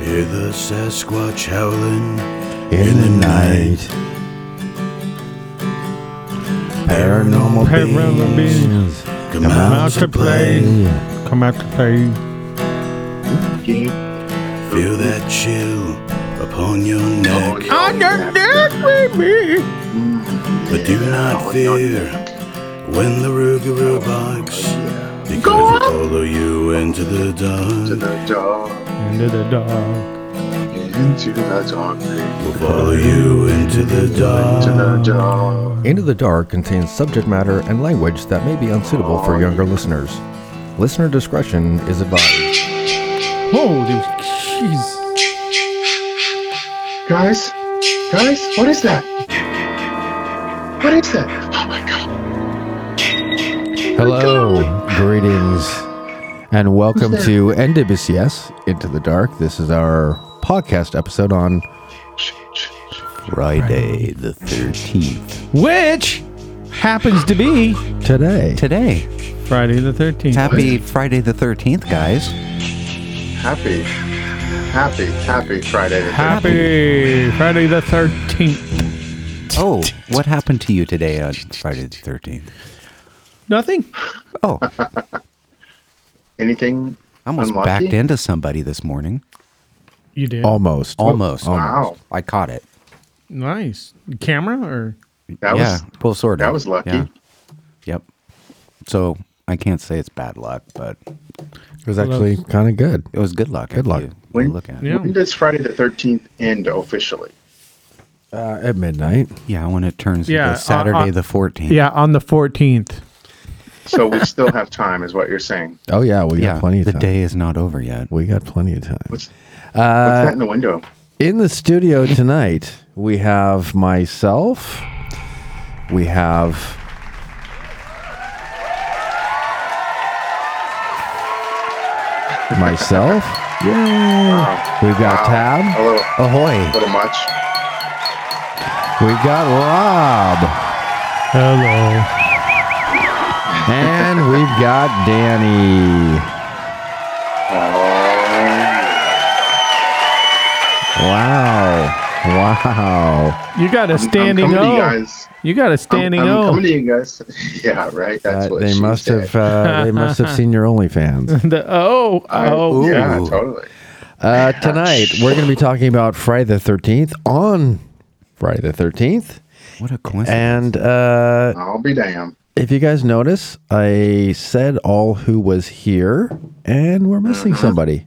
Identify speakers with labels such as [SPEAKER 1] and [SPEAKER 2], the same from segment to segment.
[SPEAKER 1] Hear the Sasquatch howling
[SPEAKER 2] In the night. Paranormal
[SPEAKER 3] Paranormal
[SPEAKER 2] beings.
[SPEAKER 1] Come out to play.
[SPEAKER 3] Come out to play.
[SPEAKER 1] Feel that chill upon your neck.
[SPEAKER 3] On your neck with me.
[SPEAKER 1] But do not fear when the Ruger barks. Because
[SPEAKER 4] Go
[SPEAKER 1] will follow you into the
[SPEAKER 4] Into
[SPEAKER 1] dark.
[SPEAKER 4] the dark,
[SPEAKER 3] Into the dark.
[SPEAKER 4] into the dark, into
[SPEAKER 1] Will follow you into the dark.
[SPEAKER 4] the dark.
[SPEAKER 2] Into the Dark contains subject matter and language that may be unsuitable for younger listeners. Listener discretion is advised.
[SPEAKER 3] Holy jeez.
[SPEAKER 4] Guys, guys, what is that? What is that? Oh my god!
[SPEAKER 2] Hello, greetings, and welcome
[SPEAKER 4] Who's
[SPEAKER 2] to NWCS Into the Dark. This is our podcast episode on
[SPEAKER 5] Friday the 13th.
[SPEAKER 3] Which happens to be
[SPEAKER 2] today.
[SPEAKER 5] Today.
[SPEAKER 3] Friday the 13th.
[SPEAKER 5] Happy Friday the 13th, guys.
[SPEAKER 4] Happy, happy, happy Friday. the
[SPEAKER 3] Happy Friday the 13th.
[SPEAKER 5] Oh, what happened to you today on Friday the 13th?
[SPEAKER 3] Nothing.
[SPEAKER 5] Oh,
[SPEAKER 4] 13th. Anything?
[SPEAKER 5] I almost
[SPEAKER 4] Unlucky?
[SPEAKER 5] backed into somebody this morning.
[SPEAKER 3] You did.
[SPEAKER 2] Almost.
[SPEAKER 5] Almost.
[SPEAKER 4] Wow,
[SPEAKER 5] I caught it.
[SPEAKER 3] Nice. Camera or?
[SPEAKER 4] that
[SPEAKER 5] yeah,
[SPEAKER 4] was
[SPEAKER 5] well, sort of.
[SPEAKER 4] that was lucky.
[SPEAKER 5] Yeah. Yep. So I can't say it's bad luck, but
[SPEAKER 2] It was actually kind of good.
[SPEAKER 5] it was good luck.
[SPEAKER 2] Good
[SPEAKER 5] if
[SPEAKER 2] luck.
[SPEAKER 5] you- you
[SPEAKER 4] When-
[SPEAKER 5] look at it.
[SPEAKER 3] Yeah.
[SPEAKER 4] When does Friday the 13th end officially?
[SPEAKER 2] Uh, at midnight.
[SPEAKER 5] Yeah, when it turns
[SPEAKER 3] Yeah, uh,
[SPEAKER 5] into Saturday
[SPEAKER 3] uh,
[SPEAKER 5] the 14th.
[SPEAKER 3] Yeah, on the 14th.
[SPEAKER 4] So we still have time, is what you're saying.
[SPEAKER 2] Oh, yeah, we got
[SPEAKER 5] Yeah,
[SPEAKER 2] plenty of
[SPEAKER 5] the
[SPEAKER 2] time.
[SPEAKER 5] day is not over yet.
[SPEAKER 2] We got plenty of time.
[SPEAKER 4] What's, what's
[SPEAKER 5] Uh,
[SPEAKER 4] that in the window?
[SPEAKER 2] In the studio tonight, we have myself. We have. Myself. Yeah.
[SPEAKER 4] Wow,
[SPEAKER 2] We've got
[SPEAKER 4] a
[SPEAKER 2] Tab.
[SPEAKER 4] little,
[SPEAKER 2] Ahoy.
[SPEAKER 4] little much.
[SPEAKER 2] We've got Rob.
[SPEAKER 3] Hello.
[SPEAKER 2] And we've got Danny. Wow. Wow.
[SPEAKER 3] You got a
[SPEAKER 4] I'm
[SPEAKER 3] standing
[SPEAKER 4] coming to you
[SPEAKER 3] O.
[SPEAKER 4] guys.
[SPEAKER 3] You got a standing
[SPEAKER 4] I'm, I'm
[SPEAKER 3] O.
[SPEAKER 4] coming to you guys. Yeah, right. That's
[SPEAKER 2] Uh,
[SPEAKER 4] what
[SPEAKER 2] they
[SPEAKER 4] she
[SPEAKER 2] must
[SPEAKER 4] said.
[SPEAKER 2] have uh, they must have seen your OnlyFans.
[SPEAKER 3] The oh
[SPEAKER 4] I-
[SPEAKER 3] oh.
[SPEAKER 4] yeah,
[SPEAKER 5] Ooh.
[SPEAKER 4] totally.
[SPEAKER 2] Uh, tonight, we're going to be talking about Friday the 13th on Friday the 13th.
[SPEAKER 5] What a
[SPEAKER 2] And
[SPEAKER 5] coincidence.
[SPEAKER 2] uh,
[SPEAKER 4] I'll be damned.
[SPEAKER 2] if you guys notice, I said all who was here, and we're missing somebody.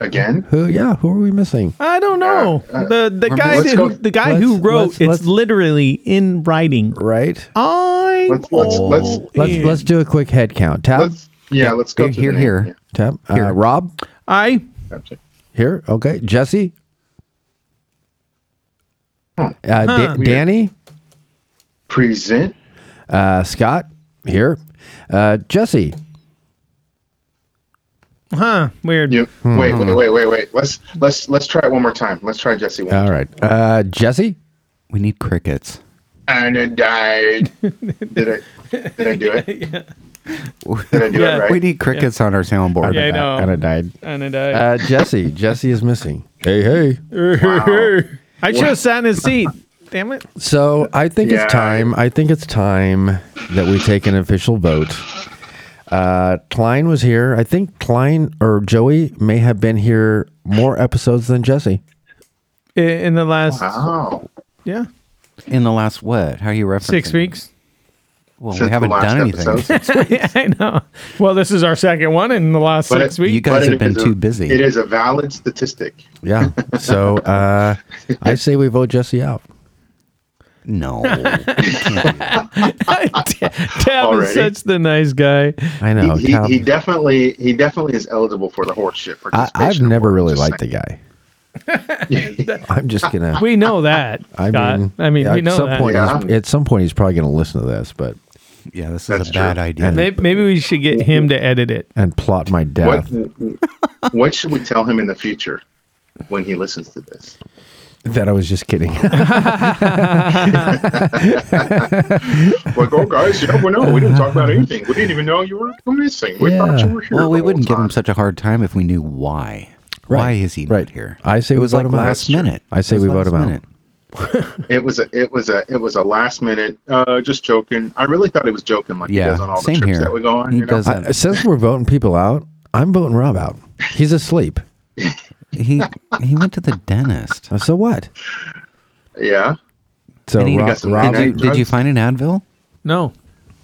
[SPEAKER 4] Again?
[SPEAKER 2] Who? Yeah, who are we missing?
[SPEAKER 3] I don't know. the the guy
[SPEAKER 4] let's
[SPEAKER 3] that,
[SPEAKER 4] go-
[SPEAKER 3] the guy who
[SPEAKER 2] let's-
[SPEAKER 3] wrote
[SPEAKER 2] let's-
[SPEAKER 3] it's
[SPEAKER 2] let's-
[SPEAKER 3] literally in writing.
[SPEAKER 2] Right?
[SPEAKER 3] I'm
[SPEAKER 4] Let's- let's-
[SPEAKER 3] all
[SPEAKER 4] let's-
[SPEAKER 2] Let's
[SPEAKER 3] in.
[SPEAKER 2] let's do a quick head count. Tab,
[SPEAKER 4] Let's, yeah, let's go
[SPEAKER 5] Here,
[SPEAKER 4] through the
[SPEAKER 5] here,
[SPEAKER 4] name.
[SPEAKER 5] here.
[SPEAKER 2] tab. Uh,
[SPEAKER 5] here.
[SPEAKER 2] Rob
[SPEAKER 3] I
[SPEAKER 4] Yeah, that's it.
[SPEAKER 2] here. Okay, Jesse. Uh, Da- Danny,
[SPEAKER 4] Present.
[SPEAKER 2] uh, Scott here. Uh, Jesse,
[SPEAKER 3] huh weird.
[SPEAKER 4] You, Wait, wait, wait, wait, wait. Let's let's let's try it one more time. Let's try Jesse one.
[SPEAKER 2] All right. Uh, Jesse?
[SPEAKER 5] we need crickets.
[SPEAKER 4] And it died. did I did I do it? Did I do
[SPEAKER 3] Yeah.
[SPEAKER 4] it right?
[SPEAKER 5] We need crickets on our soundboard.
[SPEAKER 3] Yeah, I know.
[SPEAKER 2] Kinda died.
[SPEAKER 3] And it, uh,
[SPEAKER 2] Uh, Jesse. Jesse is missing. Hey, hey.
[SPEAKER 3] I should have sat in his seat. Damn it.
[SPEAKER 2] So I think
[SPEAKER 4] Yeah.
[SPEAKER 2] it's time. I think it's time that we take an official vote. Uh, Klein was here. I think Klein or Joey may have been here more episodes than Jesse.
[SPEAKER 3] I- In the last
[SPEAKER 4] Wow.
[SPEAKER 3] yeah
[SPEAKER 5] In the last what? How are you referencing?
[SPEAKER 3] six weeks.
[SPEAKER 5] Well,
[SPEAKER 4] Since
[SPEAKER 5] we
[SPEAKER 4] the
[SPEAKER 5] haven't
[SPEAKER 4] last
[SPEAKER 5] done anything.
[SPEAKER 4] episode.
[SPEAKER 3] yeah, I know. Well, this is our second one in the last
[SPEAKER 4] But
[SPEAKER 3] six
[SPEAKER 4] it-
[SPEAKER 3] weeks.
[SPEAKER 5] You guys
[SPEAKER 4] But
[SPEAKER 5] have
[SPEAKER 4] it
[SPEAKER 5] been
[SPEAKER 4] is a-
[SPEAKER 5] too busy.
[SPEAKER 4] It is a valid statistic.
[SPEAKER 2] Yeah. So uh, I say we vote Jesse out.
[SPEAKER 5] No. Can't be.
[SPEAKER 3] Tab is
[SPEAKER 4] Already.
[SPEAKER 3] such the nice guy.
[SPEAKER 2] I know.
[SPEAKER 4] he,
[SPEAKER 2] Cal-
[SPEAKER 4] he, he definitely he definitely is eligible for the horseshit
[SPEAKER 2] I,
[SPEAKER 4] participation.
[SPEAKER 2] I've never
[SPEAKER 4] award,
[SPEAKER 2] really
[SPEAKER 4] just
[SPEAKER 2] liked the
[SPEAKER 4] saying.
[SPEAKER 2] guy. I'm just gonna.
[SPEAKER 3] We know that.
[SPEAKER 2] I
[SPEAKER 3] Scott.
[SPEAKER 2] mean,
[SPEAKER 3] I mean,
[SPEAKER 2] at
[SPEAKER 3] we know
[SPEAKER 2] some
[SPEAKER 3] that.
[SPEAKER 2] point,
[SPEAKER 4] Yeah.
[SPEAKER 2] he's- at some point, he's probably going to listen to this, but
[SPEAKER 5] Yeah, this is
[SPEAKER 4] That's
[SPEAKER 5] a
[SPEAKER 4] true.
[SPEAKER 5] bad idea.
[SPEAKER 3] May- Maybe, we should get him to edit it.
[SPEAKER 2] and plot my death.
[SPEAKER 4] What what should we tell him in the future when he listens to this?
[SPEAKER 2] That I was just kidding.
[SPEAKER 4] Like, oh guys, you don't know. We didn't talk about anything. We didn't even know you were missing. We
[SPEAKER 2] Yeah.
[SPEAKER 4] thought you were here.
[SPEAKER 5] well, we
[SPEAKER 4] the
[SPEAKER 5] wouldn't
[SPEAKER 4] whole
[SPEAKER 5] give him
[SPEAKER 4] time.
[SPEAKER 5] such a hard time if we knew why. Why is he
[SPEAKER 2] right.
[SPEAKER 5] not here?
[SPEAKER 2] I say
[SPEAKER 5] it
[SPEAKER 2] we
[SPEAKER 5] was
[SPEAKER 2] vote
[SPEAKER 5] like
[SPEAKER 2] him out.
[SPEAKER 5] last minute.
[SPEAKER 2] I say
[SPEAKER 5] It was
[SPEAKER 2] we vote
[SPEAKER 5] last
[SPEAKER 2] him out.
[SPEAKER 5] minute.
[SPEAKER 4] It was a it was a it was a last minute. Uh, just joking. I really thought he was joking, like
[SPEAKER 5] Yeah,
[SPEAKER 4] he does on all the
[SPEAKER 5] same
[SPEAKER 4] trips
[SPEAKER 5] here.
[SPEAKER 4] that we go on.
[SPEAKER 5] He
[SPEAKER 4] you know?
[SPEAKER 5] does-
[SPEAKER 2] I, since we're voting people out, I'm voting Rob out. He's asleep. Uh,
[SPEAKER 5] He he went to the dentist.
[SPEAKER 2] So what?
[SPEAKER 4] Yeah.
[SPEAKER 2] So
[SPEAKER 5] And he
[SPEAKER 2] Rob,
[SPEAKER 5] got some-
[SPEAKER 2] Rob-
[SPEAKER 5] did, you, did you
[SPEAKER 4] drugs.
[SPEAKER 5] find an Advil?
[SPEAKER 3] No.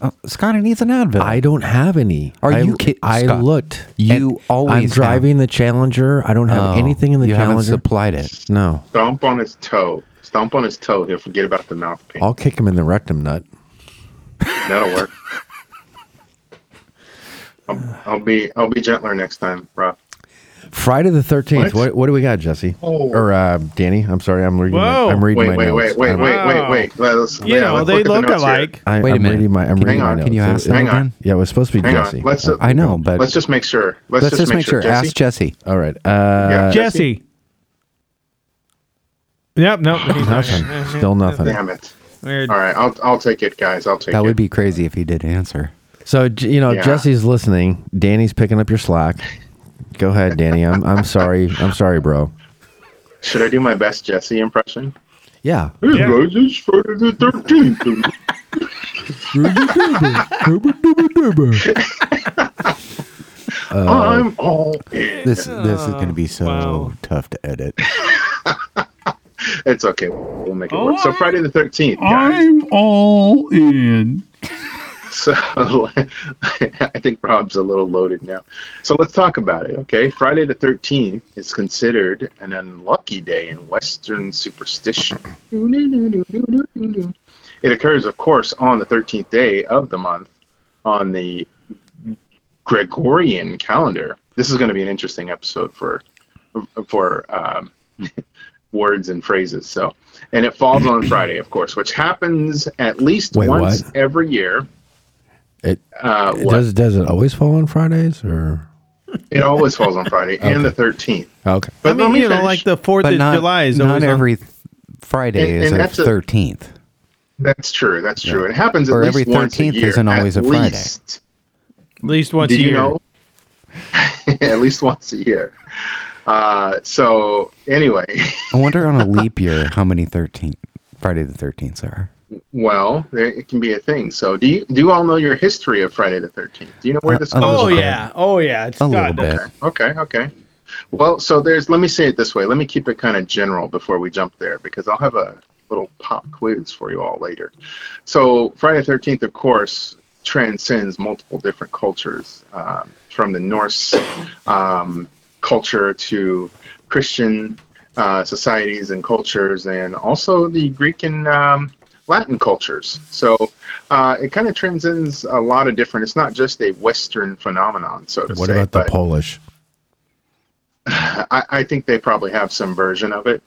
[SPEAKER 5] Oh, Scott, he needs an Advil.
[SPEAKER 2] I don't have any.
[SPEAKER 5] Are
[SPEAKER 2] I,
[SPEAKER 5] you kid-
[SPEAKER 2] I
[SPEAKER 5] Scott,
[SPEAKER 2] looked.
[SPEAKER 5] you
[SPEAKER 2] And
[SPEAKER 5] always
[SPEAKER 2] I'm
[SPEAKER 5] have.
[SPEAKER 2] driving the Challenger. I don't have
[SPEAKER 5] Oh,
[SPEAKER 2] anything in the
[SPEAKER 5] you haven't
[SPEAKER 2] Challenger.
[SPEAKER 5] supplied it.
[SPEAKER 2] no,
[SPEAKER 4] Stomp on his toe. Stomp on his toe. He'll forget about the mouth pain.
[SPEAKER 5] Oh.
[SPEAKER 2] I'll kick him in the rectum nut.
[SPEAKER 4] That'll work. I'll, I'll be I'll be gentler next time, Rob.
[SPEAKER 2] Friday the thirteenth.
[SPEAKER 4] What?
[SPEAKER 2] What? what do we got, Jesse?
[SPEAKER 4] Oh.
[SPEAKER 2] Or uh, Danny? I'm sorry, I'm reading.
[SPEAKER 3] Whoa.
[SPEAKER 2] My, I'm reading
[SPEAKER 4] Wait,
[SPEAKER 2] my
[SPEAKER 4] wait,
[SPEAKER 2] notes.
[SPEAKER 4] wait, wait,
[SPEAKER 2] I'm,
[SPEAKER 4] wait, wait, wait. Let's
[SPEAKER 3] You
[SPEAKER 4] yeah,
[SPEAKER 3] know,
[SPEAKER 4] let's
[SPEAKER 3] they
[SPEAKER 4] at the
[SPEAKER 3] look
[SPEAKER 4] notes here.
[SPEAKER 3] alike.
[SPEAKER 2] I,
[SPEAKER 5] Wait a
[SPEAKER 2] am
[SPEAKER 5] minute.
[SPEAKER 2] reading my. I'm
[SPEAKER 5] Can-
[SPEAKER 2] reading
[SPEAKER 4] hang
[SPEAKER 2] my
[SPEAKER 4] on,
[SPEAKER 2] notes.
[SPEAKER 5] can you ask
[SPEAKER 2] It- it-
[SPEAKER 5] that
[SPEAKER 4] Hang on.
[SPEAKER 5] again?
[SPEAKER 2] Yeah, it was supposed to be
[SPEAKER 4] Hang
[SPEAKER 2] Jesse.
[SPEAKER 4] on. Let's uh,
[SPEAKER 5] I know, but
[SPEAKER 4] let's just make sure. Let's,
[SPEAKER 5] let's just make sure.
[SPEAKER 4] Jesse.
[SPEAKER 5] Ask Jesse.
[SPEAKER 2] All right. Uh,
[SPEAKER 4] Yeah,
[SPEAKER 3] Jesse. Yep, nope. he's not here.
[SPEAKER 2] nothing. Still nothing.
[SPEAKER 4] Damn it!
[SPEAKER 3] Weird.
[SPEAKER 4] All right, I'll I'll take it, guys. I'll take
[SPEAKER 5] That
[SPEAKER 4] it.
[SPEAKER 5] would be crazy if he did answer.
[SPEAKER 2] So J- you know,
[SPEAKER 4] Yeah.
[SPEAKER 2] Jesse's listening. Danny's picking up your slack. Go ahead, Danny. I'm I'm sorry. I'm sorry, bro.
[SPEAKER 4] Should I do my best Jesse impression?
[SPEAKER 2] Yeah.
[SPEAKER 4] Hey guys, it's Friday the thirteenth. I'm all in.
[SPEAKER 5] This this
[SPEAKER 2] Uh,
[SPEAKER 5] is going to be so
[SPEAKER 3] wow.
[SPEAKER 5] tough to edit.
[SPEAKER 4] It's okay. We'll make it work. So Friday the thirteenth, guys.
[SPEAKER 6] I'm all in.
[SPEAKER 4] So I think Rob's a little loaded now. So let's talk about it, okay? Friday the 13th is considered an unlucky day in Western superstition. It occurs, of course, on the 13th day of the month on the Gregorian calendar. This is going to be an interesting episode for for um, words and phrases. So, and it falls on Friday, of course, which happens at least
[SPEAKER 2] Wait,
[SPEAKER 4] once
[SPEAKER 2] what?
[SPEAKER 4] every year.
[SPEAKER 2] It,
[SPEAKER 4] Uh,
[SPEAKER 2] it
[SPEAKER 4] what-
[SPEAKER 2] does does it always fall on Fridays or
[SPEAKER 4] It always falls on Friday and the 13th.
[SPEAKER 2] okay?
[SPEAKER 3] I
[SPEAKER 4] But um, let
[SPEAKER 3] mean,
[SPEAKER 4] me
[SPEAKER 3] you know,
[SPEAKER 4] finish.
[SPEAKER 3] like the 4th
[SPEAKER 5] But
[SPEAKER 3] of
[SPEAKER 5] not,
[SPEAKER 3] July is
[SPEAKER 5] not
[SPEAKER 3] always on-
[SPEAKER 5] every th- Friday
[SPEAKER 4] And-
[SPEAKER 5] is
[SPEAKER 4] and
[SPEAKER 5] a
[SPEAKER 4] that's a-
[SPEAKER 5] 13th.
[SPEAKER 4] that's true. That's true. It happens at
[SPEAKER 5] Or
[SPEAKER 4] least
[SPEAKER 5] every
[SPEAKER 4] once a
[SPEAKER 5] 13th
[SPEAKER 4] year,
[SPEAKER 5] isn't
[SPEAKER 4] at
[SPEAKER 5] always a Friday.
[SPEAKER 4] least.
[SPEAKER 3] at least once
[SPEAKER 4] Did
[SPEAKER 3] a
[SPEAKER 4] you
[SPEAKER 3] year.
[SPEAKER 4] know? at least once a year. Uh, so anyway,
[SPEAKER 5] I wonder on a leap year how many 13th Friday the 13ths are.
[SPEAKER 4] well, there- it can be a thing. So do you do you all know your history of Friday the 13th? Do you know where
[SPEAKER 5] Uh,
[SPEAKER 4] this
[SPEAKER 5] a
[SPEAKER 4] comes
[SPEAKER 5] little
[SPEAKER 3] Oh
[SPEAKER 4] from?
[SPEAKER 5] bit.
[SPEAKER 3] yeah. Oh yeah. It's
[SPEAKER 5] A little
[SPEAKER 3] God,
[SPEAKER 5] bit.
[SPEAKER 4] Okay, okay. Well, so there's, let me say it this way. Let me keep it kind of general before we jump there because I'll have a little pop quiz for you all later. So, Friday the 13th, of course, transcends multiple different cultures um, from the Norse um, culture to Christian uh, societies and cultures, and also the Greek and um, Latin cultures. So uh, it kind of transcends a lot of different. It's not just a Western phenomenon, so to
[SPEAKER 2] What
[SPEAKER 4] say.
[SPEAKER 2] about the
[SPEAKER 4] but-
[SPEAKER 2] Polish?
[SPEAKER 4] I, I think they probably have some version of it.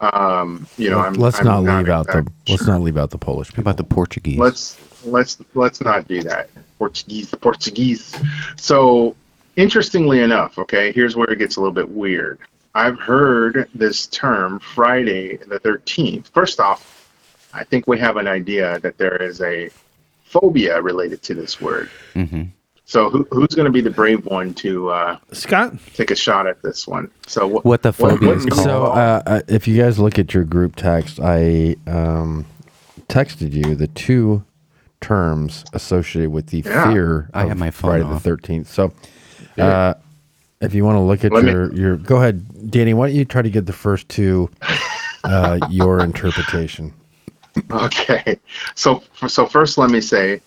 [SPEAKER 4] Um, you know, I'm,
[SPEAKER 2] let's
[SPEAKER 4] I'm
[SPEAKER 2] not leave out the
[SPEAKER 4] exact
[SPEAKER 2] let's
[SPEAKER 4] sure.
[SPEAKER 2] not leave out the Polish.
[SPEAKER 5] How
[SPEAKER 2] People.
[SPEAKER 5] about the Portuguese?
[SPEAKER 4] Let's let's let's not do that. Portuguese, Portuguese. So, interestingly enough, okay, here's where it gets a little bit weird. I've heard this term Friday the 13th. First off, I think we have an idea that there is a phobia related to this word. So, who, who's going to be the brave one to uh,
[SPEAKER 3] Scott.
[SPEAKER 4] take a shot at this one? So, wh-
[SPEAKER 5] What the phobia
[SPEAKER 4] what
[SPEAKER 5] is
[SPEAKER 4] do you
[SPEAKER 5] called.
[SPEAKER 2] So uh, uh, if you guys look at your group text, I um, texted you the two terms associated with the
[SPEAKER 4] Yeah.
[SPEAKER 2] fear.
[SPEAKER 5] I
[SPEAKER 2] of
[SPEAKER 5] have my phone
[SPEAKER 2] Friday
[SPEAKER 5] off.
[SPEAKER 2] the Thirteenth. So. Uh, if you want to look at
[SPEAKER 4] Let me-
[SPEAKER 2] your, your go ahead, Danny. Why don't you try to get the first two, uh, your interpretation?
[SPEAKER 4] Okay. So, so first, let me say,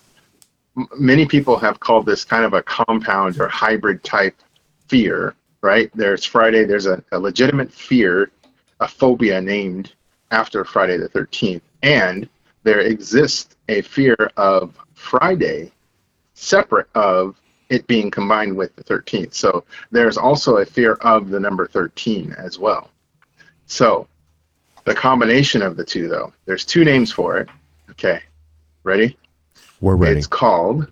[SPEAKER 4] m- many people have called this kind of a compound or hybrid type fear, right? There's Friday, there's a, a legitimate fear, a phobia named after Friday the 13th, and there exists a fear of Friday separate of it being combined with the 13th. So there's also a fear of the number 13 as well. So the combination of the two, though, there's two names for it. Okay, ready?
[SPEAKER 2] We're ready.
[SPEAKER 4] It's called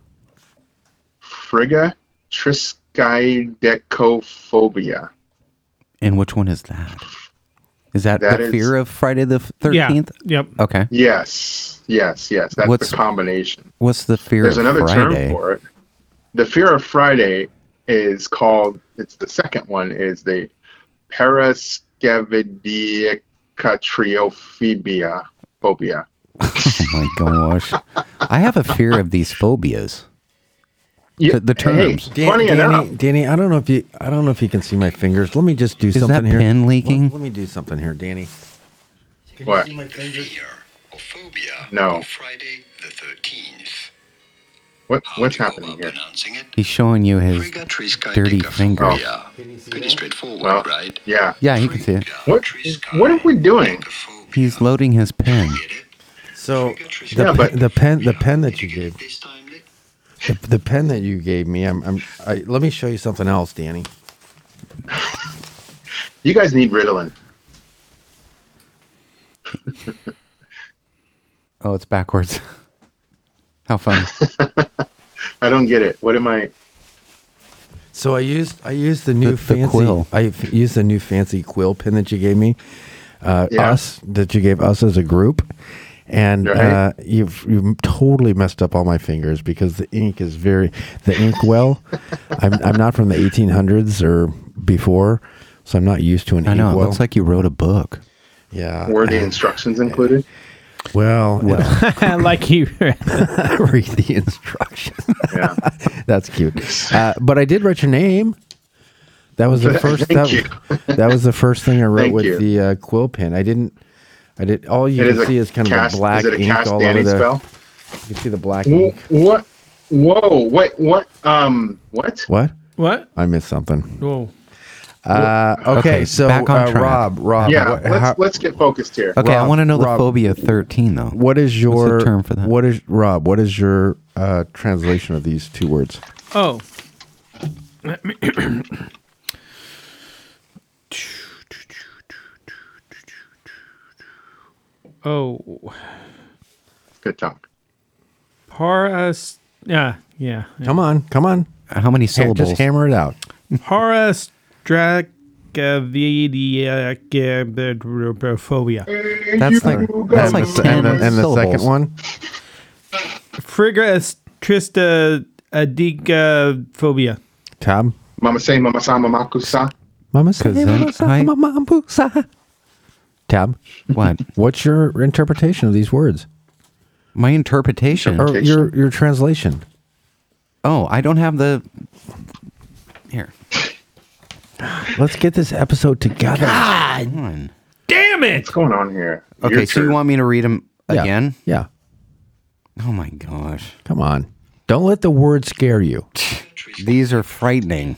[SPEAKER 4] Frigga triskidecophobia.
[SPEAKER 5] and which one is that? Is that,
[SPEAKER 4] That
[SPEAKER 5] the
[SPEAKER 4] is-
[SPEAKER 5] fear of Friday the f- 13th?
[SPEAKER 3] Yeah. Yep.
[SPEAKER 5] Okay.
[SPEAKER 4] Yes, yes, yes. That's
[SPEAKER 5] What's-
[SPEAKER 4] the combination.
[SPEAKER 5] What's the fear
[SPEAKER 4] There's
[SPEAKER 5] of
[SPEAKER 4] another
[SPEAKER 5] Friday?
[SPEAKER 4] term for it. The fear of Friday is called. It's the second one. Is the parascavidicatriophobia. Phobia.
[SPEAKER 5] Oh my gosh. I have a fear of these phobias.
[SPEAKER 4] Yeah,
[SPEAKER 5] The- the
[SPEAKER 4] hey,
[SPEAKER 5] terms.
[SPEAKER 2] Dan-
[SPEAKER 4] funny
[SPEAKER 2] Danny,
[SPEAKER 4] enough,
[SPEAKER 2] Danny, I don't know if you, I don't know if you can see my fingers. Let me just do
[SPEAKER 5] that
[SPEAKER 2] something here.
[SPEAKER 5] pen leaking?
[SPEAKER 2] Let, let me do something here, Danny. Can
[SPEAKER 4] What?
[SPEAKER 2] you see my fingers?
[SPEAKER 7] Fear or phobia
[SPEAKER 4] No.
[SPEAKER 7] on Friday the 13th.
[SPEAKER 4] what,
[SPEAKER 7] How
[SPEAKER 4] what's
[SPEAKER 7] do you go
[SPEAKER 4] happening
[SPEAKER 7] about
[SPEAKER 4] here?
[SPEAKER 7] pronouncing it?
[SPEAKER 5] He's showing you his. dirty
[SPEAKER 7] Frigatriscaidecaphoria.
[SPEAKER 5] fingers.
[SPEAKER 7] Pretty straightforward,
[SPEAKER 4] Well,
[SPEAKER 7] right?
[SPEAKER 4] yeah.
[SPEAKER 5] Yeah, you can see it.
[SPEAKER 4] What, what are we doing?
[SPEAKER 7] Frigatriscaidecaphoria.
[SPEAKER 5] He's loading his pen.
[SPEAKER 7] Get it?
[SPEAKER 2] So the,
[SPEAKER 7] Yeah,
[SPEAKER 4] but-
[SPEAKER 2] the pen, the pen that you
[SPEAKER 7] Did you get
[SPEAKER 2] gave,
[SPEAKER 7] it this time, Nick?
[SPEAKER 2] the, the pen that you gave me. I'm, I'm. I, let me show you something else, Danny.
[SPEAKER 4] You guys need Ritalin.
[SPEAKER 5] Oh, it's backwards. How fun.
[SPEAKER 4] I don't get it. What am I?
[SPEAKER 2] So I used I used the new
[SPEAKER 5] The- the
[SPEAKER 2] fancy
[SPEAKER 5] quill.
[SPEAKER 2] I f- used the new fancy quill pin that you gave me, uh,
[SPEAKER 4] Yeah.
[SPEAKER 2] us that you gave us as a group, and
[SPEAKER 4] Right.
[SPEAKER 2] uh, you've you totally messed up all my fingers because the ink is very the ink well. I'm I'm not from the 1800s or before, so I'm not used to an
[SPEAKER 5] I
[SPEAKER 2] ink
[SPEAKER 5] know. It
[SPEAKER 2] well.
[SPEAKER 5] looks like you wrote a book.
[SPEAKER 2] yeah.
[SPEAKER 4] Were the instructions included?
[SPEAKER 2] well, well.
[SPEAKER 3] like you.
[SPEAKER 2] read the instructions.
[SPEAKER 4] Yeah.
[SPEAKER 2] That's cute. Uh, but I did write your name. That was the first.
[SPEAKER 4] Thank
[SPEAKER 2] that, that was the first thing I wrote
[SPEAKER 4] Thank
[SPEAKER 2] with
[SPEAKER 4] you.
[SPEAKER 2] the uh, quill pen. I didn't. I did. All you
[SPEAKER 4] It
[SPEAKER 2] can
[SPEAKER 4] is a
[SPEAKER 2] see is kind
[SPEAKER 4] cast,
[SPEAKER 2] of a black
[SPEAKER 4] is it a
[SPEAKER 2] ink
[SPEAKER 4] cast
[SPEAKER 2] all
[SPEAKER 4] Danny
[SPEAKER 2] over the.
[SPEAKER 4] spell?
[SPEAKER 2] You can see the black
[SPEAKER 4] Wh-
[SPEAKER 2] ink.
[SPEAKER 4] What? Whoa! What? What? Um. What?
[SPEAKER 2] What?
[SPEAKER 3] what?
[SPEAKER 2] I missed something.
[SPEAKER 3] Whoa.
[SPEAKER 2] Uh, okay,
[SPEAKER 5] Okay,
[SPEAKER 2] so
[SPEAKER 5] back on
[SPEAKER 2] uh,
[SPEAKER 5] track.
[SPEAKER 2] Rob, Rob,
[SPEAKER 4] Yeah.
[SPEAKER 2] what,
[SPEAKER 4] let's
[SPEAKER 2] how-
[SPEAKER 4] let's get focused here.
[SPEAKER 5] Okay, I
[SPEAKER 2] Rob-
[SPEAKER 5] want to know
[SPEAKER 2] Rob-
[SPEAKER 5] the phobia 13, though.
[SPEAKER 2] what is your
[SPEAKER 5] term for that?
[SPEAKER 2] What is Rob? What is your uh, translation of these two words?
[SPEAKER 3] Oh. oh,
[SPEAKER 4] Good talk.
[SPEAKER 3] paras. Yeah, yeah.
[SPEAKER 2] Come on, come on,
[SPEAKER 5] How many
[SPEAKER 2] Ha-
[SPEAKER 5] syllables?
[SPEAKER 2] just hammer it out.
[SPEAKER 3] Parastracavidiacophobia.
[SPEAKER 5] That's like,
[SPEAKER 2] And,
[SPEAKER 5] that's like
[SPEAKER 2] the, and, the, and the second one,
[SPEAKER 3] Frigastrista adicaphobia.
[SPEAKER 2] Tom.
[SPEAKER 4] Mama say, Mama sa, Mama kusa.
[SPEAKER 2] Mama said,
[SPEAKER 5] Kazan-
[SPEAKER 2] "Mama said,
[SPEAKER 5] I-
[SPEAKER 2] Mama ambu sa." Tab,
[SPEAKER 5] What?
[SPEAKER 2] what's your interpretation of these words,
[SPEAKER 5] My interpretation.
[SPEAKER 2] or your your translation?
[SPEAKER 5] Oh, I don't have the. Here.
[SPEAKER 2] Let's get this episode together.
[SPEAKER 5] Come on.
[SPEAKER 3] Damn it!
[SPEAKER 4] What's going on here?
[SPEAKER 5] Okay,
[SPEAKER 4] Your
[SPEAKER 5] so you
[SPEAKER 4] turn.
[SPEAKER 5] want me to read them
[SPEAKER 2] Yeah.
[SPEAKER 5] again?
[SPEAKER 2] Yeah,
[SPEAKER 5] Oh my gosh.
[SPEAKER 2] come on. Don't let the word scare you.
[SPEAKER 5] These are frightening.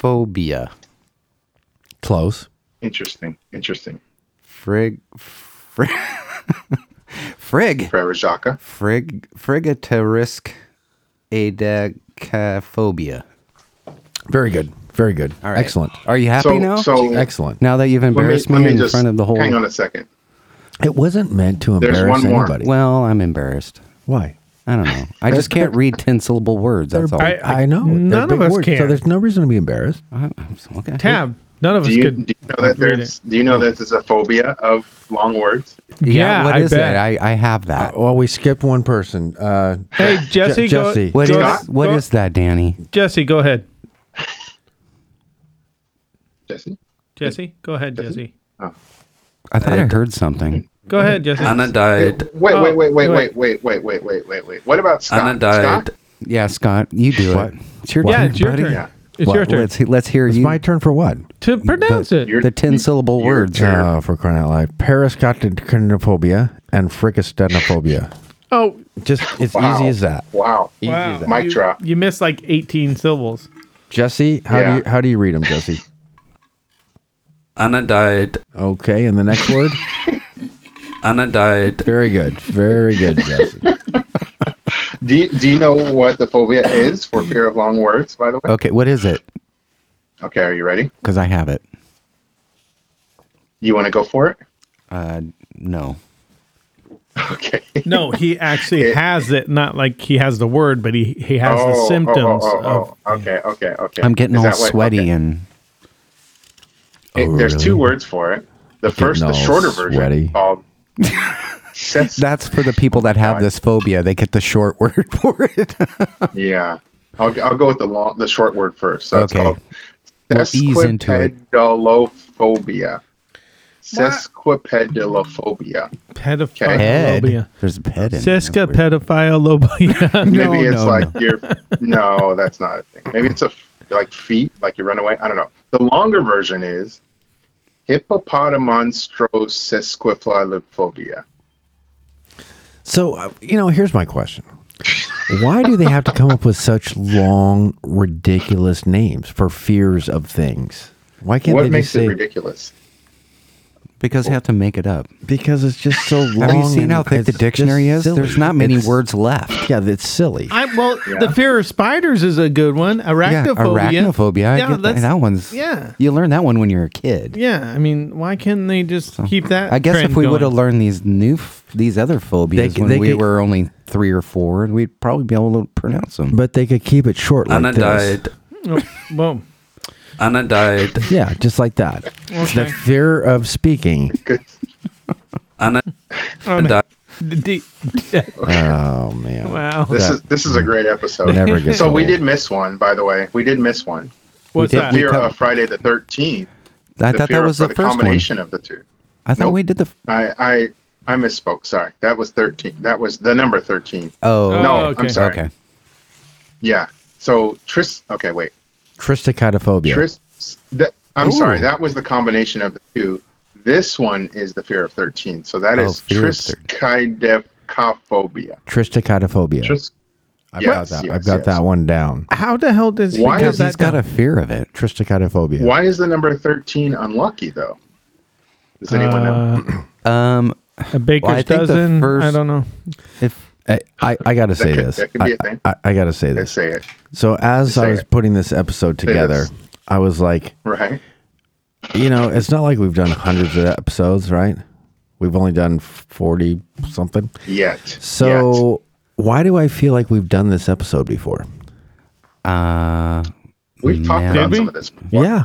[SPEAKER 5] Periscavadecatrophobia.
[SPEAKER 2] Close.
[SPEAKER 4] Interesting. Interesting.
[SPEAKER 5] Frig. Frig. Frig.
[SPEAKER 4] Parajaka.
[SPEAKER 5] Frig. Frigatarisk adecaphobia.
[SPEAKER 2] Very good. Very good.
[SPEAKER 5] All right.
[SPEAKER 2] Excellent.
[SPEAKER 5] Are you happy
[SPEAKER 4] So,
[SPEAKER 5] now?
[SPEAKER 4] so
[SPEAKER 2] Excellent.
[SPEAKER 5] now that you've
[SPEAKER 4] let me,
[SPEAKER 5] embarrassed
[SPEAKER 4] let
[SPEAKER 5] me,
[SPEAKER 4] me
[SPEAKER 5] in
[SPEAKER 4] just
[SPEAKER 5] front of the whole.
[SPEAKER 4] hang on a second.
[SPEAKER 2] It wasn't meant to
[SPEAKER 4] There's
[SPEAKER 2] embarrass
[SPEAKER 4] one more.
[SPEAKER 2] anybody.
[SPEAKER 5] Well, I'm embarrassed.
[SPEAKER 2] Why?
[SPEAKER 5] I don't know. I just can't read ten syllable words. That's all.
[SPEAKER 3] I-
[SPEAKER 2] I know. They're
[SPEAKER 3] none
[SPEAKER 2] big
[SPEAKER 3] of us
[SPEAKER 2] words, So
[SPEAKER 3] can.
[SPEAKER 2] there's no reason to be embarrassed.
[SPEAKER 5] I- I'm so- okay.
[SPEAKER 3] Tab. None of
[SPEAKER 4] Do
[SPEAKER 3] us
[SPEAKER 4] you,
[SPEAKER 3] could.
[SPEAKER 4] do you know that
[SPEAKER 3] read
[SPEAKER 4] there's? Do you know that there's a phobia of long words?
[SPEAKER 5] Yeah,
[SPEAKER 3] Yeah,
[SPEAKER 5] what
[SPEAKER 3] I
[SPEAKER 5] is
[SPEAKER 3] bet. Uh,
[SPEAKER 5] that? I, I have that.
[SPEAKER 2] Well, we skipped one person. Uh,
[SPEAKER 3] Hey, Jesse, go,
[SPEAKER 2] Jesse.
[SPEAKER 5] What is
[SPEAKER 3] go,
[SPEAKER 4] Scott?
[SPEAKER 5] what
[SPEAKER 3] go-
[SPEAKER 5] is that, Danny?
[SPEAKER 3] Jesse, go ahead.
[SPEAKER 4] Jesse.
[SPEAKER 3] Jesse, go ahead, Jesse.
[SPEAKER 5] I thought I heard something.
[SPEAKER 3] Go ahead, Jesse.
[SPEAKER 8] Anna died.
[SPEAKER 3] Oh,
[SPEAKER 4] Wait, wait, wait, wait,
[SPEAKER 3] go
[SPEAKER 4] wait, wait, wait, wait, wait, wait, wait. What about Scott?
[SPEAKER 8] Anna died.
[SPEAKER 4] Scott?
[SPEAKER 5] Yeah, Scott, you do it. It's your
[SPEAKER 3] yeah,
[SPEAKER 5] turn,
[SPEAKER 3] it's your
[SPEAKER 5] buddy.
[SPEAKER 3] turn.
[SPEAKER 4] Yeah.
[SPEAKER 3] It's
[SPEAKER 5] Well,
[SPEAKER 3] your turn
[SPEAKER 5] Let's, let's hear
[SPEAKER 2] it's
[SPEAKER 5] you.
[SPEAKER 2] my turn for what?
[SPEAKER 3] to pronounce it.
[SPEAKER 4] You're-
[SPEAKER 5] The ten syllable
[SPEAKER 4] Your
[SPEAKER 5] words.
[SPEAKER 4] turn.
[SPEAKER 2] Oh, for crying out loud. Periscotinophobia and fricastenophobia.
[SPEAKER 3] Oh,
[SPEAKER 2] Just, it's
[SPEAKER 4] Wow.
[SPEAKER 2] easy as that.
[SPEAKER 4] Wow.
[SPEAKER 2] Easy
[SPEAKER 3] wow.
[SPEAKER 2] as that.
[SPEAKER 4] Mic
[SPEAKER 3] you,
[SPEAKER 4] drop.
[SPEAKER 3] You missed like 18 syllables.
[SPEAKER 2] Jesse, how do
[SPEAKER 4] Yeah.
[SPEAKER 2] you how do you read them, Jesse?
[SPEAKER 8] Anna died.
[SPEAKER 2] Okay, and the next word?
[SPEAKER 8] Anna died.
[SPEAKER 2] Very good. Very good, Jesse.
[SPEAKER 4] Do you, do you know what the phobia is for fear of long words, by the way?
[SPEAKER 5] Okay, what is it?
[SPEAKER 4] Okay, are you ready?
[SPEAKER 5] Because I have it.
[SPEAKER 4] You want to go for it?
[SPEAKER 5] Uh, no.
[SPEAKER 4] Okay.
[SPEAKER 3] No, he actually
[SPEAKER 4] It-
[SPEAKER 3] has it. Not like he has the word, but he, he has the symptoms
[SPEAKER 4] Oh,
[SPEAKER 3] of.
[SPEAKER 4] oh, oh, okay, okay, okay.
[SPEAKER 5] I'm getting
[SPEAKER 4] Is
[SPEAKER 5] all
[SPEAKER 4] that what-
[SPEAKER 5] sweaty
[SPEAKER 4] okay.
[SPEAKER 5] and
[SPEAKER 4] It-
[SPEAKER 2] Oh,
[SPEAKER 4] there's two
[SPEAKER 2] really?
[SPEAKER 4] words for it. The first, the
[SPEAKER 2] all
[SPEAKER 4] shorter version,
[SPEAKER 2] sweaty.
[SPEAKER 4] called sets
[SPEAKER 5] That's for the people that have this phobia. They get the short word for it.
[SPEAKER 4] Yeah, I'll, I'll go with the long, the short word first. So
[SPEAKER 5] Okay. We'll
[SPEAKER 4] it's
[SPEAKER 5] ease
[SPEAKER 4] called
[SPEAKER 5] into it.
[SPEAKER 4] sesquipedophobia. Sesquipedophobia.
[SPEAKER 3] Pedophile
[SPEAKER 5] Head.
[SPEAKER 3] lobia.
[SPEAKER 5] There's a head in it. That's
[SPEAKER 3] Siska
[SPEAKER 5] weird.
[SPEAKER 3] pedophile lobia.
[SPEAKER 4] Maybe
[SPEAKER 5] No,
[SPEAKER 4] it's
[SPEAKER 5] no,
[SPEAKER 4] like your. No, that's not a thing. Maybe it's a f- like feet, like you run away. I don't know. The longer version is hippopotamonstro sesquiflophobia.
[SPEAKER 2] So, uh, you know, here's my question. Why do they have to come up with such long, ridiculous names for fears of things? Why can't
[SPEAKER 4] What
[SPEAKER 2] they
[SPEAKER 4] makes
[SPEAKER 2] just say
[SPEAKER 4] it ridiculous?
[SPEAKER 5] Because they have to make it up.
[SPEAKER 2] because it's just so long?
[SPEAKER 5] Have you seen
[SPEAKER 2] and
[SPEAKER 5] how thick
[SPEAKER 2] it's
[SPEAKER 5] the dictionary
[SPEAKER 2] just
[SPEAKER 5] is?
[SPEAKER 2] silly.
[SPEAKER 5] There's not many
[SPEAKER 2] It's-
[SPEAKER 5] words left.
[SPEAKER 2] Yeah, it's silly.
[SPEAKER 3] I, well, the fear of spiders is a good one.
[SPEAKER 5] Yeah,
[SPEAKER 3] Arachnophobia.
[SPEAKER 5] arachnophobia.
[SPEAKER 3] Yeah,
[SPEAKER 5] I get that.
[SPEAKER 3] that's-
[SPEAKER 5] that one's.
[SPEAKER 3] yeah.
[SPEAKER 5] You learn that one when you're a kid.
[SPEAKER 3] Yeah, I mean, why couldn't they just keep that?
[SPEAKER 5] I guess
[SPEAKER 3] trend
[SPEAKER 5] if we would have
[SPEAKER 3] going?
[SPEAKER 5] learned these new, f- these other phobias
[SPEAKER 2] They-
[SPEAKER 5] when
[SPEAKER 2] they
[SPEAKER 5] we
[SPEAKER 2] get-
[SPEAKER 5] were only three or four, we'd probably be able to pronounce them.
[SPEAKER 2] but they could keep it short like
[SPEAKER 8] Anna
[SPEAKER 2] this.
[SPEAKER 8] died.
[SPEAKER 3] Oh, boom.
[SPEAKER 8] Anna died.
[SPEAKER 2] Yeah, just like that. The
[SPEAKER 3] Okay.
[SPEAKER 2] fear of speaking.
[SPEAKER 8] Anna
[SPEAKER 3] Um,
[SPEAKER 8] died.
[SPEAKER 3] d- d-
[SPEAKER 2] Oh man.
[SPEAKER 3] wow.
[SPEAKER 4] This is this is a great episode.
[SPEAKER 2] Never gets
[SPEAKER 4] so we
[SPEAKER 2] old.
[SPEAKER 4] did miss one, by the way. We did miss one.
[SPEAKER 3] What's
[SPEAKER 5] did-
[SPEAKER 3] that?
[SPEAKER 5] we
[SPEAKER 4] Fear
[SPEAKER 5] covered-
[SPEAKER 4] of Friday the Thirteenth.
[SPEAKER 5] I
[SPEAKER 4] the
[SPEAKER 5] thought
[SPEAKER 4] fear
[SPEAKER 5] that
[SPEAKER 4] of-
[SPEAKER 5] was
[SPEAKER 4] for
[SPEAKER 5] the first one.
[SPEAKER 4] combination of the two.
[SPEAKER 5] I thought
[SPEAKER 4] Nope.
[SPEAKER 5] we did the. f-
[SPEAKER 4] I I I misspoke. Sorry, that was thirteen. That was the number thirteen.
[SPEAKER 5] Oh,
[SPEAKER 4] no,
[SPEAKER 3] okay.
[SPEAKER 4] I'm sorry.
[SPEAKER 5] okay.
[SPEAKER 4] Yeah. So Tris. Okay, wait.
[SPEAKER 2] Tristicotophobia.
[SPEAKER 4] Tris. That, I'm sorry. That was the combination of the two. This one is the fear of thirteen. So that
[SPEAKER 5] Oh,
[SPEAKER 4] is
[SPEAKER 5] fear of 13.
[SPEAKER 4] triskaidekaphobia.
[SPEAKER 2] Tristicotophobia.
[SPEAKER 4] Tris.
[SPEAKER 2] I've
[SPEAKER 4] yes,
[SPEAKER 2] got that.
[SPEAKER 4] yes,
[SPEAKER 2] I've got
[SPEAKER 4] yes.
[SPEAKER 2] that one down.
[SPEAKER 3] How the hell does he
[SPEAKER 4] Why
[SPEAKER 3] have
[SPEAKER 4] is
[SPEAKER 3] that
[SPEAKER 5] He's got
[SPEAKER 3] down?
[SPEAKER 5] a fear of it.
[SPEAKER 2] Tristicotophobia.
[SPEAKER 4] Why is the number thirteen unlucky though? Does anyone know?
[SPEAKER 3] uh,
[SPEAKER 5] Um,
[SPEAKER 3] a baker's
[SPEAKER 5] Well, I think the
[SPEAKER 3] dozen? I
[SPEAKER 5] first-
[SPEAKER 3] don't know.
[SPEAKER 5] if
[SPEAKER 2] I, I, I got to say
[SPEAKER 4] could-
[SPEAKER 2] this.
[SPEAKER 4] that could
[SPEAKER 2] I,
[SPEAKER 4] be a thing.
[SPEAKER 2] I, I got to say
[SPEAKER 4] They
[SPEAKER 2] this.
[SPEAKER 4] say it
[SPEAKER 2] So as I
[SPEAKER 4] say
[SPEAKER 2] was
[SPEAKER 4] it.
[SPEAKER 2] putting this episode together,
[SPEAKER 4] this.
[SPEAKER 2] I was like,
[SPEAKER 4] right.
[SPEAKER 2] you know, it's not like we've done hundreds of episodes, right? We've only done 40 something.
[SPEAKER 4] Yet. Yet.
[SPEAKER 2] So why do I feel like we've done this episode before?
[SPEAKER 5] uh,
[SPEAKER 4] we've talked
[SPEAKER 5] Did
[SPEAKER 4] about
[SPEAKER 3] we?
[SPEAKER 4] some of this. Before.
[SPEAKER 2] Yeah.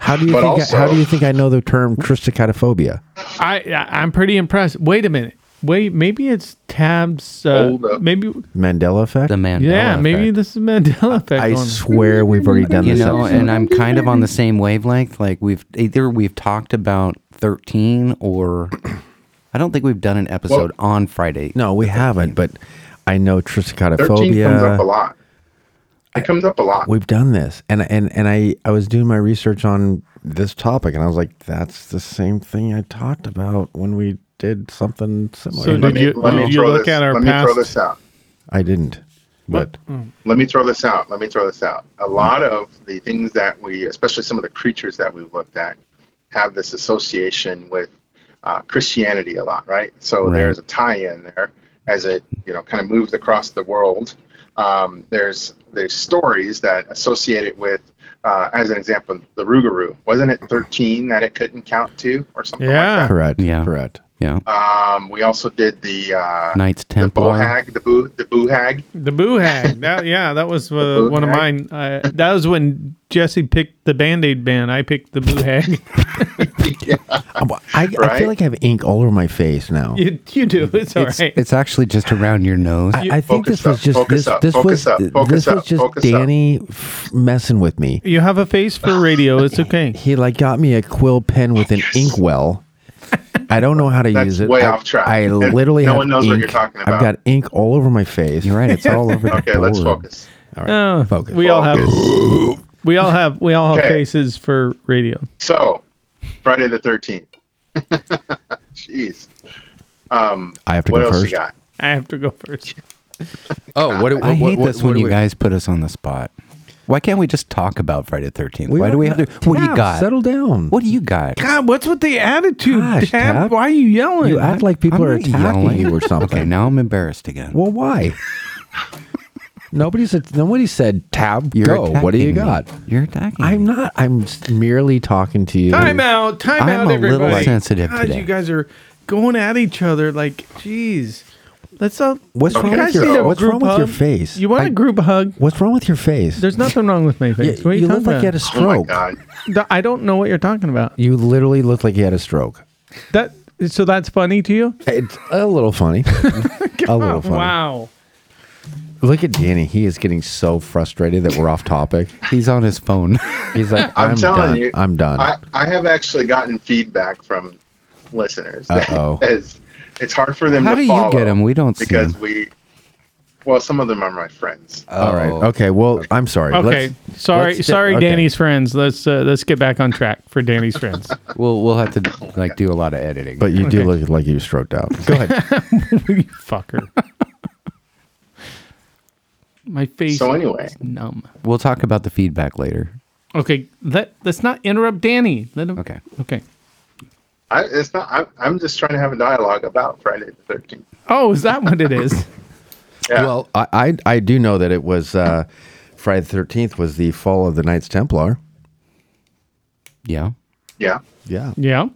[SPEAKER 2] How do you
[SPEAKER 4] But
[SPEAKER 2] think how
[SPEAKER 4] also-
[SPEAKER 2] do you think I know the term tristicotophobia?
[SPEAKER 3] I, I I'm pretty impressed. Wait a minute. Wait, maybe it's Tab's. Uh,
[SPEAKER 4] Hold up.
[SPEAKER 3] maybe.
[SPEAKER 2] Mandela effect?
[SPEAKER 5] the Mandela.
[SPEAKER 3] Yeah, maybe
[SPEAKER 5] effect.
[SPEAKER 3] this is Mandela effect.
[SPEAKER 2] I
[SPEAKER 3] on-
[SPEAKER 2] swear we've already done
[SPEAKER 5] you
[SPEAKER 2] this
[SPEAKER 5] know,
[SPEAKER 2] episode.
[SPEAKER 5] and I'm kind of on the same wavelength. Like we've either we've talked about 13 or I don't think we've done an episode on Friday.
[SPEAKER 2] no, we haven't, but I know
[SPEAKER 4] Thirteen comes up a
[SPEAKER 2] tristicotophobia.
[SPEAKER 4] lot. It comes up a lot.
[SPEAKER 2] We've done this. And and and I I was doing my research on this topic and I was like that's the same thing I talked about when we did something similar.
[SPEAKER 3] So
[SPEAKER 4] Let
[SPEAKER 3] did
[SPEAKER 4] me,
[SPEAKER 3] you-
[SPEAKER 4] let me
[SPEAKER 3] did you
[SPEAKER 4] throw
[SPEAKER 3] look
[SPEAKER 4] this,
[SPEAKER 3] at our
[SPEAKER 4] let me throw
[SPEAKER 3] past-
[SPEAKER 4] this out.
[SPEAKER 2] I didn't. But
[SPEAKER 4] Let me throw this out. Let me throw this out. A lot
[SPEAKER 3] Mm-hmm.
[SPEAKER 4] of the things that we, especially some of the creatures that we've looked at, have this association with uh, Christianity a lot, right? So
[SPEAKER 5] Right.
[SPEAKER 4] there's a tie-in there as it, you know, kind of moves across the world. Um, there's there's stories that associate it with, uh, as an example, the Rougarou. Wasn't it 13 that it couldn't count to, or something
[SPEAKER 3] Yeah.
[SPEAKER 4] like that?
[SPEAKER 2] correct.
[SPEAKER 5] Yeah.
[SPEAKER 2] Correct.
[SPEAKER 5] Yeah.
[SPEAKER 4] Um, we also did the uh,
[SPEAKER 5] Knights
[SPEAKER 4] the
[SPEAKER 5] Templar.
[SPEAKER 4] Bohag, the Boo, the Boohag.
[SPEAKER 3] The boo hag. That, yeah, that was uh,
[SPEAKER 4] boo
[SPEAKER 3] one of
[SPEAKER 4] hag.
[SPEAKER 3] mine. Uh, that was when Jesse picked the Band Aid band. I picked the boo hag.
[SPEAKER 2] I, I
[SPEAKER 4] Right?
[SPEAKER 2] feel like I have ink all over my face now.
[SPEAKER 3] you, you do. It's all right.
[SPEAKER 5] It's, it's actually just around your nose.
[SPEAKER 2] I, I think
[SPEAKER 4] Focus
[SPEAKER 2] this was
[SPEAKER 4] up,
[SPEAKER 2] just
[SPEAKER 4] focus
[SPEAKER 2] this,
[SPEAKER 4] up,
[SPEAKER 2] this
[SPEAKER 4] focus
[SPEAKER 2] was
[SPEAKER 4] up, focus
[SPEAKER 2] this was
[SPEAKER 4] up,
[SPEAKER 2] just
[SPEAKER 4] focus up.
[SPEAKER 2] Danny f- messing with me.
[SPEAKER 3] you have a face for radio. It's okay.
[SPEAKER 2] He like got me a quill pen with an inkwell. I don't know how to
[SPEAKER 4] That's
[SPEAKER 2] use it.
[SPEAKER 4] way
[SPEAKER 2] I,
[SPEAKER 4] off track.
[SPEAKER 2] I
[SPEAKER 4] And
[SPEAKER 2] literally
[SPEAKER 4] no
[SPEAKER 2] have
[SPEAKER 4] one knows what
[SPEAKER 2] ink.
[SPEAKER 4] you're talking
[SPEAKER 2] I've
[SPEAKER 4] about.
[SPEAKER 2] got ink all over my face.
[SPEAKER 5] You're right. It's all over. the
[SPEAKER 4] Okay, let's
[SPEAKER 5] board.
[SPEAKER 4] focus.
[SPEAKER 3] Oh,
[SPEAKER 2] focus.
[SPEAKER 3] We all have. We all have. We all have
[SPEAKER 4] Okay.
[SPEAKER 3] faces for radio.
[SPEAKER 4] So, Friday the 13th. Jeez. Um,
[SPEAKER 2] I have to
[SPEAKER 4] what
[SPEAKER 2] go
[SPEAKER 4] else
[SPEAKER 2] first.
[SPEAKER 4] you got?
[SPEAKER 3] I have to go first.
[SPEAKER 9] Oh, what? do-
[SPEAKER 5] I
[SPEAKER 9] what-
[SPEAKER 5] hate
[SPEAKER 9] what-
[SPEAKER 5] this
[SPEAKER 9] what
[SPEAKER 5] when
[SPEAKER 9] do
[SPEAKER 5] you
[SPEAKER 9] we-
[SPEAKER 5] guys put us on the spot. Why can't we just talk about Friday the 13th?
[SPEAKER 2] We
[SPEAKER 5] Why do we have
[SPEAKER 2] don't-
[SPEAKER 5] to? What do you
[SPEAKER 2] Tab,
[SPEAKER 5] got?
[SPEAKER 2] Settle down.
[SPEAKER 5] What do you got?
[SPEAKER 3] God, what's with the attitude?
[SPEAKER 2] Gosh,
[SPEAKER 3] Tab?
[SPEAKER 2] Tab.
[SPEAKER 3] Why are you yelling?
[SPEAKER 2] You act like people
[SPEAKER 5] I'm
[SPEAKER 2] are
[SPEAKER 5] not
[SPEAKER 2] attacking
[SPEAKER 5] yelling.
[SPEAKER 2] you or something.
[SPEAKER 5] Okay, now I'm embarrassed again.
[SPEAKER 2] Well, why? nobody said. Nobody said. Tab.
[SPEAKER 5] You're
[SPEAKER 2] go. What do you
[SPEAKER 5] attacking
[SPEAKER 2] got?
[SPEAKER 5] me. You're attacking.
[SPEAKER 2] I'm
[SPEAKER 5] me.
[SPEAKER 2] not. I'm s- merely talking to you.
[SPEAKER 3] time out. Time
[SPEAKER 5] I'm
[SPEAKER 3] out.
[SPEAKER 5] a little
[SPEAKER 3] everybody.
[SPEAKER 5] sensitive
[SPEAKER 3] God,
[SPEAKER 5] today.
[SPEAKER 3] You guys are going at each other like, jeez. Let's all.
[SPEAKER 2] What's
[SPEAKER 3] You
[SPEAKER 2] wrong
[SPEAKER 3] guys
[SPEAKER 2] with
[SPEAKER 3] need a
[SPEAKER 2] your What's
[SPEAKER 3] group
[SPEAKER 2] wrong with your
[SPEAKER 3] hug?
[SPEAKER 2] face?
[SPEAKER 3] You want a group hug?
[SPEAKER 2] What's wrong with your face?
[SPEAKER 3] There's nothing wrong with my
[SPEAKER 2] you,
[SPEAKER 3] face. What are you,
[SPEAKER 2] you look
[SPEAKER 3] talking
[SPEAKER 2] like you had a
[SPEAKER 3] about?
[SPEAKER 4] Oh my
[SPEAKER 2] stroke.
[SPEAKER 4] God.
[SPEAKER 3] Th- I don't know what you're talking about.
[SPEAKER 2] you literally look like you had a stroke.
[SPEAKER 3] That so that's funny to you? Oh,
[SPEAKER 2] It's a little funny. a little funny.
[SPEAKER 3] Wow.
[SPEAKER 2] Look at Danny. He is getting so frustrated that we're off topic.
[SPEAKER 5] He's on his phone.
[SPEAKER 2] He's like,
[SPEAKER 4] I'm,
[SPEAKER 2] I'm,
[SPEAKER 4] telling
[SPEAKER 2] done.
[SPEAKER 4] you,
[SPEAKER 2] I'm done.
[SPEAKER 4] I, I have actually gotten feedback from listeners. that
[SPEAKER 2] Uh-oh.
[SPEAKER 4] it's, it's hard for them
[SPEAKER 5] How
[SPEAKER 4] to
[SPEAKER 5] do you
[SPEAKER 4] follow
[SPEAKER 5] get 'em? We don't see
[SPEAKER 4] because
[SPEAKER 5] 'em.
[SPEAKER 4] we. Well, some of them are my friends.
[SPEAKER 2] All right. Okay. Well, I'm sorry.
[SPEAKER 3] Okay.
[SPEAKER 2] Let's-
[SPEAKER 3] sorry,
[SPEAKER 2] let's-
[SPEAKER 3] sorry,
[SPEAKER 2] okay.
[SPEAKER 3] Danny's friends. Let's uh, let's get back on track for Danny's friends.
[SPEAKER 5] We'll we'll have to like do a lot of editing.
[SPEAKER 2] But you do
[SPEAKER 3] Okay.
[SPEAKER 2] look like you stroked out. Go ahead.
[SPEAKER 3] you fucker. My face
[SPEAKER 4] So anyway,
[SPEAKER 3] numb.
[SPEAKER 5] we'll talk about the feedback later.
[SPEAKER 3] Okay, let let's not interrupt Danny. Let him.
[SPEAKER 5] Okay.
[SPEAKER 3] Okay.
[SPEAKER 4] I, it's not. I'm, I'm just trying to have a dialogue about Friday the 13th.
[SPEAKER 3] Oh, is that what it is?
[SPEAKER 4] Yeah.
[SPEAKER 2] Well, I, I I do know that it was uh, Friday the Thirteenth was the fall of the Knights Templar.
[SPEAKER 5] Yeah.
[SPEAKER 4] yeah.
[SPEAKER 2] Yeah.
[SPEAKER 3] yeah.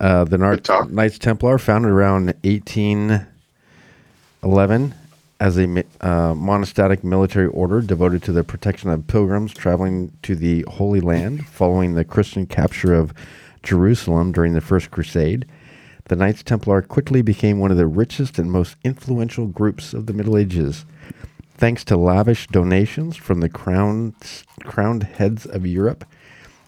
[SPEAKER 2] Uh, the Nar-
[SPEAKER 4] Good talk.
[SPEAKER 2] Knights Templar, founded around 1811 as a mi- uh, monastic military order devoted to the protection of pilgrims traveling to the Holy Land following the Christian capture of Jerusalem during the First Crusade. The Knights Templar quickly became one of the richest and most influential groups of the Middle Ages. Thanks to lavish donations from the crowned, crowned heads of Europe,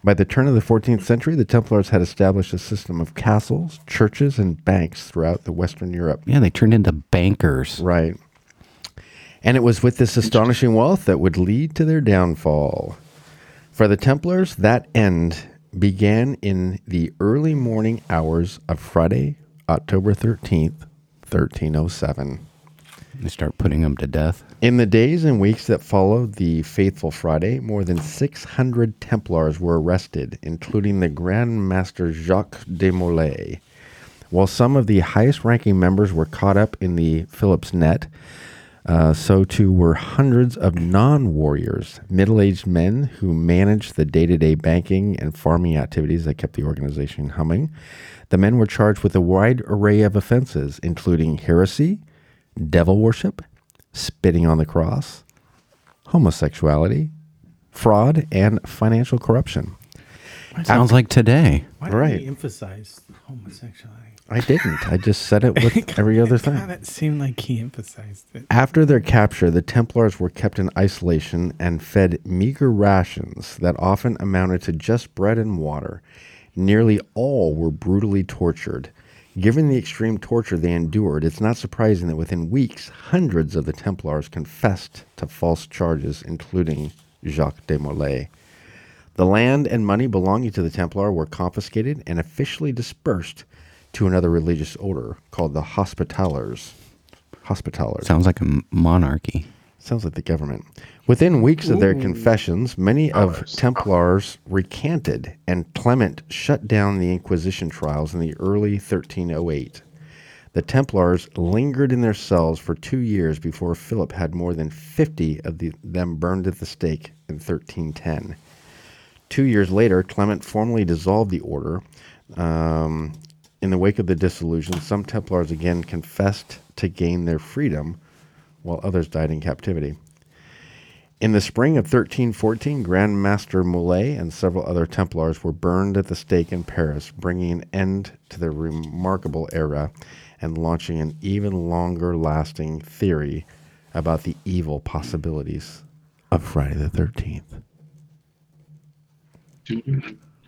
[SPEAKER 2] by the turn of the 14th century, the Templars had established a system of castles, churches, and banks throughout the Western Europe.
[SPEAKER 5] Yeah, they turned into bankers.
[SPEAKER 2] Right. And it was with this astonishing wealth that would lead to their downfall. For the Templars, that end began in the early morning hours of Friday, October oh 13th, 1307.
[SPEAKER 5] They start putting them to death.
[SPEAKER 2] In the days and weeks that followed the Faithful Friday, more than 600 Templars were arrested, including the Grand Master Jacques de Molay. While some of the highest ranking members were caught up in the Phillips net, uh, so too were hundreds of non warriors, middle aged men who managed the day to day banking and farming activities that kept the organization humming. The men were charged with a wide array of offenses, including heresy, devil worship, spitting on the cross, homosexuality, fraud, and financial corruption.
[SPEAKER 5] Sounds like today.
[SPEAKER 9] Why
[SPEAKER 2] Right.
[SPEAKER 9] did he emphasize homosexuality?
[SPEAKER 2] I didn't. I just said it with every other
[SPEAKER 9] God,
[SPEAKER 2] thing.
[SPEAKER 9] it seemed like he emphasized it.
[SPEAKER 2] After their capture, the Templars were kept in isolation and fed meager rations that often amounted to just bread and water. Nearly all were brutally tortured. Given the extreme torture they endured, it's not surprising that within weeks, hundreds of the Templars confessed to false charges, including Jacques de Molay. The land and money belonging to the Templar were confiscated and officially dispersed to another religious order called the Hospitallers. Hospitallers.
[SPEAKER 5] Sounds like a m- monarchy.
[SPEAKER 2] Sounds like the government. Within weeks of their confessions, many of Templars recanted, and Clement shut down the Inquisition trials in the early 1308. The Templars lingered in their cells for two years before Philip had more than 50 of the, them burned at the stake in 1310. Two years later, Clement formally dissolved the order. Um, in the wake of the dissolution, some Templars again confessed to gain their freedom, while others died in captivity. In the spring of 1314, Grand Master Moulay and several other Templars were burned at the stake in Paris, bringing an end to their remarkable era and launching an even longer lasting theory about the evil possibilities of Friday the 13th.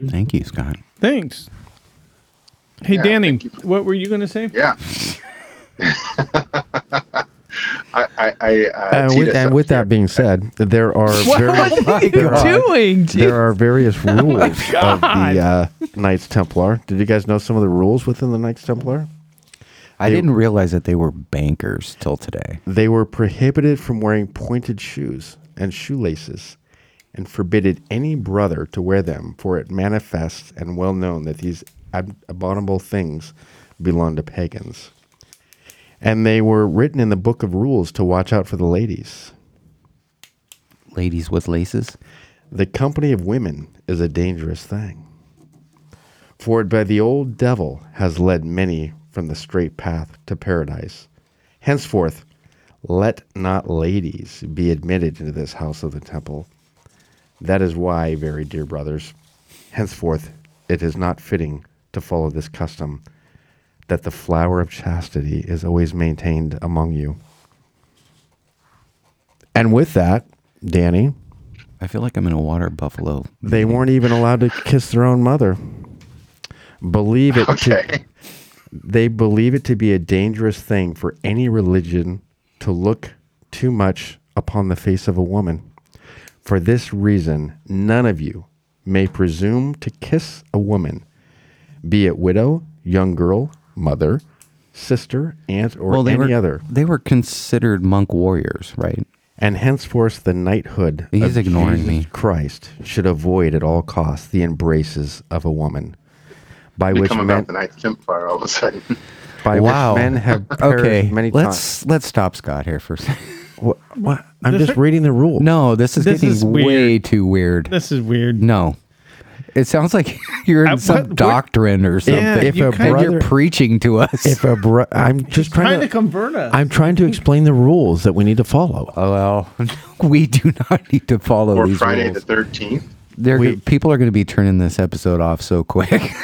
[SPEAKER 5] Thank you, Scott.
[SPEAKER 3] Thanks. Hey,
[SPEAKER 4] Yeah,
[SPEAKER 3] Danny,
[SPEAKER 4] thank you.
[SPEAKER 3] what were you going to say?
[SPEAKER 4] Yeah. I, I, I, uh,
[SPEAKER 2] and
[SPEAKER 4] teed
[SPEAKER 2] with,
[SPEAKER 4] us
[SPEAKER 2] and
[SPEAKER 4] up
[SPEAKER 2] with
[SPEAKER 4] here.
[SPEAKER 2] that being said, there are various,
[SPEAKER 3] What are you
[SPEAKER 2] there are-
[SPEAKER 3] doing?
[SPEAKER 2] there are various rules of
[SPEAKER 3] God.
[SPEAKER 2] the uh, Knights Templar. Did you guys know some of the rules within the Knights Templar?
[SPEAKER 5] I didn't realize that they were bankers till today.
[SPEAKER 2] They were prohibited from wearing pointed shoes and shoelaces, and forbidden any brother to wear them, for it manifests and well known that these ab- abominable things belong to pagans. And they were written in the Book of Rules to watch out for the ladies.
[SPEAKER 5] Ladies with laces.
[SPEAKER 2] The company of women is a dangerous thing. For it by the old devil has led many from the straight path to paradise. Henceforth, let not ladies be admitted into this house of the temple. That is why, very dear brothers, henceforth it is not fitting to follow this custom
[SPEAKER 10] that the flower of chastity is always maintained among you. And with that, Danny,
[SPEAKER 5] I feel like I'm in a water buffalo.
[SPEAKER 10] they weren't even allowed to kiss their own mother. Believe it to,
[SPEAKER 4] Okay.
[SPEAKER 10] they believe it to be a dangerous thing for any religion to look too much upon the face of a woman. For this reason, none of you may presume to kiss a woman, be it widow, young girl, mother, sister, aunt, or
[SPEAKER 5] they
[SPEAKER 10] any
[SPEAKER 5] were,
[SPEAKER 10] other,
[SPEAKER 5] They were considered monk warriors, right?
[SPEAKER 10] and henceforth the knighthood
[SPEAKER 5] He's
[SPEAKER 10] of
[SPEAKER 5] ignoring
[SPEAKER 10] Jesus
[SPEAKER 5] me.
[SPEAKER 10] Christ should avoid at all costs the embraces of a woman. By which,
[SPEAKER 4] Become
[SPEAKER 10] men,
[SPEAKER 4] about the night campfire all of a sudden.
[SPEAKER 10] by
[SPEAKER 5] wow.
[SPEAKER 10] which men have perished
[SPEAKER 5] Okay,
[SPEAKER 10] many times.
[SPEAKER 5] let's let's stop Scott here for a second.
[SPEAKER 10] What, what? I'm just reading the rule.
[SPEAKER 5] No, this is
[SPEAKER 3] This
[SPEAKER 5] getting
[SPEAKER 3] is
[SPEAKER 5] way
[SPEAKER 3] weird.
[SPEAKER 5] too weird.
[SPEAKER 3] This is weird.
[SPEAKER 5] No. It sounds like you're in
[SPEAKER 3] I-
[SPEAKER 5] some
[SPEAKER 3] what- what-
[SPEAKER 5] doctrine or something.
[SPEAKER 10] if
[SPEAKER 3] you
[SPEAKER 10] a
[SPEAKER 3] kinda-
[SPEAKER 5] and
[SPEAKER 10] brother,
[SPEAKER 5] you're preaching to us.
[SPEAKER 10] if a bro, I'm just trying,
[SPEAKER 3] Trying to
[SPEAKER 10] to,
[SPEAKER 3] convert us.
[SPEAKER 10] I'm trying to explain the rules that we need to follow.
[SPEAKER 5] oh, well, we do not need to follow
[SPEAKER 4] or
[SPEAKER 5] these
[SPEAKER 4] Friday
[SPEAKER 5] rules.
[SPEAKER 4] the 13th.
[SPEAKER 5] They're
[SPEAKER 10] we-
[SPEAKER 5] go- people are going to be turning this episode off so quick.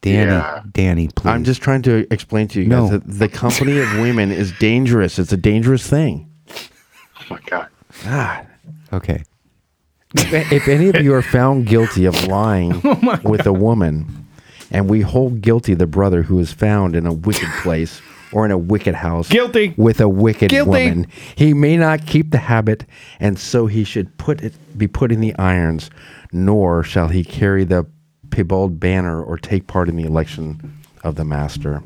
[SPEAKER 5] Danny,
[SPEAKER 4] Yeah.
[SPEAKER 5] Danny, please.
[SPEAKER 10] I'm just trying to explain to you
[SPEAKER 5] No.
[SPEAKER 10] guys that the company of women is dangerous. It's a dangerous thing.
[SPEAKER 4] Oh my God.
[SPEAKER 10] God.
[SPEAKER 5] okay.
[SPEAKER 10] if any of you are found guilty of lying
[SPEAKER 3] Oh
[SPEAKER 10] with a woman, and we hold guilty the brother who is found in a wicked place or in a wicked house,
[SPEAKER 3] Guilty.
[SPEAKER 10] with a wicked
[SPEAKER 3] Guilty.
[SPEAKER 10] woman, he may not keep the habit, and so he should put it be put in the irons, nor shall he carry the piebald banner or take part in the election of the master.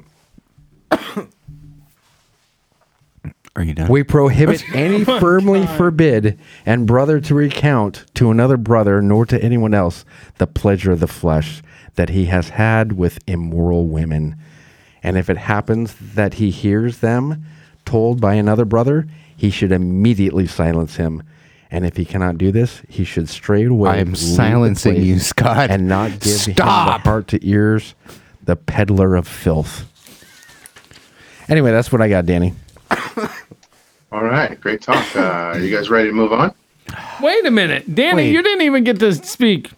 [SPEAKER 5] Are you done?
[SPEAKER 10] We prohibit
[SPEAKER 5] Oh
[SPEAKER 10] any firmly forbid and brother to recount to another brother nor to anyone else the pleasure of the flesh that he has had with immoral women. And if it happens that he hears them told by another brother, he should immediately silence him. And if he cannot do this, he should straight away.
[SPEAKER 5] I'm
[SPEAKER 10] leave the
[SPEAKER 5] silencing
[SPEAKER 10] place
[SPEAKER 5] you, Scott.
[SPEAKER 10] And not give him
[SPEAKER 5] Stop.
[SPEAKER 10] the heart to ears, the peddler of filth. Anyway, that's what I got, Danny.
[SPEAKER 4] All right. Great talk. Uh, you guys ready to move on?
[SPEAKER 3] Wait a minute, Danny.
[SPEAKER 5] Wait.
[SPEAKER 3] You didn't even get to speak.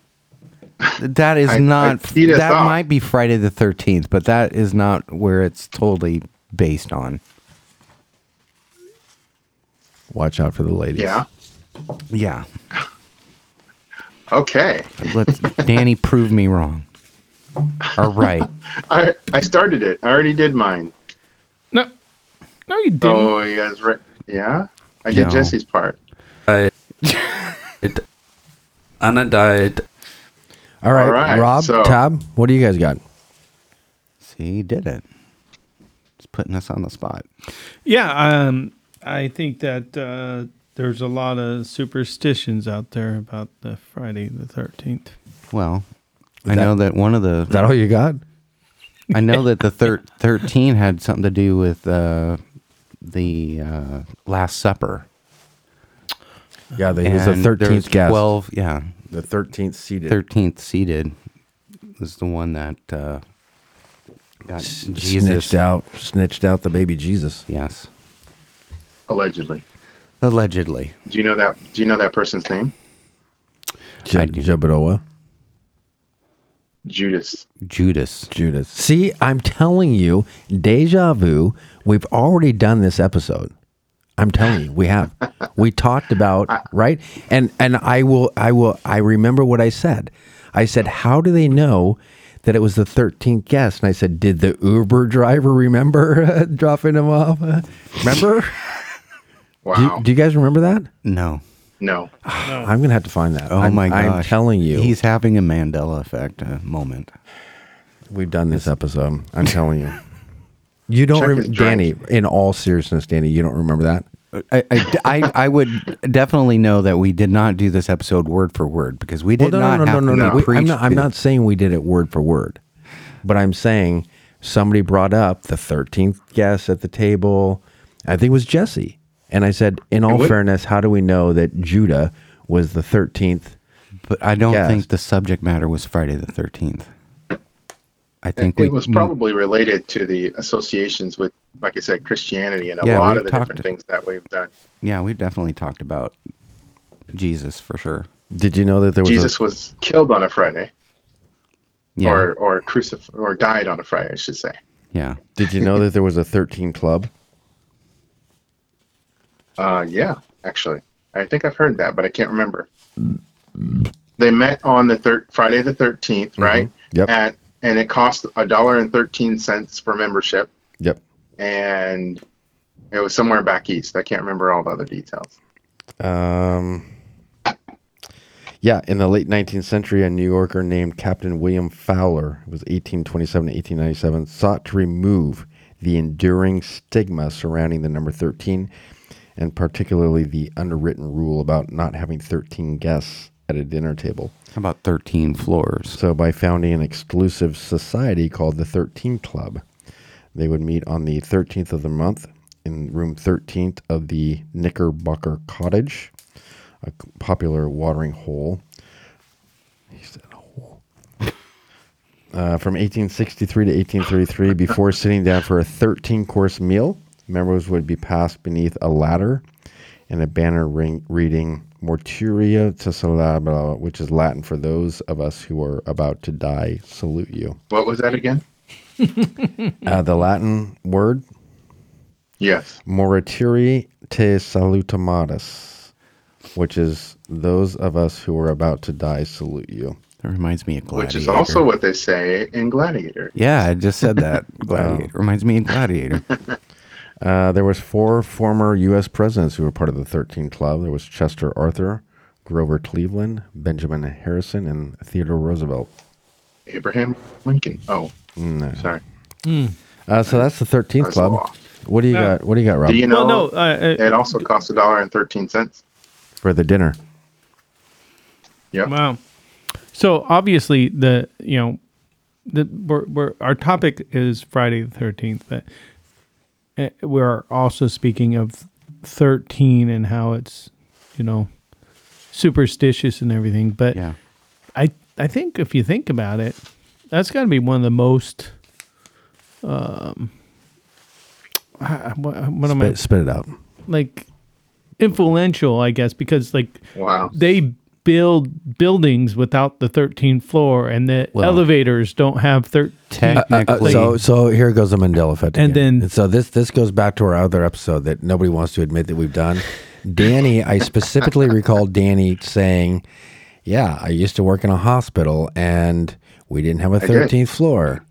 [SPEAKER 5] that is
[SPEAKER 4] I- I
[SPEAKER 5] not.
[SPEAKER 4] teed us
[SPEAKER 5] that
[SPEAKER 4] up.
[SPEAKER 5] might be Friday the 13th, but that is not where it's totally based on.
[SPEAKER 10] Watch out for the ladies.
[SPEAKER 4] Yeah.
[SPEAKER 5] Yeah.
[SPEAKER 4] Okay.
[SPEAKER 5] Let's, Danny, prove me wrong. All right.
[SPEAKER 4] I, I started it. I already did mine.
[SPEAKER 3] No, no, you didn't.
[SPEAKER 4] Oh, you guys re- Yeah. I did
[SPEAKER 5] No.
[SPEAKER 4] Jesse's part.
[SPEAKER 8] I, it, Anna died.
[SPEAKER 10] All right,
[SPEAKER 4] All right,
[SPEAKER 10] Rob,
[SPEAKER 4] so-
[SPEAKER 10] Tab, what do you guys got?
[SPEAKER 5] See, he did it. It's putting us on the spot.
[SPEAKER 3] Yeah, um, I think that uh, there's a lot of superstitions out there about the Friday the Thirteenth.
[SPEAKER 5] Well, I know that one of the
[SPEAKER 10] Is that all you got?
[SPEAKER 5] I know that the thir- 13 had something to do with uh, the uh, Last Supper.
[SPEAKER 10] Yeah, the, he's the
[SPEAKER 5] And there's
[SPEAKER 10] thirteenth guest.
[SPEAKER 5] 12, yeah.
[SPEAKER 10] the thirteenth seated.
[SPEAKER 5] 13th seated was the one that uh, got Jesus.
[SPEAKER 10] Snitched out, snitched out the baby Jesus.
[SPEAKER 5] Yes.
[SPEAKER 4] Allegedly.
[SPEAKER 5] Allegedly.
[SPEAKER 4] Do you know that? Do you know that person's name?
[SPEAKER 10] Je-
[SPEAKER 5] I do.
[SPEAKER 10] Jebedoah,
[SPEAKER 4] Judas.
[SPEAKER 5] Judas.
[SPEAKER 10] Judas. See, I'm telling you, deja vu. We've already done this episode. I'm telling you, we have. we talked about right, and and I will, I will, I remember what I said. I said, how do they know that it was the thirteenth guest? And I said, did the Uber driver remember dropping him off? remember? Do
[SPEAKER 4] Wow.
[SPEAKER 10] you, do you guys remember that?
[SPEAKER 5] No.
[SPEAKER 4] no.
[SPEAKER 10] I'm gonna have to find that.
[SPEAKER 5] Oh
[SPEAKER 10] I'm,
[SPEAKER 5] my gosh.
[SPEAKER 10] I'm telling you,
[SPEAKER 5] He's having a Mandela effect uh, moment.
[SPEAKER 10] we've done this episode. I'm telling you. You don't
[SPEAKER 4] Check
[SPEAKER 10] remember,
[SPEAKER 4] his drinks.
[SPEAKER 10] Danny. In all seriousness, Danny, you don't remember that.
[SPEAKER 5] I, I, I, I would definitely know that we did not do this episode word for word because we did not have to
[SPEAKER 10] We-
[SPEAKER 5] preach
[SPEAKER 10] I'm not, I'm
[SPEAKER 5] to-
[SPEAKER 10] not saying we did it word for word, but I'm saying somebody brought up the 13th guest at the table. I think it was Jesse, and I said, in all
[SPEAKER 4] would-
[SPEAKER 10] fairness, how do we know that Judah was the 13th?
[SPEAKER 5] But I don't
[SPEAKER 10] Yes.
[SPEAKER 5] think the subject matter was Friday the 13th. I think we,
[SPEAKER 4] It was probably related to the associations with, like I said, Christianity and a
[SPEAKER 5] Yeah,
[SPEAKER 4] lot
[SPEAKER 5] we've
[SPEAKER 4] of the
[SPEAKER 5] talked-
[SPEAKER 4] different things that we've done.
[SPEAKER 5] yeah, we've definitely talked about Jesus for sure.
[SPEAKER 10] Did you know that there was a-
[SPEAKER 4] Jesus was killed on a Friday.
[SPEAKER 5] Yeah.
[SPEAKER 4] or or crucif- or died on a Friday, I should say.
[SPEAKER 5] yeah.
[SPEAKER 10] Did you know that there was a 13 club?
[SPEAKER 4] Uh, yeah, actually, I think I've heard that, but I can't remember. They met on the thir- Friday the thirteenth, right?
[SPEAKER 10] Yep.
[SPEAKER 4] At and it cost a dollar and thirteen cents for membership,
[SPEAKER 10] Yep.
[SPEAKER 4] and it was somewhere back east. I can't remember all the other details.
[SPEAKER 10] Um, yeah, in the late 19th century, a New Yorker named Captain William Fowler, it was 1827 to 1897, sought to remove the enduring stigma surrounding the number 13, and particularly the underwritten rule about not having 13 guests at a dinner table.
[SPEAKER 5] How about 13 floors?
[SPEAKER 10] So, by founding an exclusive society called the 13 Club, they would meet on the 13th of the month in room 13th of the Knickerbocker Cottage, a c- popular watering hole. He said hole. Uh, from 1863 to 1833, before sitting down for a 13 course meal, members would be passed beneath a ladder and a banner ring, reading Morturia Tesalabra, which is Latin for those of us who are about to die, salute you.
[SPEAKER 4] What was that again?
[SPEAKER 10] Uh, the Latin word,
[SPEAKER 4] Yes.
[SPEAKER 10] Morituri te salutamatis, which is those of us who are about to die salute you.
[SPEAKER 5] That reminds me of Gladiator.
[SPEAKER 4] Which is also what they say in Gladiator.
[SPEAKER 5] Yeah, I just said that. Gladiator. Reminds me of Gladiator.
[SPEAKER 10] Uh, there was four former U.S. presidents who were part of the 13 Club. There was Chester Arthur, Grover Cleveland, Benjamin Harrison, and Theodore Roosevelt.
[SPEAKER 4] Abraham Lincoln. Oh, sorry.
[SPEAKER 10] Uh, so that's the 13th
[SPEAKER 4] That's a
[SPEAKER 10] Club.
[SPEAKER 4] lot.
[SPEAKER 10] What do you
[SPEAKER 3] Yeah.
[SPEAKER 10] got? What do you got, Rob?
[SPEAKER 4] Do you know?
[SPEAKER 3] Well, no, I, I,
[SPEAKER 4] It also costs a dollar and thirteen cents.
[SPEAKER 10] for the dinner?
[SPEAKER 4] Yep.
[SPEAKER 3] Wow. So obviously the you know the we're, we're, our topic is Friday the thirteenth, but uh, we're also speaking of thirteen and how it's you know superstitious and everything. But
[SPEAKER 5] Yeah.
[SPEAKER 3] I I think if you think about it, that's got to be one of the most um. What, what am I
[SPEAKER 10] Spit, spit it out.
[SPEAKER 3] like influential, I guess, because like
[SPEAKER 4] Wow.
[SPEAKER 3] they build buildings without the 13th floor and the
[SPEAKER 5] Well-
[SPEAKER 3] elevators don't have 13 uh,
[SPEAKER 5] Technically,
[SPEAKER 10] Uh, so so here goes the Mandela effect,
[SPEAKER 3] And
[SPEAKER 10] again.
[SPEAKER 3] then-
[SPEAKER 10] so this this goes back to our other episode that nobody wants to admit that we've done. Danny, I specifically recall Danny saying, "Yeah, I used to work in a hospital, and we didn't have a
[SPEAKER 4] did.
[SPEAKER 10] thirteenth floor."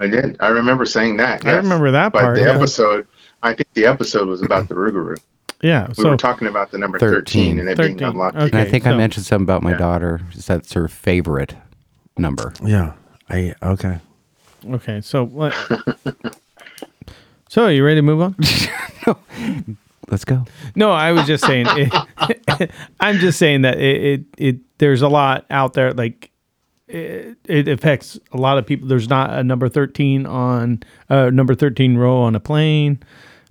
[SPEAKER 4] I did. I remember saying that.
[SPEAKER 3] I remember that
[SPEAKER 4] But
[SPEAKER 3] part,
[SPEAKER 4] the
[SPEAKER 3] yeah.
[SPEAKER 4] episode, I think the episode was about the Rougarou.
[SPEAKER 3] yeah
[SPEAKER 4] We
[SPEAKER 3] so
[SPEAKER 4] were talking about the number 13,
[SPEAKER 5] 13.
[SPEAKER 4] and it
[SPEAKER 3] 13,
[SPEAKER 4] being unlocked.
[SPEAKER 5] and I
[SPEAKER 3] okay.
[SPEAKER 5] think I
[SPEAKER 3] so-
[SPEAKER 5] mentioned something about my daughter. That's her favorite number.
[SPEAKER 10] Yeah, I okay.
[SPEAKER 3] okay so what so are you ready to move on
[SPEAKER 5] Let's go.
[SPEAKER 3] no i was just saying it, i'm just saying that it, it it there's a lot out there like it, it affects a lot of people there's not a number 13 on uh, number 13 row on a plane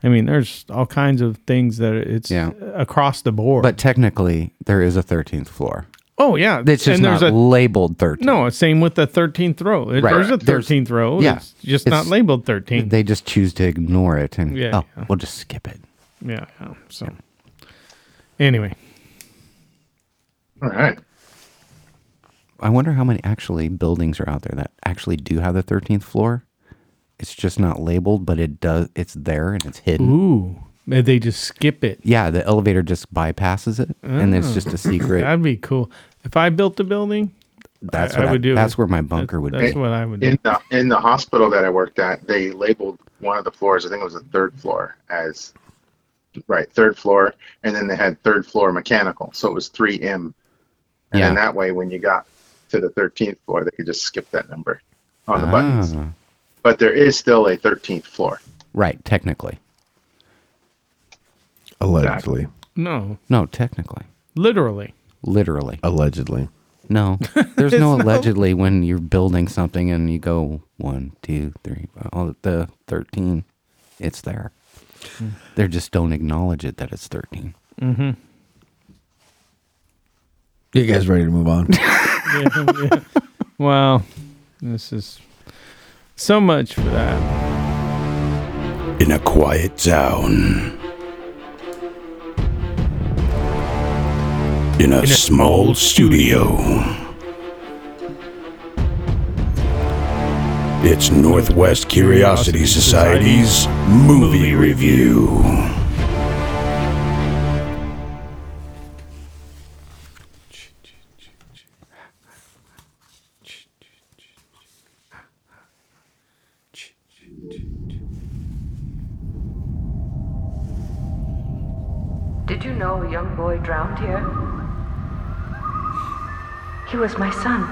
[SPEAKER 3] i mean there's all kinds of things that it's
[SPEAKER 5] Yeah.
[SPEAKER 3] across the board
[SPEAKER 5] But technically, there is a 13th floor.
[SPEAKER 3] oh yeah
[SPEAKER 5] It's just
[SPEAKER 3] and
[SPEAKER 5] not
[SPEAKER 3] there's a
[SPEAKER 5] labeled 13.
[SPEAKER 3] No, same with the thirteenth row. It-
[SPEAKER 5] Right.
[SPEAKER 3] There's a
[SPEAKER 5] There's-
[SPEAKER 3] thirteenth row.
[SPEAKER 5] yeah.
[SPEAKER 3] It's just
[SPEAKER 5] It's-
[SPEAKER 3] not labeled thirteen.
[SPEAKER 5] They just choose to ignore it and,
[SPEAKER 3] Yeah,
[SPEAKER 5] oh,
[SPEAKER 3] yeah.
[SPEAKER 5] we'll just skip it.
[SPEAKER 3] yeah, yeah. So anyway.
[SPEAKER 4] All right.
[SPEAKER 5] I wonder how many actually buildings are out there that actually do have the 13th floor. It's just not labeled, but it does. It's there and it's hidden.
[SPEAKER 3] Ooh. may They just skip it.
[SPEAKER 5] Yeah, the elevator just bypasses it, and it's
[SPEAKER 3] Ah.
[SPEAKER 5] just a secret.
[SPEAKER 3] That'd be cool. If I built a building,
[SPEAKER 5] That's
[SPEAKER 3] I-
[SPEAKER 5] what
[SPEAKER 3] I would do
[SPEAKER 5] That's
[SPEAKER 3] it.
[SPEAKER 5] where my bunker would
[SPEAKER 3] that's
[SPEAKER 5] be.
[SPEAKER 3] what I would do.
[SPEAKER 4] In the in the hospital that I worked at, they labeled one of the floors. I think it was the third floor as right third floor, and then they had third floor mechanical, so it was 3M. And
[SPEAKER 5] Yeah.
[SPEAKER 4] then that way, when you got to the 13th floor, they could just skip that number on the buttons.
[SPEAKER 5] Ah,
[SPEAKER 4] But there is still a 13th floor.
[SPEAKER 5] right, technically.
[SPEAKER 10] Allegedly,
[SPEAKER 3] No.
[SPEAKER 5] No, technically,
[SPEAKER 3] Literally.
[SPEAKER 5] literally.
[SPEAKER 10] allegedly.
[SPEAKER 5] No, there's no allegedly when you're building something and you go one, two, three, all the thirteen. It's there. They just don't acknowledge it that it's thirteen.
[SPEAKER 10] You guys ready to move on?
[SPEAKER 3] Yeah, yeah. Wow. This is so much for that.
[SPEAKER 1] in a quiet town. In a, small studio. It's Northwest Curiosity Society's movie review.
[SPEAKER 11] Did you know a young boy drowned here? He was my son.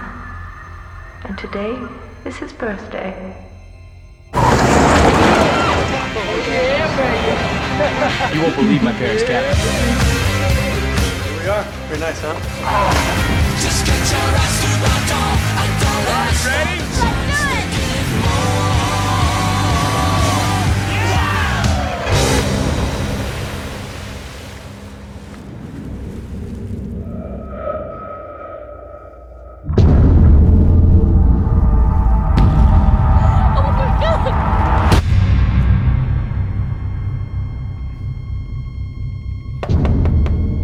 [SPEAKER 11] And today is his birthday.
[SPEAKER 12] You won't believe my parents' cat.
[SPEAKER 13] Here we are. Very nice, huh?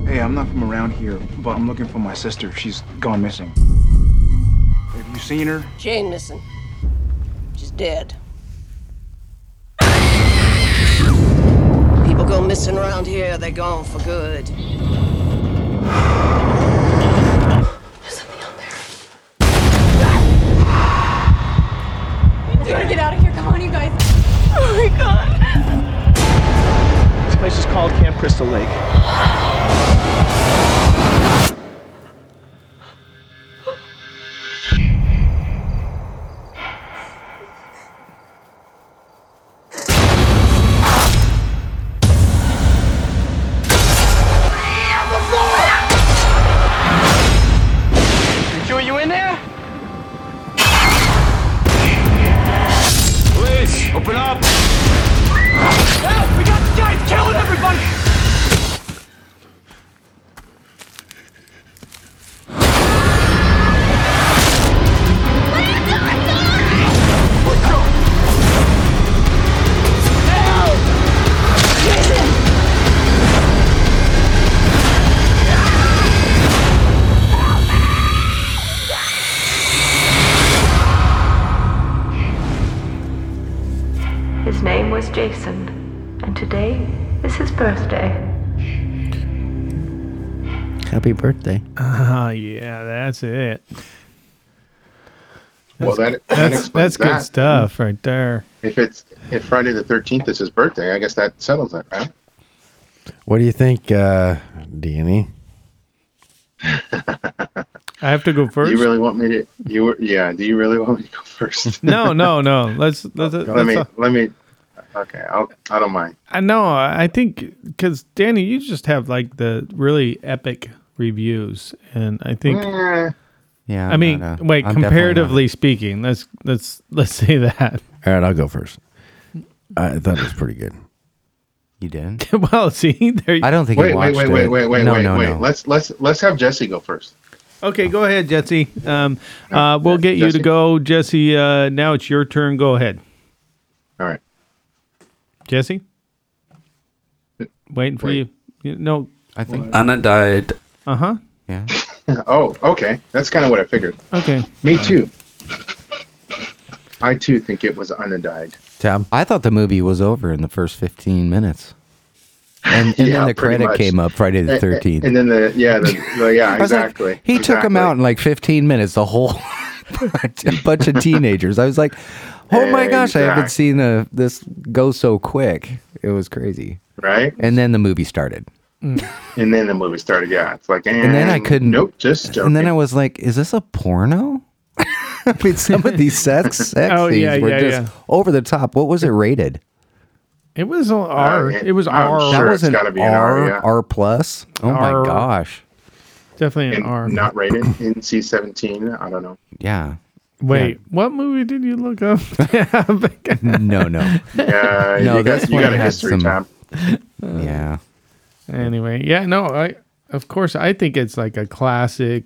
[SPEAKER 14] Hey, I'm not from around here, but I'm looking for my sister. She's gone missing. Have you seen her?
[SPEAKER 15] She ain't missing. She's dead. People go missing around here, they're gone for good.
[SPEAKER 16] We gotta get out of here. Come on, you guys. Oh my god.
[SPEAKER 12] This place is called Camp Crystal Lake.
[SPEAKER 13] Are you in there?
[SPEAKER 12] Please, open up!
[SPEAKER 13] Help! We got the guys killing everybody!
[SPEAKER 11] His name was Jason, and today is his birthday.
[SPEAKER 5] Happy birthday.
[SPEAKER 3] Ah, yeah, that's it.
[SPEAKER 4] Well, that, that
[SPEAKER 3] That's
[SPEAKER 4] explains
[SPEAKER 3] that's good
[SPEAKER 4] that.
[SPEAKER 3] stuff right there.
[SPEAKER 4] If it's if Friday the thirteenth is his birthday, I guess that settles it, right?
[SPEAKER 2] What do you think, uh, Danny?
[SPEAKER 3] I have to go first.
[SPEAKER 4] Do you really want me to? You were- yeah. Do you really want me to go first?
[SPEAKER 3] no, no, no. Let's let's. let's
[SPEAKER 4] let me let me. Okay, I'll, I don't mind.
[SPEAKER 3] I know. I I think because Danny, you just have like the really epic reviews, and I think.
[SPEAKER 4] Eh.
[SPEAKER 5] Yeah.
[SPEAKER 3] I mean,
[SPEAKER 5] not a-
[SPEAKER 3] wait.
[SPEAKER 5] I'm definitely not
[SPEAKER 3] comparatively speaking, let's let's let's say that.
[SPEAKER 2] All right, I'll go first. I thought it was pretty good.
[SPEAKER 5] You did?
[SPEAKER 3] well, see, there. You,
[SPEAKER 5] I don't think
[SPEAKER 4] Wait, wait,
[SPEAKER 5] I watched
[SPEAKER 4] wait,
[SPEAKER 5] it.
[SPEAKER 4] wait, wait, wait,
[SPEAKER 5] no,
[SPEAKER 4] wait,
[SPEAKER 5] no,
[SPEAKER 4] wait.
[SPEAKER 5] No.
[SPEAKER 4] Let's let's let's have Jesse go first.
[SPEAKER 3] Okay, go ahead, Jesse. Um, uh, we'll get you to
[SPEAKER 4] Jesse?
[SPEAKER 3] go, Jesse. Uh, now it's your turn. Go ahead,
[SPEAKER 4] All right.
[SPEAKER 3] Jesse. Waiting for you. You- No.
[SPEAKER 5] I think.
[SPEAKER 8] Anna died.
[SPEAKER 3] Uh huh.
[SPEAKER 5] Yeah.
[SPEAKER 4] Oh, okay. That's kind of what I figured.
[SPEAKER 3] Okay.
[SPEAKER 4] Me too. I too think it was Unadied.
[SPEAKER 2] Tom.
[SPEAKER 5] I thought the movie was over in the first 15 minutes. And, and
[SPEAKER 4] Yeah,
[SPEAKER 5] then the
[SPEAKER 4] pretty
[SPEAKER 5] credit
[SPEAKER 4] much.
[SPEAKER 5] came up Friday the
[SPEAKER 4] And-
[SPEAKER 5] 13th.
[SPEAKER 4] And then the yeah, the, the- yeah,
[SPEAKER 5] I was like,
[SPEAKER 4] exactly.
[SPEAKER 5] he took him
[SPEAKER 4] Exactly.
[SPEAKER 5] out in like 15 minutes, the whole a bunch of teenagers. I was like, oh my gosh, I haven't
[SPEAKER 4] Exact-
[SPEAKER 5] seen a, this go so quick. It was crazy.
[SPEAKER 4] right?
[SPEAKER 5] And then the movie started.
[SPEAKER 4] And then the movie started. Yeah, it's like and,
[SPEAKER 5] And then I couldn't.
[SPEAKER 4] Nope, just joking.
[SPEAKER 5] And then I was like, is this a porno? I mean, some of these sex, sex
[SPEAKER 3] Oh,
[SPEAKER 5] scenes
[SPEAKER 3] yeah,
[SPEAKER 5] were
[SPEAKER 3] yeah,
[SPEAKER 5] just
[SPEAKER 3] yeah.
[SPEAKER 5] over the top. What was it rated?
[SPEAKER 3] It was on R.
[SPEAKER 4] yeah.
[SPEAKER 3] it was
[SPEAKER 4] Uh, I'm
[SPEAKER 3] R.
[SPEAKER 4] sure.
[SPEAKER 5] that
[SPEAKER 4] it's
[SPEAKER 5] was an
[SPEAKER 4] gotta be an
[SPEAKER 5] R,
[SPEAKER 4] R, yeah.
[SPEAKER 5] R plus. Oh
[SPEAKER 3] R.
[SPEAKER 5] my gosh!
[SPEAKER 3] Definitely an
[SPEAKER 4] And
[SPEAKER 3] R.
[SPEAKER 4] not rated NC seventeen. I don't know.
[SPEAKER 5] Yeah.
[SPEAKER 3] Wait, what movie did you look up?
[SPEAKER 5] No, no.
[SPEAKER 4] Yeah,
[SPEAKER 5] No,
[SPEAKER 4] you
[SPEAKER 5] this
[SPEAKER 4] got, you
[SPEAKER 5] one
[SPEAKER 4] got a
[SPEAKER 5] had
[SPEAKER 4] history
[SPEAKER 5] some-
[SPEAKER 4] tab.
[SPEAKER 5] yeah.
[SPEAKER 3] anyway, yeah, no, I of course I think it's like a classic,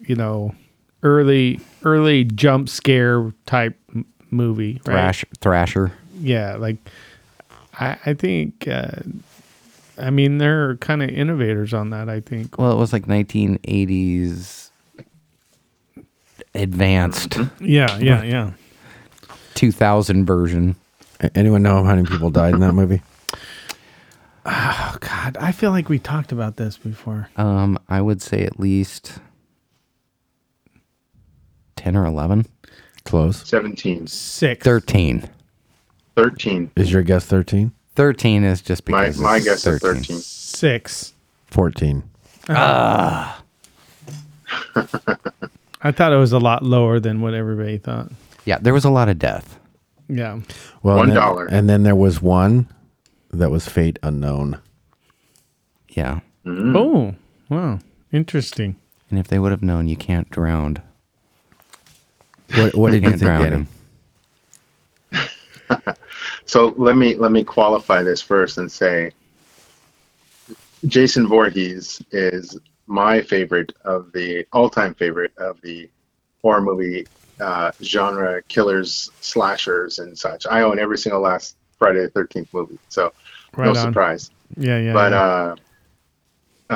[SPEAKER 3] you know, early early jump scare type m- movie, right?
[SPEAKER 5] Thrash, Thrasher.
[SPEAKER 3] Yeah, like I I think uh, I mean they're kind of innovators on that, I think.
[SPEAKER 5] Well, it was like 1980s advanced. Mm-hmm.
[SPEAKER 3] Yeah, yeah, yeah.
[SPEAKER 5] 2000 version.
[SPEAKER 2] Anyone know how many people died in that movie?
[SPEAKER 3] Oh God, I feel like we talked about this before.
[SPEAKER 5] Um, I would say at least ten or eleven.
[SPEAKER 2] Close.
[SPEAKER 4] 17.
[SPEAKER 3] Six.
[SPEAKER 5] Thirteen.
[SPEAKER 4] 13.
[SPEAKER 2] Is your guess thirteen?
[SPEAKER 5] Thirteen is just
[SPEAKER 4] My,
[SPEAKER 5] because
[SPEAKER 4] my
[SPEAKER 5] it's
[SPEAKER 4] guess
[SPEAKER 5] 13.
[SPEAKER 4] is 13.
[SPEAKER 3] Six. Uh-huh.
[SPEAKER 2] Fourteen.
[SPEAKER 5] Ah.
[SPEAKER 3] I thought it was a lot lower than what everybody thought.
[SPEAKER 5] yeah, there was a lot of death.
[SPEAKER 3] Yeah.
[SPEAKER 5] Oh,
[SPEAKER 2] Well,
[SPEAKER 4] One
[SPEAKER 2] and then-
[SPEAKER 4] dollar.
[SPEAKER 2] And then there was one that was fate unknown.
[SPEAKER 5] Yeah,
[SPEAKER 4] Hmm.
[SPEAKER 3] Oh wow, interesting.
[SPEAKER 5] and if they would have known, you can't drown.
[SPEAKER 2] What, what did you
[SPEAKER 5] Can't
[SPEAKER 2] think,
[SPEAKER 5] drown
[SPEAKER 2] Adam?
[SPEAKER 5] him.
[SPEAKER 4] So let me let me qualify this first and say Jason Voorhees is my favorite of the all-time favorite of the horror movie uh, genre killers, slashers, and such. I own every single last Friday the Thirteenth movie, so
[SPEAKER 3] Right
[SPEAKER 4] no
[SPEAKER 3] on.
[SPEAKER 4] surprise.
[SPEAKER 3] Yeah, yeah.
[SPEAKER 4] but
[SPEAKER 3] yeah.
[SPEAKER 4] uh,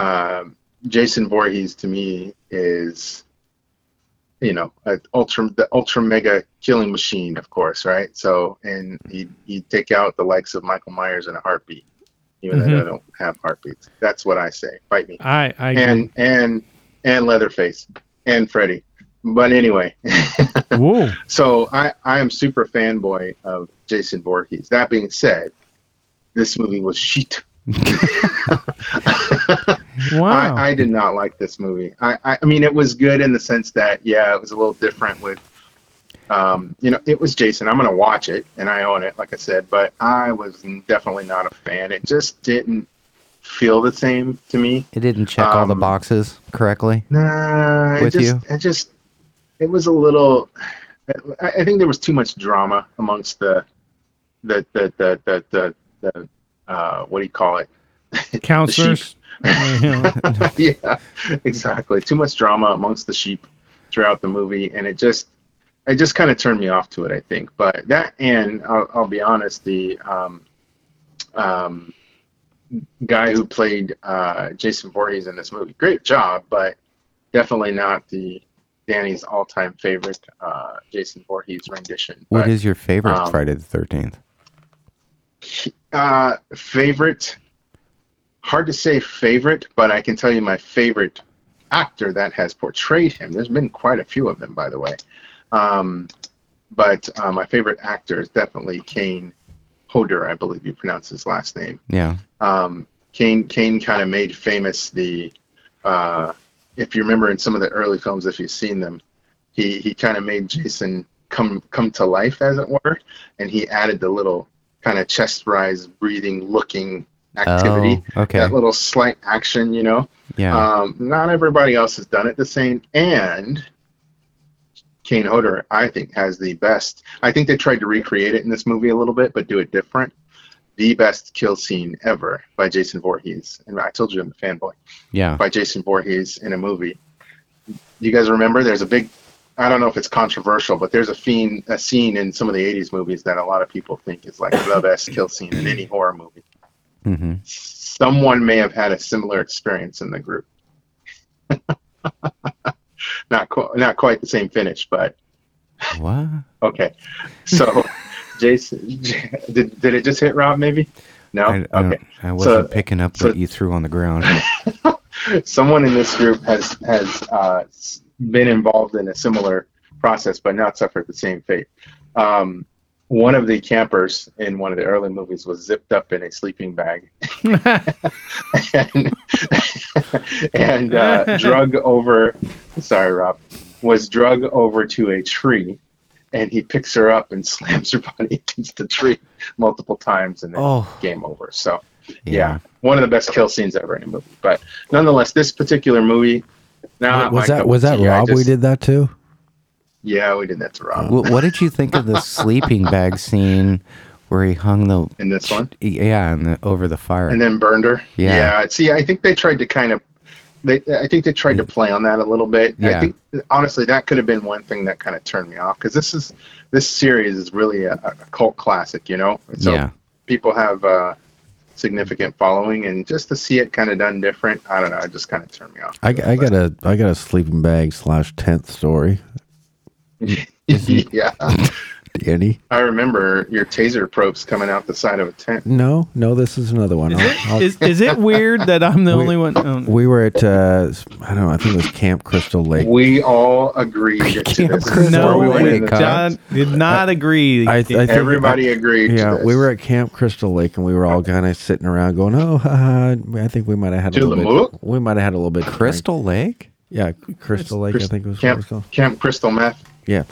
[SPEAKER 4] uh, Jason Voorhees to me is, you know, a ultra the ultra mega killing machine, of course, right? So, and he he take out the likes of Michael Myers in a heartbeat, even though
[SPEAKER 3] Mhm.
[SPEAKER 4] they don't have heartbeats. That's what I say. Bite me.
[SPEAKER 3] I I
[SPEAKER 4] and and and Leatherface and Freddy. But anyway,
[SPEAKER 3] agree. Whoa.
[SPEAKER 4] so I, I am super fanboy of Jason Voorhees. That being said, this movie was shit.
[SPEAKER 3] Wow.
[SPEAKER 4] I, I did not like this movie. I, I, I mean, it was good in the sense that, yeah, it was a little different with, um, you know, it was Jason. I'm going to watch it and I own it, like I said, but I was definitely not a fan. It just didn't feel the same to me.
[SPEAKER 5] It didn't check all the
[SPEAKER 4] Um,
[SPEAKER 5] boxes correctly.
[SPEAKER 4] Nah, it
[SPEAKER 5] With
[SPEAKER 4] just,
[SPEAKER 5] you?
[SPEAKER 4] It just, it was a little. I, I think there was too much drama amongst the, the the the the the, the uh, what do you call it?
[SPEAKER 3] Counselors.
[SPEAKER 4] yeah, exactly. Too much drama amongst the sheep throughout the movie, and it just, it just kind of turned me off to it. I think, but that and I'll, I'll be honest, the um, um, guy who played uh, Jason Voorhees in this movie, great job, but definitely not the Danny's all-time favorite uh, Jason Voorhees rendition.
[SPEAKER 5] What
[SPEAKER 4] But,
[SPEAKER 5] is your favorite
[SPEAKER 4] um,
[SPEAKER 5] Friday the Thirteenth?
[SPEAKER 4] uh, favorite? Hard to say favorite, but I can tell you my favorite actor that has portrayed him. There's been quite a few of them, by the way. Um, but uh, my favorite actor is definitely Kane Hodder, I believe you pronounce his last name
[SPEAKER 5] Yeah,
[SPEAKER 4] um, Kane Kane kind of made famous the uh, if you remember in some of the early films if you've seen them he he kind of made Jason come come to life as it were and he added the little kind of chest rise breathing looking activity
[SPEAKER 5] Oh, okay.
[SPEAKER 4] that little slight action you know
[SPEAKER 5] yeah.
[SPEAKER 4] um, not everybody else has done it the same and Kane Hodder, I think, has the best. I think they tried to recreate it in this movie a little bit, but do it different. The best kill scene ever by Jason Voorhees. And I told you I'm a fanboy.
[SPEAKER 5] yeah.
[SPEAKER 4] By Jason Voorhees in a movie. You guys remember? There's a big. I don't know if it's controversial, but there's a fiend, a scene in some of the '80s movies that a lot of people think is like the best kill scene in any horror movie.
[SPEAKER 5] Mm-hmm.
[SPEAKER 4] Someone may have had a similar experience in the group. not qu- not quite the same finish, but
[SPEAKER 5] What?
[SPEAKER 4] Okay. So, Jason, J- did, did it just hit Rob maybe? No?
[SPEAKER 5] I, I,
[SPEAKER 4] okay.
[SPEAKER 5] don't- I wasn't
[SPEAKER 4] So-
[SPEAKER 5] picking up
[SPEAKER 4] so-
[SPEAKER 5] what you threw on the ground.
[SPEAKER 4] Someone in this group has, has uh, s- been involved in a similar process but not suffered the same fate. Um, one of the campers in one of the early movies was zipped up in a sleeping bag and, and uh, drug over. Sorry, Rob. Was drug over to a tree, and he picks her up and slams her body against the tree multiple times, and then
[SPEAKER 5] Oh.
[SPEAKER 4] game over. So, yeah.
[SPEAKER 5] Yeah.
[SPEAKER 4] one of the best kill scenes ever in a movie. But nonetheless, this particular movie. Nah,
[SPEAKER 2] was that was that Rob we did that too?
[SPEAKER 4] Yeah, we did that to Rob.
[SPEAKER 5] Wh- what did you think of the sleeping bag scene where he hung the
[SPEAKER 4] In this one?
[SPEAKER 5] Yeah, and the, over the fire.
[SPEAKER 4] and then burned her.
[SPEAKER 5] Yeah.
[SPEAKER 4] See, I think they tried to kind of, they I think they tried to play on that a little bit.
[SPEAKER 5] Yeah.
[SPEAKER 4] I think honestly that could have been one thing that kind of turned me off because this is this series is really a, a cult classic, you know. So
[SPEAKER 5] yeah,
[SPEAKER 4] people have uh, significant following, and just to see it kind of done different, I don't know, it just kind of turned me off.
[SPEAKER 2] I, I got a I got a sleeping bag slash tent story.
[SPEAKER 4] yeah.
[SPEAKER 10] Danny.
[SPEAKER 4] I remember your taser probes coming out the side of a tent.
[SPEAKER 10] No, no, this is another one. I'll- I'll-
[SPEAKER 3] Is, is it weird that I'm the
[SPEAKER 10] We-
[SPEAKER 3] only one? Oh,
[SPEAKER 10] we were at uh, I don't know. I think it was Camp Crystal Lake.
[SPEAKER 4] We all agreed to
[SPEAKER 10] Camp
[SPEAKER 4] this.
[SPEAKER 10] Crystal
[SPEAKER 4] Before we went
[SPEAKER 10] Lake,
[SPEAKER 4] into
[SPEAKER 10] huh?
[SPEAKER 3] John did not agree.
[SPEAKER 10] I, I think-
[SPEAKER 4] Everybody agreed to
[SPEAKER 10] Yeah,
[SPEAKER 4] this.
[SPEAKER 10] we were at Camp Crystal Lake, and we were all kind of sitting around going, "Oh, haha, I think we might have had a
[SPEAKER 4] To
[SPEAKER 10] little
[SPEAKER 4] the
[SPEAKER 10] bit. We might have had a little bit." of drink."
[SPEAKER 5] Crystal Lake?
[SPEAKER 10] Yeah, Crystal Lake. I think it was. what it was
[SPEAKER 4] Camp,
[SPEAKER 10] called.
[SPEAKER 4] Camp Crystal Meth.
[SPEAKER 10] Yeah.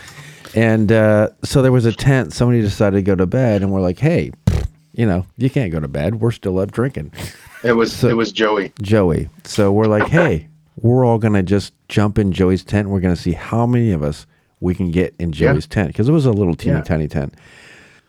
[SPEAKER 10] And uh, so there was a tent. Somebody decided to go to bed, and we're like, hey, you know, you can't go to bed. We're still up drinking.
[SPEAKER 4] It was it was Joey.
[SPEAKER 10] Joey. So we're like, hey, we're all going to just jump in Joey's tent. We're going to see how many of us we can get in
[SPEAKER 4] Yeah.
[SPEAKER 10] Joey's tent because it was a little teeny
[SPEAKER 4] Yeah.
[SPEAKER 10] tiny tent.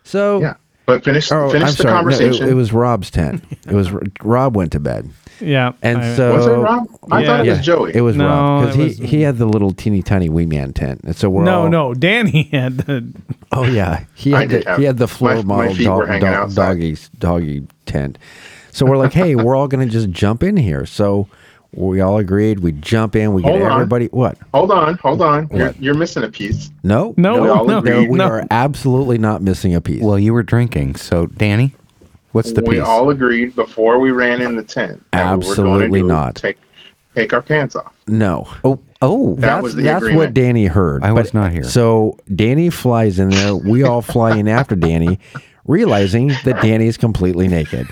[SPEAKER 10] So
[SPEAKER 4] yeah, but finish
[SPEAKER 10] Oh,
[SPEAKER 4] finish
[SPEAKER 10] I'm
[SPEAKER 4] the
[SPEAKER 10] sorry. No, it-
[SPEAKER 4] conversation.
[SPEAKER 10] it, was Rob's tent. It was Rob went to bed.
[SPEAKER 3] Yeah,
[SPEAKER 10] And
[SPEAKER 3] I-
[SPEAKER 10] so
[SPEAKER 4] Was it Rob? I thought it was Joey.
[SPEAKER 10] uh, It was
[SPEAKER 3] No,
[SPEAKER 10] Rob
[SPEAKER 3] it
[SPEAKER 10] because he,
[SPEAKER 3] was-
[SPEAKER 10] he had the little teeny tiny wee man tent, and so we're
[SPEAKER 3] no,
[SPEAKER 10] all,
[SPEAKER 3] no, Danny had the.
[SPEAKER 10] Oh yeah, he
[SPEAKER 3] I
[SPEAKER 10] had
[SPEAKER 3] did
[SPEAKER 10] the,
[SPEAKER 3] have-
[SPEAKER 10] he had the
[SPEAKER 3] my-
[SPEAKER 10] floor
[SPEAKER 3] my
[SPEAKER 10] model
[SPEAKER 3] feet were
[SPEAKER 10] dog,
[SPEAKER 3] hanging
[SPEAKER 10] dog,
[SPEAKER 3] outside.
[SPEAKER 10] doggy doggy tent. So we're like, hey, we're all gonna just jump in here. So we all agreed. We jump in. We get
[SPEAKER 4] Hold on.
[SPEAKER 10] everybody. What?
[SPEAKER 4] Hold on, hold on. You're,
[SPEAKER 10] What?
[SPEAKER 4] you're missing a piece.
[SPEAKER 10] No,
[SPEAKER 4] No, We all no, agreed.
[SPEAKER 10] we
[SPEAKER 4] no.
[SPEAKER 10] are absolutely not missing a piece.
[SPEAKER 5] Well, you were drinking, so Danny, what's the
[SPEAKER 4] we
[SPEAKER 5] piece?
[SPEAKER 4] all agreed before we ran in the tent. that we were gonna
[SPEAKER 10] Absolutely
[SPEAKER 4] do-
[SPEAKER 10] not.
[SPEAKER 4] Take take our pants off.
[SPEAKER 10] No. Oh, oh,
[SPEAKER 4] That
[SPEAKER 10] that's,
[SPEAKER 4] was the
[SPEAKER 10] that's what
[SPEAKER 4] agreement.
[SPEAKER 10] Danny heard.
[SPEAKER 5] I was not here.
[SPEAKER 10] So Danny flies in there. We all fly in after Danny, realizing that Danny is completely naked.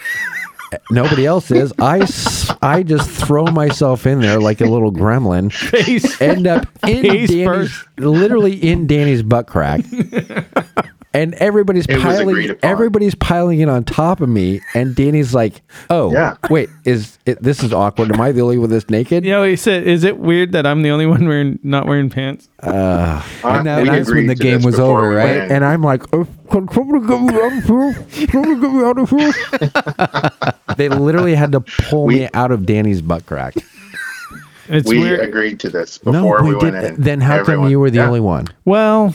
[SPEAKER 10] Nobody else is. I, s- I just throw myself in there like a little gremlin.
[SPEAKER 3] Face-
[SPEAKER 10] end up in
[SPEAKER 3] face
[SPEAKER 10] Danny's,
[SPEAKER 3] first.
[SPEAKER 10] literally in Danny's butt crack. And everybody's
[SPEAKER 4] It was agreed
[SPEAKER 10] piling,
[SPEAKER 4] upon.
[SPEAKER 10] everybody's piling in on top of me, and Danny's like, "Oh,
[SPEAKER 4] Yeah.
[SPEAKER 10] wait, is it, this is awkward? Am I the only one that's naked?"
[SPEAKER 3] You know, he said, "Is it weird that I'm the only one wearing not wearing pants?"
[SPEAKER 10] Uh,
[SPEAKER 4] I-
[SPEAKER 5] and that-
[SPEAKER 4] we
[SPEAKER 5] that's when
[SPEAKER 4] agreed
[SPEAKER 5] the
[SPEAKER 4] to
[SPEAKER 5] game
[SPEAKER 4] this
[SPEAKER 5] was
[SPEAKER 4] before
[SPEAKER 5] over,
[SPEAKER 4] we
[SPEAKER 5] right?
[SPEAKER 4] ran.
[SPEAKER 10] And I'm like, oh, can somebody get me out of here? Somebody get me out of here. they literally had to pull me out of Danny's butt crack.
[SPEAKER 3] It's
[SPEAKER 4] we uh,
[SPEAKER 3] weird.
[SPEAKER 4] agreed to this before we, went in.
[SPEAKER 10] Then how
[SPEAKER 4] Everyone-
[SPEAKER 10] come you were the
[SPEAKER 4] Yeah,
[SPEAKER 10] only one?
[SPEAKER 3] Well,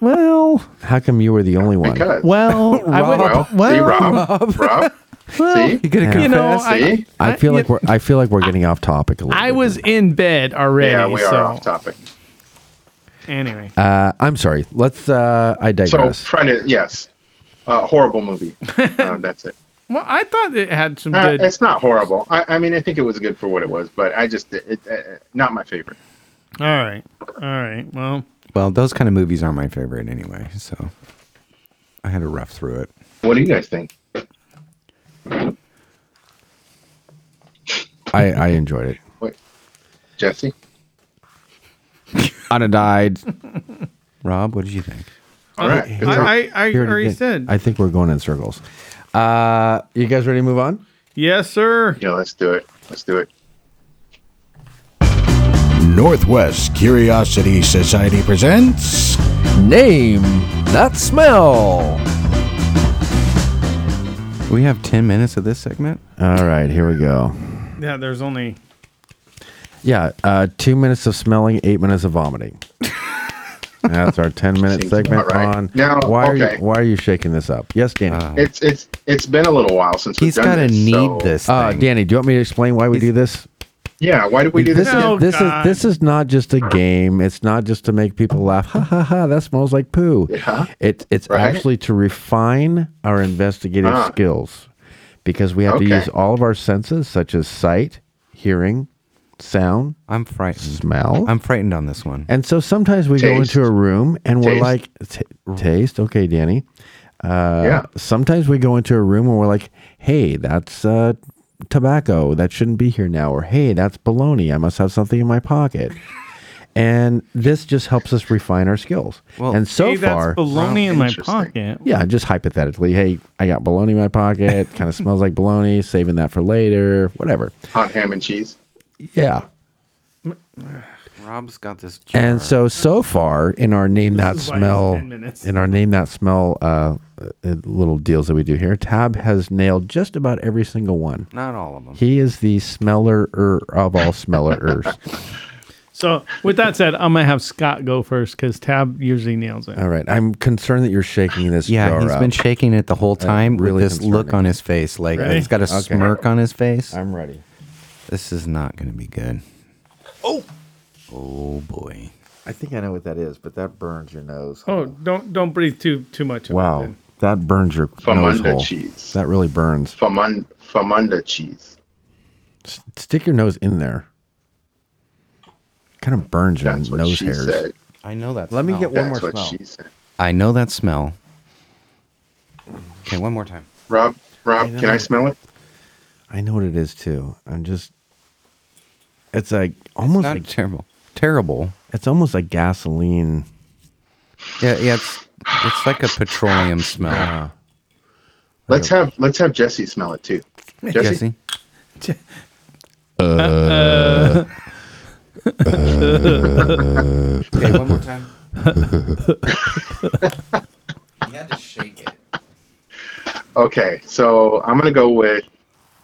[SPEAKER 3] well,
[SPEAKER 10] How come you were the only one?
[SPEAKER 4] Because.
[SPEAKER 3] well. I would,
[SPEAKER 4] well, see, Rob, Rob, see,
[SPEAKER 5] You could have
[SPEAKER 3] you know,
[SPEAKER 5] confessed.
[SPEAKER 4] see.
[SPEAKER 3] I,
[SPEAKER 10] I feel like we're I feel like we're getting off topic a little.
[SPEAKER 3] I
[SPEAKER 10] bit.
[SPEAKER 3] was in bed already.
[SPEAKER 4] yeah, we
[SPEAKER 3] so.
[SPEAKER 4] are off topic.
[SPEAKER 3] Anyway,
[SPEAKER 10] Uh, I'm sorry. Let's. Uh, I
[SPEAKER 4] So
[SPEAKER 10] digress.
[SPEAKER 4] trying to yes, uh, horrible movie. um, that's it.
[SPEAKER 3] well, I thought it had some
[SPEAKER 4] Uh,
[SPEAKER 3] good.
[SPEAKER 4] it's not horrible. I, I mean, I think it was good for what it was, but I just it, uh, not my favorite.
[SPEAKER 3] All right, all right. Well,
[SPEAKER 5] Well, those kind of movies are my favorite anyway, so I had to rough through it.
[SPEAKER 4] What do you guys think?
[SPEAKER 10] I, I enjoyed it.
[SPEAKER 4] Wait, Jesse,
[SPEAKER 5] I'd have died. Rob, what did you think?
[SPEAKER 4] all right, good talk.
[SPEAKER 3] Uh, I, I, I
[SPEAKER 10] Here it
[SPEAKER 3] already
[SPEAKER 10] again.
[SPEAKER 3] said
[SPEAKER 10] I think we're going in circles. Uh, you guys ready to move on?
[SPEAKER 3] yes, sir.
[SPEAKER 4] yeah, let's do it. Let's do it.
[SPEAKER 1] Northwest Curiosity Society presents
[SPEAKER 10] Name that smell.
[SPEAKER 5] We have 10 minutes of this segment?
[SPEAKER 10] All right, here we go.
[SPEAKER 3] Yeah, there's only
[SPEAKER 10] Yeah, uh, two minutes of smelling, eight minutes of vomiting. That's our ten-minute
[SPEAKER 4] Seems about
[SPEAKER 10] segment
[SPEAKER 4] right.
[SPEAKER 10] on.
[SPEAKER 4] Now,
[SPEAKER 10] why are
[SPEAKER 4] okay.
[SPEAKER 10] you, why are you shaking this up? Yes, Danny.
[SPEAKER 5] Uh,
[SPEAKER 4] It's it's it's been a little while since we've
[SPEAKER 5] He's
[SPEAKER 4] done
[SPEAKER 5] got to
[SPEAKER 4] this,
[SPEAKER 5] need
[SPEAKER 4] so-
[SPEAKER 5] this thing.
[SPEAKER 10] Uh, Danny, do you want me to explain why we do this?
[SPEAKER 4] Yeah, why did we do this?
[SPEAKER 10] This,
[SPEAKER 3] No,
[SPEAKER 10] is, this is
[SPEAKER 3] Oh, God.
[SPEAKER 10] this is not just a game. It's not just to make people laugh. Ha ha ha! That smells like poo.
[SPEAKER 4] Yeah.
[SPEAKER 10] It, it's
[SPEAKER 4] Right.
[SPEAKER 10] actually to refine our investigative
[SPEAKER 4] Ah.
[SPEAKER 10] skills because we have to
[SPEAKER 4] Okay.
[SPEAKER 10] use all of our senses, such as sight, hearing, sound,
[SPEAKER 5] I'm frightened.
[SPEAKER 10] smell.
[SPEAKER 5] I'm frightened on this one.
[SPEAKER 10] And so sometimes we go
[SPEAKER 4] Taste.
[SPEAKER 10] into a room and we're
[SPEAKER 4] Taste.
[SPEAKER 10] like, "Ta- taste, okay, Danny. Uh,
[SPEAKER 4] Yeah.
[SPEAKER 10] Sometimes we go into a room and we're like, hey, that's uh, tobacco. That shouldn't be here now. Or hey, that's baloney. I must have something in my pocket. and this just helps us refine our skills.
[SPEAKER 5] Well,
[SPEAKER 10] and so
[SPEAKER 3] hey,
[SPEAKER 10] far,
[SPEAKER 3] that's baloney in my
[SPEAKER 4] Interesting.
[SPEAKER 3] pocket.
[SPEAKER 10] yeah, just hypothetically, hey, I got baloney in my pocket. kind of smells like baloney. Saving that for later, whatever.
[SPEAKER 4] Hot ham and cheese.
[SPEAKER 10] Yeah.
[SPEAKER 5] Rob's got this. Jar.
[SPEAKER 10] And so so far in our name that
[SPEAKER 3] is why it's
[SPEAKER 10] smell
[SPEAKER 3] 10 minutes.
[SPEAKER 10] in our name that smell uh, uh, little deals that we do here, Tab has nailed just about every single one.
[SPEAKER 5] Not all of them.
[SPEAKER 10] He is the smeller of all smeller
[SPEAKER 3] So with that said, I'm gonna have Scott go first because Tab usually nails it.
[SPEAKER 10] All right, I'm concerned that you're shaking this
[SPEAKER 5] yeah,
[SPEAKER 10] jar
[SPEAKER 5] he's
[SPEAKER 10] up.
[SPEAKER 5] been shaking it the whole time
[SPEAKER 10] really
[SPEAKER 5] with this look
[SPEAKER 10] concerning.
[SPEAKER 5] on his face. Like,
[SPEAKER 3] Ready?
[SPEAKER 5] he's got a smirk on his face.
[SPEAKER 10] I'm ready.
[SPEAKER 5] This is not going to be good. Oh! Oh, boy.
[SPEAKER 17] I think I know what that is, but that burns your nose.
[SPEAKER 3] Oh, don't don't breathe too too much. of it
[SPEAKER 2] Wow,
[SPEAKER 3] then.
[SPEAKER 2] that burns your nose
[SPEAKER 4] Famunda
[SPEAKER 2] hole.
[SPEAKER 4] cheese.
[SPEAKER 2] That really burns.
[SPEAKER 4] Famund- famunda cheese.
[SPEAKER 2] S- stick your nose in there. Kind of burns your nose
[SPEAKER 4] she
[SPEAKER 2] hairs.
[SPEAKER 4] said.
[SPEAKER 5] I know that.
[SPEAKER 2] Let me get one
[SPEAKER 4] That's
[SPEAKER 2] more
[SPEAKER 4] what
[SPEAKER 2] smell.
[SPEAKER 4] she said.
[SPEAKER 5] I know that smell. Okay, one more time.
[SPEAKER 4] Rob, Rob, can I smell it?
[SPEAKER 2] I know what it is too. I'm just. It's like almost
[SPEAKER 5] not
[SPEAKER 2] like-
[SPEAKER 5] terrible. Terrible.
[SPEAKER 2] It's almost like gasoline.
[SPEAKER 5] Yeah, yeah. It's it's like a petroleum smell.
[SPEAKER 4] Let's have let's have Jesse smell it too. Jesse,
[SPEAKER 5] Jesse.
[SPEAKER 3] Uh,
[SPEAKER 5] okay, one more time. you had to shake it.
[SPEAKER 4] Okay, so I'm gonna go with.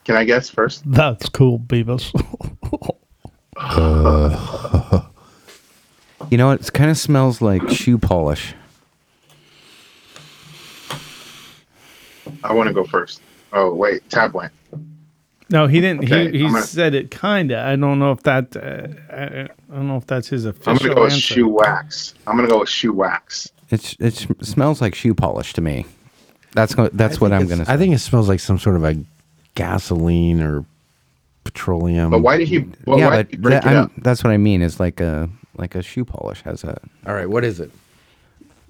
[SPEAKER 4] Can I guess first?
[SPEAKER 3] That's cool, Beavis.
[SPEAKER 5] You know, it kind of smells like shoe polish.
[SPEAKER 4] I want to go first. Oh wait, Tab went.
[SPEAKER 3] no, he didn't.
[SPEAKER 4] Okay,
[SPEAKER 3] he he
[SPEAKER 4] I'm gonna-
[SPEAKER 3] said it kinda. I don't know if that. Uh, I, I don't know if that's his official.
[SPEAKER 4] I'm gonna go with
[SPEAKER 3] answer.
[SPEAKER 4] shoe wax. I'm gonna go with shoe wax.
[SPEAKER 5] It's it sm- smells like shoe polish to me. That's go-
[SPEAKER 2] I
[SPEAKER 5] that's
[SPEAKER 2] think
[SPEAKER 5] what I'm
[SPEAKER 2] it's-
[SPEAKER 5] gonna.
[SPEAKER 2] I think it smells like some sort of a gasoline or petroleum.
[SPEAKER 4] But why did he? Well,
[SPEAKER 5] yeah,
[SPEAKER 4] why
[SPEAKER 5] but
[SPEAKER 4] did he break
[SPEAKER 5] that-
[SPEAKER 4] it
[SPEAKER 5] I'm-
[SPEAKER 4] up?
[SPEAKER 5] that's what I mean. Is like a like a shoe polish has a.
[SPEAKER 2] All right, what is it?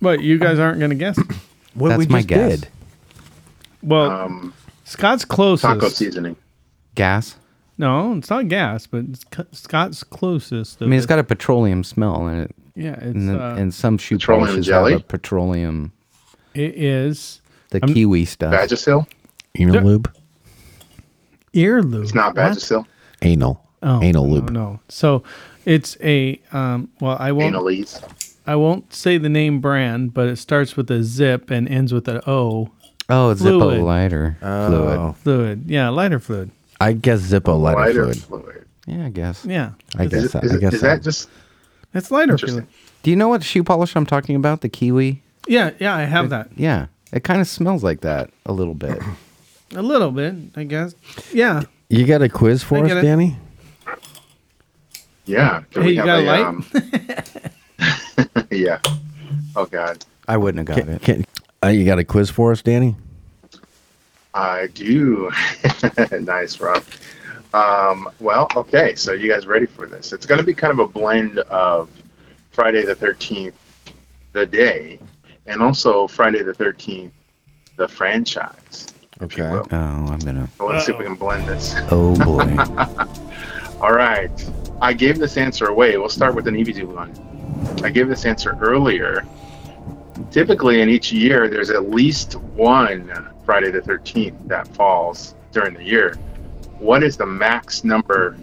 [SPEAKER 3] But you guys aren't gonna guess.
[SPEAKER 2] What
[SPEAKER 5] That's
[SPEAKER 2] we
[SPEAKER 5] my
[SPEAKER 2] just
[SPEAKER 5] guess.
[SPEAKER 2] did.
[SPEAKER 3] Well, Scott's closest.
[SPEAKER 4] Um, Taco seasoning.
[SPEAKER 5] Gas.
[SPEAKER 3] No, it's not gas, but it's Co- Scott's closest.
[SPEAKER 5] I mean, it's got a petroleum smell in it.
[SPEAKER 3] Yeah, it's,
[SPEAKER 5] and, then-
[SPEAKER 3] uh,
[SPEAKER 5] and some shoe
[SPEAKER 4] Petroleum
[SPEAKER 5] polishes
[SPEAKER 4] jelly?
[SPEAKER 5] have a petroleum.
[SPEAKER 3] It is
[SPEAKER 5] The
[SPEAKER 3] I'm-
[SPEAKER 5] kiwi stuff.
[SPEAKER 4] Vagisil.
[SPEAKER 2] Anal lube.
[SPEAKER 3] ear lube.
[SPEAKER 4] It's not
[SPEAKER 3] What?
[SPEAKER 4] Vagisil.
[SPEAKER 2] Anal.
[SPEAKER 3] Oh,
[SPEAKER 2] Anal lube.
[SPEAKER 3] No, no. So it's a um, well, I won't.
[SPEAKER 4] Analese.
[SPEAKER 3] I won't say the name brand, but it starts with a zip and ends with an O.
[SPEAKER 5] Oh, it's Zippo
[SPEAKER 3] Fluid.
[SPEAKER 5] lighter
[SPEAKER 2] Uh,
[SPEAKER 5] fluid.
[SPEAKER 3] Fluid. Yeah, lighter fluid.
[SPEAKER 2] I guess Zippo lighter, fluid.
[SPEAKER 5] Yeah, I guess.
[SPEAKER 3] Yeah.
[SPEAKER 2] I guess
[SPEAKER 4] Is,
[SPEAKER 2] that.
[SPEAKER 4] is,
[SPEAKER 2] I guess
[SPEAKER 4] is that just?
[SPEAKER 3] It's lighter fluid.
[SPEAKER 5] Do you know what shoe polish I'm talking about? The kiwi.
[SPEAKER 3] Yeah, yeah, I have that.
[SPEAKER 5] Yeah, it kind of smells like that a little bit.
[SPEAKER 3] A little bit, I guess. Yeah.
[SPEAKER 2] You got a quiz for
[SPEAKER 3] I
[SPEAKER 2] us,
[SPEAKER 3] get it.
[SPEAKER 2] Danny?
[SPEAKER 4] Yeah. Can
[SPEAKER 3] Hey,
[SPEAKER 4] we
[SPEAKER 3] you got
[SPEAKER 4] have
[SPEAKER 3] a light?
[SPEAKER 4] um, yeah. Oh God,
[SPEAKER 5] I wouldn't have got it.
[SPEAKER 2] Can, uh, you got a quiz for us, Danny?
[SPEAKER 4] I do. nice, Rob. Um, well, okay. So you guys ready for this? It's going to be kind of a blend of Friday the Thirteenth, the day, and also Friday the Thirteenth, the franchise.
[SPEAKER 2] Okay.
[SPEAKER 5] Oh, I'm gonna.
[SPEAKER 4] I want to see if we can blend this.
[SPEAKER 5] Oh boy.
[SPEAKER 4] All right. I gave this answer away. We'll start with an easy one. I gave this answer earlier. Typically, in each year, there's at least one Friday the 13th that falls during the year. What is the max number,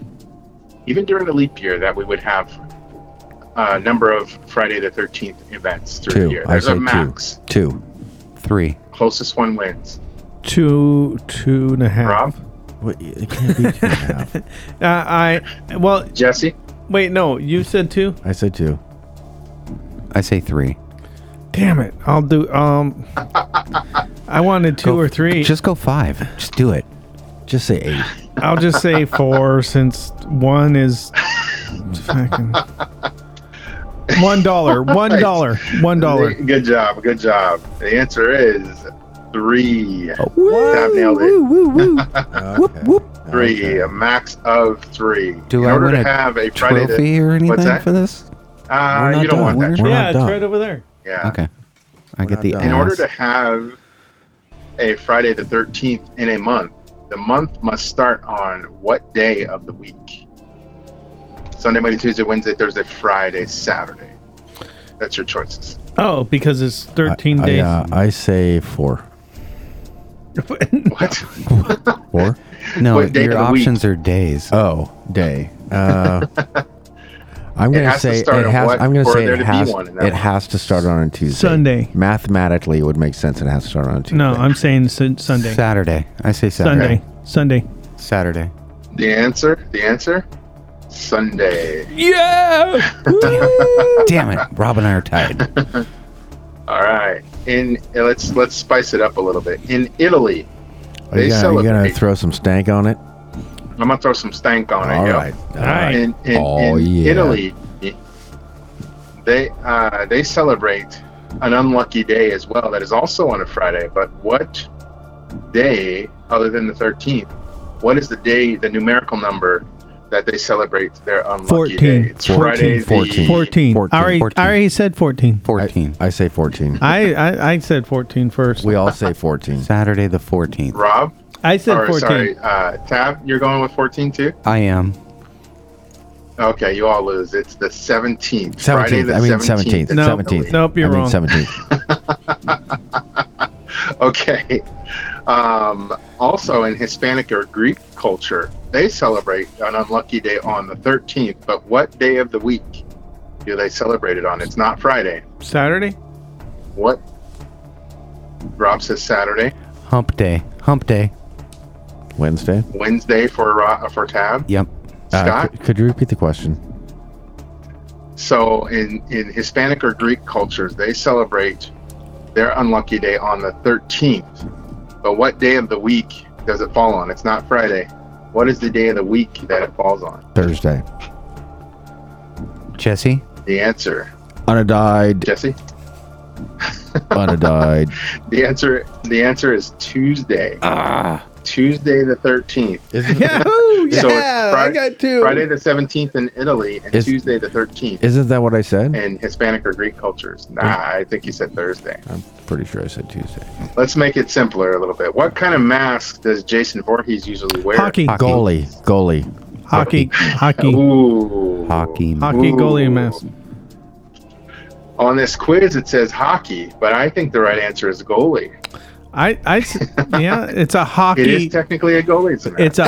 [SPEAKER 4] even during a leap year, that we would have a number of Friday the 13th events through the
[SPEAKER 2] Two.
[SPEAKER 4] year?
[SPEAKER 2] I
[SPEAKER 4] There's
[SPEAKER 2] say
[SPEAKER 4] a max.
[SPEAKER 2] two. Two.
[SPEAKER 5] Three.
[SPEAKER 4] Closest one wins.
[SPEAKER 3] Two, two and a half.
[SPEAKER 4] Rob,
[SPEAKER 2] What, it can't be two and a half.
[SPEAKER 3] Uh, I well,
[SPEAKER 4] Jesse,
[SPEAKER 3] wait, no, you said two.
[SPEAKER 2] I said two.
[SPEAKER 5] I say three.
[SPEAKER 3] Damn it! I'll do. Um, I wanted two or three.
[SPEAKER 5] Just go five. Just do it.
[SPEAKER 2] Just say eight.
[SPEAKER 3] I'll just say four since one is fucking one dollar, one dollar, one dollar.
[SPEAKER 4] Good job. Good job. The answer is three.
[SPEAKER 5] Oh.
[SPEAKER 4] Tab nailed it. Three. A max of three.
[SPEAKER 5] Do
[SPEAKER 4] In
[SPEAKER 5] I
[SPEAKER 4] order
[SPEAKER 5] win
[SPEAKER 4] to
[SPEAKER 5] a
[SPEAKER 4] have a Friday
[SPEAKER 5] trophy
[SPEAKER 4] the-
[SPEAKER 5] or
[SPEAKER 4] What's
[SPEAKER 5] anything
[SPEAKER 4] that?
[SPEAKER 5] for this?
[SPEAKER 2] We're
[SPEAKER 4] Uh,
[SPEAKER 2] not
[SPEAKER 4] you don't
[SPEAKER 2] done.
[SPEAKER 4] want that.
[SPEAKER 2] We're
[SPEAKER 3] Yeah,
[SPEAKER 2] not
[SPEAKER 3] it's
[SPEAKER 2] done.
[SPEAKER 3] right over there.
[SPEAKER 4] Yeah.
[SPEAKER 5] Okay. I get the
[SPEAKER 2] not
[SPEAKER 5] ass.
[SPEAKER 2] done.
[SPEAKER 4] In order to have a Friday the 13th in a month, the month must start on what day of the week? Sunday, Monday, Tuesday, Wednesday, Thursday, Friday, Saturday. That's your choices.
[SPEAKER 3] Oh, because it's thirteen
[SPEAKER 2] I,
[SPEAKER 3] days.
[SPEAKER 2] uh, I say four. uh,
[SPEAKER 4] What?
[SPEAKER 2] Four?
[SPEAKER 5] no,
[SPEAKER 4] What day
[SPEAKER 5] your
[SPEAKER 4] of the week?
[SPEAKER 5] options are days.
[SPEAKER 2] Oh, day. Uh, I'm
[SPEAKER 4] It
[SPEAKER 2] gonna
[SPEAKER 4] has to
[SPEAKER 2] say it
[SPEAKER 4] start on
[SPEAKER 2] has.
[SPEAKER 4] what-
[SPEAKER 2] I'm gonna
[SPEAKER 4] for
[SPEAKER 2] say
[SPEAKER 4] there
[SPEAKER 2] it
[SPEAKER 4] to be
[SPEAKER 2] has.
[SPEAKER 4] one in that
[SPEAKER 2] It
[SPEAKER 4] month.
[SPEAKER 2] has to start on a Tuesday.
[SPEAKER 3] Sunday.
[SPEAKER 2] Mathematically, it would make sense. It has to start on a Tuesday.
[SPEAKER 3] No, I'm saying sun- Sunday.
[SPEAKER 5] Saturday. I say Saturday.
[SPEAKER 3] Sunday. Sunday.
[SPEAKER 5] Saturday.
[SPEAKER 4] The answer? The answer? Sunday.
[SPEAKER 3] Yeah.
[SPEAKER 5] Damn it. Rob and I are tied.
[SPEAKER 4] All right. In let's let's spice it up a little bit. In Italy,
[SPEAKER 2] Are
[SPEAKER 4] they
[SPEAKER 2] you gonna, are you
[SPEAKER 4] celebrate.
[SPEAKER 2] gonna throw some stank on it?
[SPEAKER 4] I'm gonna throw some stank on it.
[SPEAKER 2] All
[SPEAKER 4] yo.
[SPEAKER 2] right.
[SPEAKER 3] All right.
[SPEAKER 4] In, in,
[SPEAKER 2] Oh,
[SPEAKER 4] in
[SPEAKER 2] yeah.
[SPEAKER 4] Italy, They uh, they celebrate an unlucky day as well. That is also on a Friday. But what day other than the 13th? What is the day, the numerical number that they celebrate their unlucky
[SPEAKER 3] 14.
[SPEAKER 4] day? It's Friday.
[SPEAKER 3] 14.
[SPEAKER 4] the-
[SPEAKER 3] 14. 14. I, already, I already said 14.
[SPEAKER 2] 14. I, I say 14.
[SPEAKER 3] I, I, I said 14 first.
[SPEAKER 2] We all say 14.
[SPEAKER 5] Saturday the 14th.
[SPEAKER 4] Rob.
[SPEAKER 3] I said
[SPEAKER 4] or,
[SPEAKER 3] 14.
[SPEAKER 4] Sorry, uh, Tab. You're going with 14 too.
[SPEAKER 5] I am.
[SPEAKER 4] Okay, you all lose. It's the 17th. Friday
[SPEAKER 2] Seventeenth.
[SPEAKER 4] the
[SPEAKER 2] I mean
[SPEAKER 4] 17th.
[SPEAKER 2] seventeenth. Seventeenth. I mean, Seventeenth.
[SPEAKER 4] okay. Um, also, in Hispanic or Greek culture, they celebrate an unlucky day on the 13th. But what day of the week do they celebrate it on? It's not Friday.
[SPEAKER 3] Saturday?
[SPEAKER 4] What? Rob says Saturday,
[SPEAKER 5] Hump day. Hump day.
[SPEAKER 2] Wednesday.
[SPEAKER 4] Wednesday for Ro- for Tab.
[SPEAKER 5] Yep.
[SPEAKER 10] Uh,
[SPEAKER 4] Scott?
[SPEAKER 2] c- could you repeat the question?
[SPEAKER 4] So in, in Hispanic or Greek cultures, they celebrate their unlucky day on the 13th. But what day of the week does it fall on? It's not Friday. What is the day of the week that it falls on?
[SPEAKER 2] Thursday.
[SPEAKER 5] Jesse?
[SPEAKER 4] The answer,
[SPEAKER 2] Unadied.
[SPEAKER 4] Jesse.
[SPEAKER 2] Unadied.
[SPEAKER 4] The answer. The answer is Tuesday.
[SPEAKER 2] Ah.
[SPEAKER 4] Tuesday the 13th.
[SPEAKER 2] Yahoo!
[SPEAKER 4] So it's
[SPEAKER 2] Yeah, I
[SPEAKER 4] Fri-
[SPEAKER 2] got two.
[SPEAKER 4] Friday the 17th in Italy and
[SPEAKER 2] Is-
[SPEAKER 4] Tuesday the 13th
[SPEAKER 2] Isn't that what I said?
[SPEAKER 4] in Hispanic or Greek cultures. Nah, I think you said Thursday.
[SPEAKER 5] Um,
[SPEAKER 2] I'm pretty sure I said Tuesday.
[SPEAKER 4] Let's make it simpler a little bit. What kind of mask does Jason Voorhees usually wear?
[SPEAKER 2] Goalie. Goalie.
[SPEAKER 3] Hockey. Hockey.
[SPEAKER 4] Ooh.
[SPEAKER 5] Hockey.
[SPEAKER 3] Hockey goalie mask.
[SPEAKER 4] On this quiz, it says hockey, but I think the right answer is goalie.
[SPEAKER 3] I, I, s- yeah, it's a hockey.
[SPEAKER 4] It is technically a goalie's mask.
[SPEAKER 3] It's a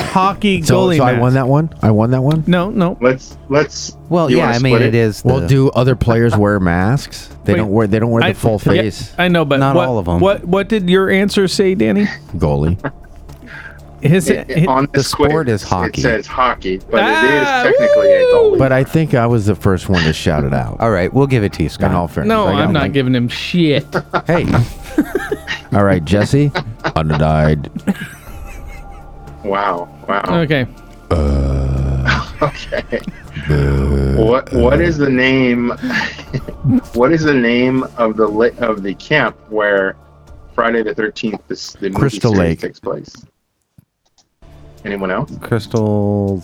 [SPEAKER 3] hockey
[SPEAKER 2] So,
[SPEAKER 3] goalie
[SPEAKER 2] so I
[SPEAKER 3] mask.
[SPEAKER 2] won that one. I won that one.
[SPEAKER 3] No, no.
[SPEAKER 4] Let's let's.
[SPEAKER 5] Well,
[SPEAKER 4] you
[SPEAKER 5] yeah,
[SPEAKER 4] wanna
[SPEAKER 5] I mean,
[SPEAKER 4] split
[SPEAKER 5] it is. The,
[SPEAKER 2] Well, do other players wear masks? They
[SPEAKER 3] Wait,
[SPEAKER 2] don't wear. They don't wear the full
[SPEAKER 3] yeah,
[SPEAKER 2] face.
[SPEAKER 3] I know, but
[SPEAKER 5] Not
[SPEAKER 3] what-
[SPEAKER 5] all of 'em.
[SPEAKER 3] What What did your answer say, Danny?
[SPEAKER 2] Goalie.
[SPEAKER 3] His,
[SPEAKER 4] It- it-
[SPEAKER 3] his-
[SPEAKER 4] on this
[SPEAKER 5] sport
[SPEAKER 4] quiz,
[SPEAKER 5] is hockey.
[SPEAKER 4] It says hockey, but
[SPEAKER 3] Ah,
[SPEAKER 4] it is technically a goalie.
[SPEAKER 2] But I think I was the first one to shout it out.
[SPEAKER 5] All right, we'll give it to you, Scott.
[SPEAKER 2] In all fairness,
[SPEAKER 3] no,
[SPEAKER 2] I got
[SPEAKER 3] I'm not
[SPEAKER 2] one.
[SPEAKER 3] giving him shit.
[SPEAKER 2] Hey. all right, Jesse. Undied.
[SPEAKER 4] Wow, wow.
[SPEAKER 3] okay.
[SPEAKER 4] Okay. what what is
[SPEAKER 5] Uh,
[SPEAKER 4] the name? what is the name of the li- of the camp where Friday the Thirteenth this the movie
[SPEAKER 2] Crystal
[SPEAKER 4] series
[SPEAKER 2] Lake.
[SPEAKER 4] takes place? Anyone else?
[SPEAKER 5] Crystal.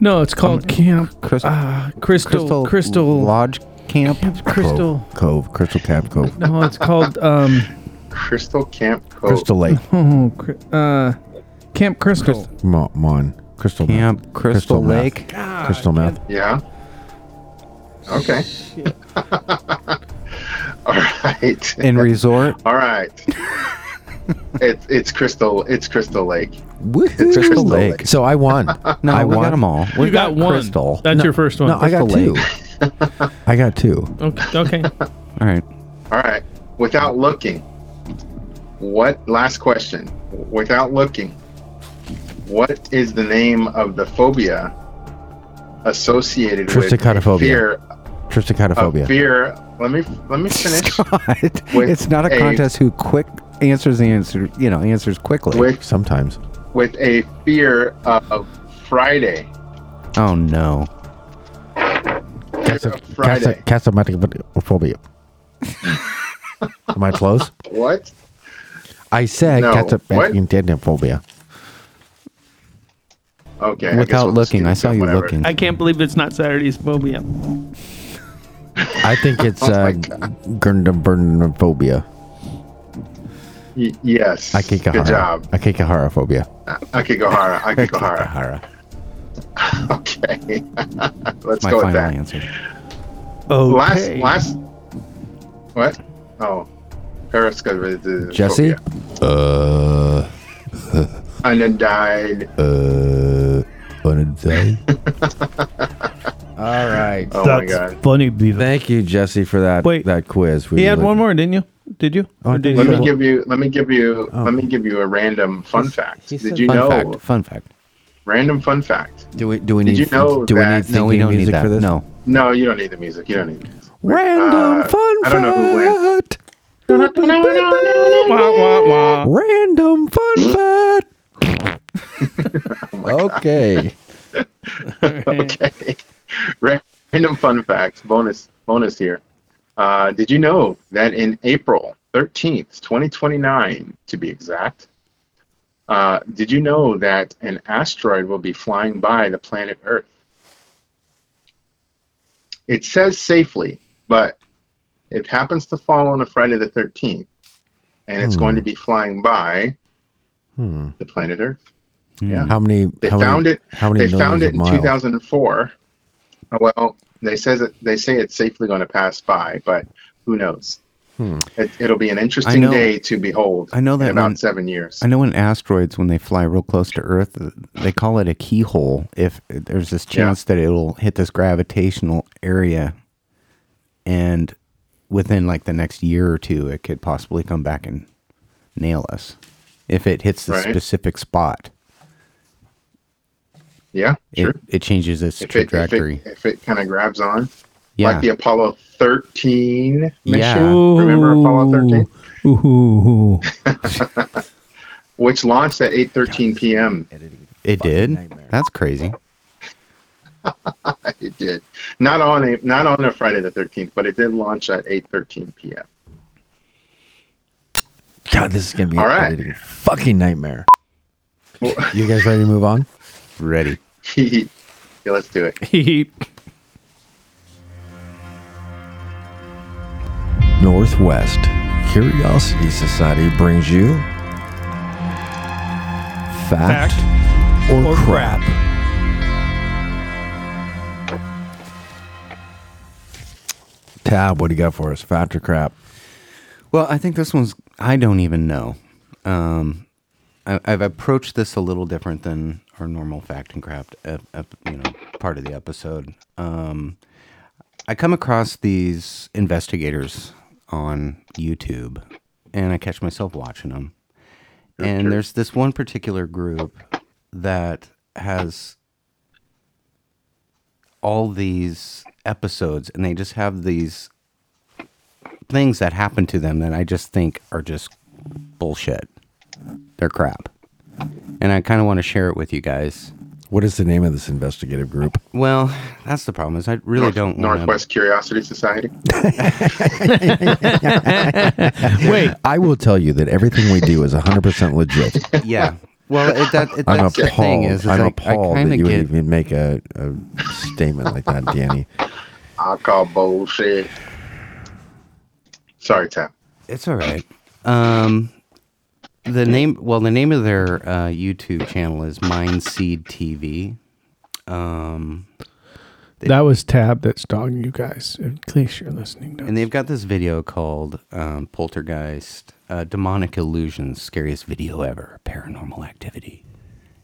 [SPEAKER 3] No, it's called Camp
[SPEAKER 5] Crystal.
[SPEAKER 3] uh, Crystal. Crystal.
[SPEAKER 5] Lodge Camp.
[SPEAKER 3] crystal.
[SPEAKER 2] Cove. Crystal Cab Cove.
[SPEAKER 3] No, it's called um.
[SPEAKER 4] Crystal Camp Cove.
[SPEAKER 2] Crystal Lake.
[SPEAKER 3] Oh, cri- uh, Camp Crystal.
[SPEAKER 2] Mon. Mon. Crystal. meth.
[SPEAKER 5] Camp Crystal,
[SPEAKER 2] meth.
[SPEAKER 5] Lake.
[SPEAKER 2] Crystal meth.
[SPEAKER 4] Yeah. Okay. All right.
[SPEAKER 5] and resort.
[SPEAKER 4] All right. it's it's Crystal it's Crystal Lake.
[SPEAKER 5] Crystal,
[SPEAKER 4] Crystal
[SPEAKER 5] Lake.
[SPEAKER 4] Lake.
[SPEAKER 2] So I won.
[SPEAKER 5] No,
[SPEAKER 2] I
[SPEAKER 5] we
[SPEAKER 2] won.
[SPEAKER 5] got them all. We
[SPEAKER 3] you got, one.
[SPEAKER 5] Crystal.
[SPEAKER 3] That's your first one.
[SPEAKER 2] No, I got
[SPEAKER 5] Crystal
[SPEAKER 2] two. I got two.
[SPEAKER 3] okay. okay.
[SPEAKER 5] All right.
[SPEAKER 4] All right. Without looking. What last question? Without looking. What is the name of the phobia associated
[SPEAKER 2] Trichotillomania.
[SPEAKER 4] with fear
[SPEAKER 2] Trichotillomania.
[SPEAKER 4] of fear? Let me let me finish
[SPEAKER 5] God,
[SPEAKER 4] With
[SPEAKER 5] it's not a
[SPEAKER 4] a-
[SPEAKER 5] contest who quick answers the answer. You know, answers quickly.
[SPEAKER 4] with
[SPEAKER 2] Sometimes.
[SPEAKER 4] with a fear of Friday.
[SPEAKER 5] Oh no.
[SPEAKER 4] Fear of Friday.
[SPEAKER 2] Castamatophobia. uh, Am I close?
[SPEAKER 4] What?
[SPEAKER 2] I said
[SPEAKER 4] No. What?
[SPEAKER 2] castamatophobia.
[SPEAKER 4] Okay. I guess
[SPEAKER 5] Without
[SPEAKER 4] we'll just
[SPEAKER 5] looking,
[SPEAKER 4] give
[SPEAKER 5] I
[SPEAKER 4] it
[SPEAKER 5] saw
[SPEAKER 4] to
[SPEAKER 5] you
[SPEAKER 4] whatever.
[SPEAKER 5] looking.
[SPEAKER 3] I can't believe it's not Saturday's phobia.
[SPEAKER 2] I think it's
[SPEAKER 4] Oh my
[SPEAKER 2] uh, Gundamburnophobia.
[SPEAKER 4] Y- yes.
[SPEAKER 2] Akikahara.
[SPEAKER 4] Good job.
[SPEAKER 2] Akikaharaphobia.
[SPEAKER 4] Akigahara.
[SPEAKER 2] Akikahara.
[SPEAKER 4] Akigahara. Okay. Let's
[SPEAKER 5] My
[SPEAKER 4] go
[SPEAKER 5] final
[SPEAKER 4] with that.
[SPEAKER 5] answer.
[SPEAKER 3] Oh,
[SPEAKER 4] Last, last. What? Oh, Paris got rid of the
[SPEAKER 2] Jesse?
[SPEAKER 4] phobia. And then died.
[SPEAKER 2] Uh, unadied. All right.
[SPEAKER 4] Oh my
[SPEAKER 3] That's
[SPEAKER 4] god.
[SPEAKER 3] funny, Beaver.
[SPEAKER 2] Thank you, Jesse, for that
[SPEAKER 3] Wait.
[SPEAKER 2] that quiz. We
[SPEAKER 3] He had
[SPEAKER 2] really-
[SPEAKER 3] one more, didn't you? Did you?
[SPEAKER 2] Oh,
[SPEAKER 3] Or did
[SPEAKER 4] Let
[SPEAKER 3] you-
[SPEAKER 4] me give you. Let me give you.
[SPEAKER 5] Oh.
[SPEAKER 4] Let me give you a random fun fact.
[SPEAKER 2] he
[SPEAKER 4] Did
[SPEAKER 2] said
[SPEAKER 4] you
[SPEAKER 5] Fun
[SPEAKER 4] know?
[SPEAKER 5] fact. Fun fact.
[SPEAKER 4] Random fun fact.
[SPEAKER 2] Do we do we
[SPEAKER 4] Did
[SPEAKER 2] need
[SPEAKER 4] you know
[SPEAKER 2] do we
[SPEAKER 4] that-
[SPEAKER 2] need
[SPEAKER 5] No, we
[SPEAKER 2] thinking
[SPEAKER 5] don't need
[SPEAKER 2] music
[SPEAKER 5] that.
[SPEAKER 2] for this?
[SPEAKER 5] No.
[SPEAKER 4] No, you don't need the music. You don't need. The music.
[SPEAKER 2] Random
[SPEAKER 4] Uh,
[SPEAKER 2] fun
[SPEAKER 4] I don't know who wins.
[SPEAKER 2] fact. Random fun fact.
[SPEAKER 4] Oh
[SPEAKER 2] okay.
[SPEAKER 4] okay. Random fun facts. Bonus bonus here. Uh, did you know that in April 13th, 2029, to be exact, uh, did you know that an asteroid will be flying by the planet Earth? It says safely, but it happens to fall on a Friday the 13th, and it's
[SPEAKER 2] Hmm.
[SPEAKER 4] going to be flying by
[SPEAKER 2] Hmm.
[SPEAKER 4] the planet Earth.
[SPEAKER 2] Yeah. How many?
[SPEAKER 4] They
[SPEAKER 2] how
[SPEAKER 4] found
[SPEAKER 2] many,
[SPEAKER 4] it.
[SPEAKER 2] How many
[SPEAKER 4] they
[SPEAKER 2] millions
[SPEAKER 4] found
[SPEAKER 2] of
[SPEAKER 4] it in
[SPEAKER 2] miles?
[SPEAKER 4] 2004. Uh, Well, they says it, they say it's safely going to pass by, but who knows?
[SPEAKER 5] Hmm.
[SPEAKER 4] It, it'll be an interesting
[SPEAKER 5] know-
[SPEAKER 4] day to behold.
[SPEAKER 5] I know
[SPEAKER 4] in
[SPEAKER 5] that
[SPEAKER 4] about
[SPEAKER 5] when-
[SPEAKER 4] seven years.
[SPEAKER 5] I know in asteroids when they fly real close to Earth, they call it a keyhole. If there's this
[SPEAKER 4] Yeah.
[SPEAKER 5] chance that it'll hit this gravitational area, and within like the next year or two, it could possibly come back and nail us if it hits the
[SPEAKER 4] Right.
[SPEAKER 5] specific spot.
[SPEAKER 4] Yeah,
[SPEAKER 5] It,
[SPEAKER 4] sure.
[SPEAKER 5] it changes its
[SPEAKER 4] If it, if
[SPEAKER 5] trajectory.
[SPEAKER 4] it, if it kind of grabs on,
[SPEAKER 5] Yeah.
[SPEAKER 4] like the Apollo 13 mission.
[SPEAKER 5] Yeah.
[SPEAKER 4] Remember Apollo 13?
[SPEAKER 3] Ooh.
[SPEAKER 4] Which launched at 8:13 p.m.
[SPEAKER 5] It did. That's crazy.
[SPEAKER 4] it did. Not on a not on a Friday the 13th, but it did launch at 8:13 p.m.
[SPEAKER 2] God, this is gonna be
[SPEAKER 4] All
[SPEAKER 2] an
[SPEAKER 4] right.
[SPEAKER 2] editing fucking nightmare.
[SPEAKER 4] Well-
[SPEAKER 2] you guys ready to move on?
[SPEAKER 5] Ready.
[SPEAKER 4] yeah, let's do it.
[SPEAKER 2] Northwest Curiosity Society brings you fact, or, crap. Tab, what do you got for us? Fact or crap?
[SPEAKER 5] Well, I think this one's I don't even know. Um, I, I've approached this a little different than our normal fact and crap, ep, ep, you know, part of the episode. Um, I come across these investigators on YouTube, and I catch myself watching them. And there's this one particular group that has all these episodes, and they just have these things that happen to them that I just think are just bullshit. They're crap. And I kind of want to share it with you guys.
[SPEAKER 2] What is the name of this investigative group?
[SPEAKER 5] Well, that's the problem is I really
[SPEAKER 4] North-
[SPEAKER 5] don't wanna-
[SPEAKER 4] Northwest Curiosity Society.
[SPEAKER 2] Wait. I will tell you that everything we do is 100% legit.
[SPEAKER 5] Yeah. Well, it, that, it,
[SPEAKER 2] I'm
[SPEAKER 5] that's the
[SPEAKER 2] appalled.
[SPEAKER 5] thing is, is
[SPEAKER 2] I'm
[SPEAKER 5] I,
[SPEAKER 2] appalled
[SPEAKER 5] I kind
[SPEAKER 2] that you
[SPEAKER 5] of get
[SPEAKER 2] would even make a, a statement like that, Danny.
[SPEAKER 4] I call bullshit. Sorry, Tap.
[SPEAKER 5] It's all right. Um, the name, well, the name of their uh, YouTube channel is Mindseed TV. Um,
[SPEAKER 9] That was Tab that's dogging you guys. In case you're listening to
[SPEAKER 5] and they've got this video called um, Poltergeist uh, Demonic Illusions, Scariest Video Ever, Paranormal Activity.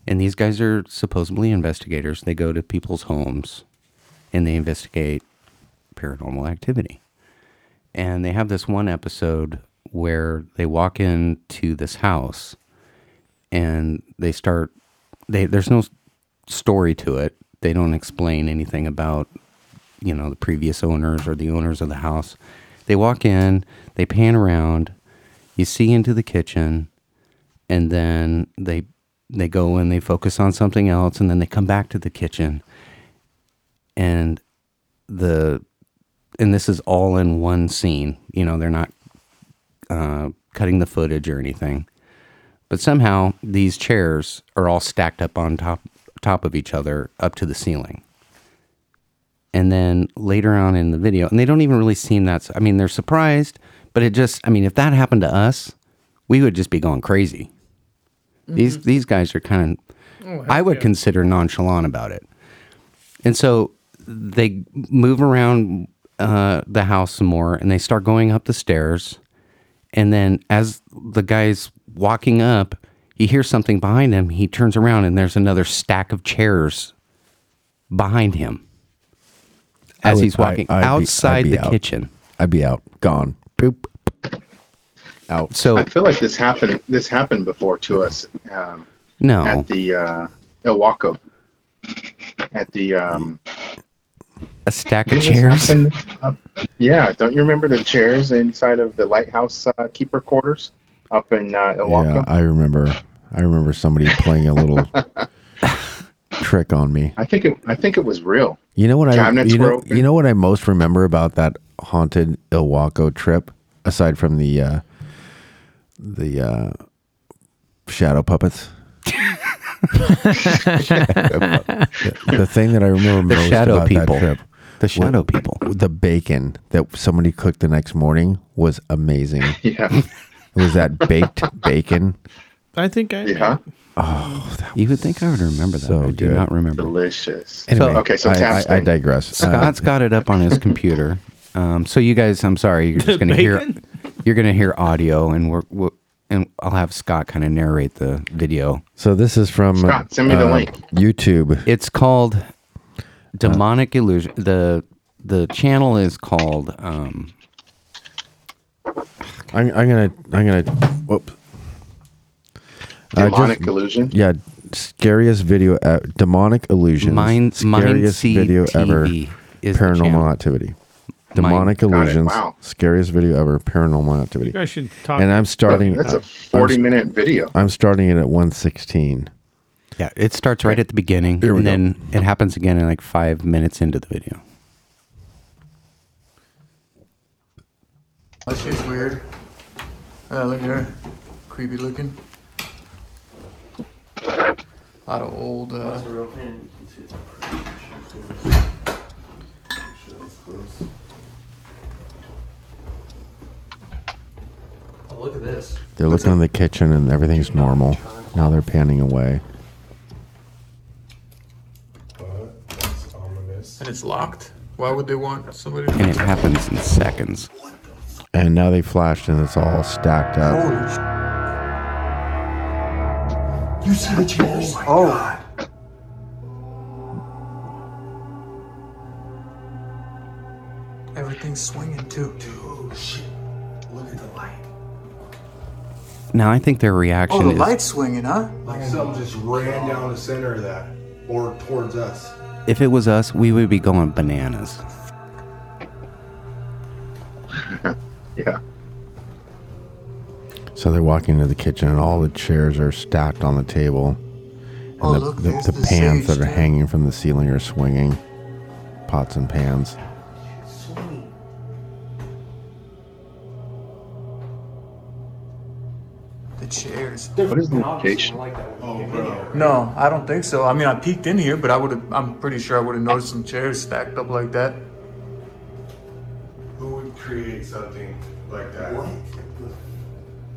[SPEAKER 5] And these guys are supposedly investigators. They go to people's homes and they investigate paranormal activity. And they have this one episode where they walk into this house and they start they there's no s- story to it. They don't explain anything about you know the previous owners or the owners of the house. They walk in, they pan around, you see into the kitchen, and then they they go and they focus on something else and then they come back to the kitchen and the and this is all in one scene. You know, they're not uh, cutting the footage or anything. But somehow these chairs are all stacked up on top top of each other up to the ceiling. And then later on in the video, and they don't even really seem that. s- I mean, they're surprised, but it just. I mean, if that happened to us, we would just be going crazy. These these guys are kind of.
[SPEAKER 9] Oh,
[SPEAKER 5] I would consider nonchalant about it. And so they move around uh, the house some more and they start going up the stairs. And then as the guy's walking up, he hears something behind him. He turns around and there's another stack of chairs behind him
[SPEAKER 2] I
[SPEAKER 5] as
[SPEAKER 2] would-
[SPEAKER 5] he's walking
[SPEAKER 2] I- I'd be- I'd
[SPEAKER 5] outside
[SPEAKER 2] be
[SPEAKER 5] the
[SPEAKER 2] out.
[SPEAKER 5] kitchen.
[SPEAKER 2] I'd be out, gone. Boop. Out.
[SPEAKER 5] So
[SPEAKER 4] I feel like this happened. This happened before to us. Um,
[SPEAKER 5] No.
[SPEAKER 4] At the uh, Ilwaco. At the um,
[SPEAKER 5] a stack of
[SPEAKER 4] Didn't this
[SPEAKER 5] chairs.
[SPEAKER 4] happen up- yeah, don't you remember the chairs inside of the lighthouse uh, keeper quarters up in uh, Ilwaco?
[SPEAKER 2] Yeah, I remember. I remember somebody playing a little
[SPEAKER 10] trick on me.
[SPEAKER 4] I think it. I think it was real.
[SPEAKER 10] You know what I
[SPEAKER 4] Cabinets
[SPEAKER 10] you
[SPEAKER 4] were
[SPEAKER 10] know,
[SPEAKER 4] open.
[SPEAKER 10] you know what I most remember about that haunted Ilwaco trip, aside from the uh, the uh, shadow puppets. the thing that I remember
[SPEAKER 5] The
[SPEAKER 10] most
[SPEAKER 5] shadow
[SPEAKER 10] about
[SPEAKER 5] people.
[SPEAKER 10] that trip,
[SPEAKER 5] The shadow
[SPEAKER 10] people, the bacon that somebody cooked the next morning was amazing.
[SPEAKER 4] Yeah,
[SPEAKER 10] it was that baked bacon.
[SPEAKER 3] I think I. Yeah.
[SPEAKER 10] Oh,
[SPEAKER 5] you would think I would remember that.
[SPEAKER 10] So
[SPEAKER 5] I do
[SPEAKER 10] good.
[SPEAKER 5] not remember.
[SPEAKER 4] Delicious.
[SPEAKER 5] Anyway,
[SPEAKER 4] okay, so
[SPEAKER 5] uh, I-
[SPEAKER 4] Tab's
[SPEAKER 5] I- I
[SPEAKER 4] thing.
[SPEAKER 5] digress. Scott's got it up on his computer. Um, so you guys, I'm sorry, you're just gonna hear, you're gonna hear audio, and we're, we and I'll have Scott kind of narrate the video.
[SPEAKER 10] So this is from
[SPEAKER 5] Scott, send me the link.
[SPEAKER 10] YouTube.
[SPEAKER 5] It's called Demonic
[SPEAKER 10] Uh,
[SPEAKER 5] Illusion. the The channel is called. Um,
[SPEAKER 10] I'm, I'm gonna I'm gonna whoop.
[SPEAKER 4] Demonic illusion?
[SPEAKER 10] Yeah, scariest video. Uh, demonic illusion.
[SPEAKER 5] Mind-
[SPEAKER 10] scariest
[SPEAKER 5] Mind
[SPEAKER 10] video
[SPEAKER 5] CTV
[SPEAKER 10] ever.
[SPEAKER 5] is the channel.
[SPEAKER 10] Paranormal activity. Demonic
[SPEAKER 4] Got it,
[SPEAKER 10] illusions.
[SPEAKER 4] wow.
[SPEAKER 10] Scariest video ever. Paranormal activity.
[SPEAKER 4] You guys should talk-
[SPEAKER 10] And I'm starting.
[SPEAKER 4] That's a
[SPEAKER 10] I'm-
[SPEAKER 4] 40 minute video.
[SPEAKER 10] I'm starting it at 116.
[SPEAKER 5] yeah, it starts right at the beginning,
[SPEAKER 10] Here we
[SPEAKER 5] and
[SPEAKER 10] go.
[SPEAKER 5] then it happens again in like five minutes into the video.
[SPEAKER 1] That shit's weird. Uh, look at her. Creepy looking. A lot of old, uh.
[SPEAKER 18] Look at this.
[SPEAKER 10] They're looking in the kitchen and everything's normal. Now they're panning away.
[SPEAKER 1] And it's locked? Why would they want somebody
[SPEAKER 5] And it happens in seconds.
[SPEAKER 10] And now they flashed and it's all stacked up.
[SPEAKER 1] You see the chairs? Oh. Everything's swinging too. Dude, shit. Look at the light.
[SPEAKER 5] Now I think their reaction
[SPEAKER 1] Oh, the
[SPEAKER 5] is
[SPEAKER 1] light's swinging, huh?
[SPEAKER 2] Like something just ran down the center of that, or towards us.
[SPEAKER 5] if it was us, we would be going bananas.
[SPEAKER 4] yeah.
[SPEAKER 10] So they're walking into the kitchen, and all the chairs are stacked on the table. And
[SPEAKER 1] Oh,
[SPEAKER 10] the,
[SPEAKER 1] look,
[SPEAKER 10] the,
[SPEAKER 1] there's
[SPEAKER 10] the
[SPEAKER 1] the
[SPEAKER 10] pans
[SPEAKER 1] sage
[SPEAKER 10] that are hanging from the ceiling are swinging. Pots and pans.
[SPEAKER 1] The chairs.
[SPEAKER 4] What is the location?
[SPEAKER 1] No, I don't think so. I mean, I peeked in here, but I would have. I'm pretty sure I would have noticed some chairs stacked up like that.
[SPEAKER 2] Who would create something like that?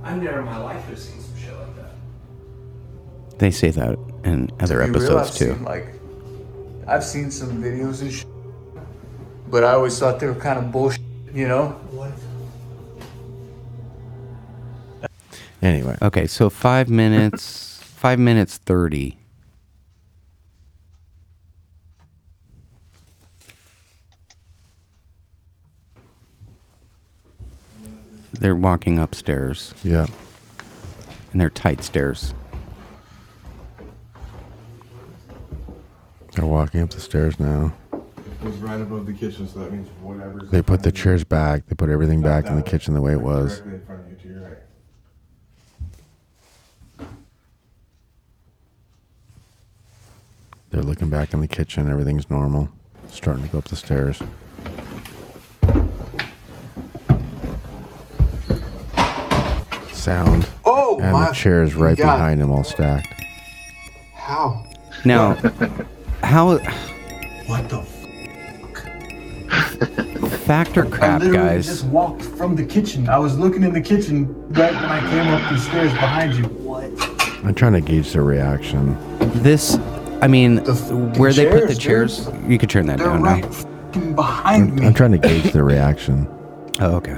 [SPEAKER 18] I've never in my life have seen some shit like that.
[SPEAKER 5] They say that in other
[SPEAKER 1] Be real,
[SPEAKER 5] episodes
[SPEAKER 1] I've
[SPEAKER 5] too.
[SPEAKER 1] seen, like, I've seen some videos and shit, but I always thought they were kind of bullshit. You know? What?
[SPEAKER 10] Anyway.
[SPEAKER 5] Okay, so five minutes, five minutes thirty. They're walking upstairs.
[SPEAKER 10] Yeah.
[SPEAKER 5] And they're tight stairs.
[SPEAKER 10] They're walking up the stairs now.
[SPEAKER 2] It was right above the kitchen, so that means whatever's
[SPEAKER 10] They put the chairs back. They put everything back in the kitchen the way it was.
[SPEAKER 2] directly in front of you to your right.
[SPEAKER 10] They're looking back in the kitchen. Everything's normal. Starting to go up the stairs. Sound.
[SPEAKER 1] Oh,
[SPEAKER 10] And
[SPEAKER 1] my
[SPEAKER 10] the chairs right
[SPEAKER 1] God.
[SPEAKER 10] behind him, all stacked.
[SPEAKER 1] How?
[SPEAKER 5] Now, how?
[SPEAKER 1] What the?
[SPEAKER 5] Factor crap,
[SPEAKER 1] I literally
[SPEAKER 5] guys.
[SPEAKER 1] just walked from the kitchen. I was looking in the kitchen right when I came up the stairs behind you. What?
[SPEAKER 10] I'm trying to gauge their reaction.
[SPEAKER 5] This, I mean, where they put the
[SPEAKER 1] chairs,
[SPEAKER 5] chairs, you could turn that
[SPEAKER 1] They're
[SPEAKER 5] down
[SPEAKER 1] right
[SPEAKER 5] now.
[SPEAKER 1] f***ing behind me.
[SPEAKER 10] I'm trying to gauge their reaction.
[SPEAKER 5] Oh, okay.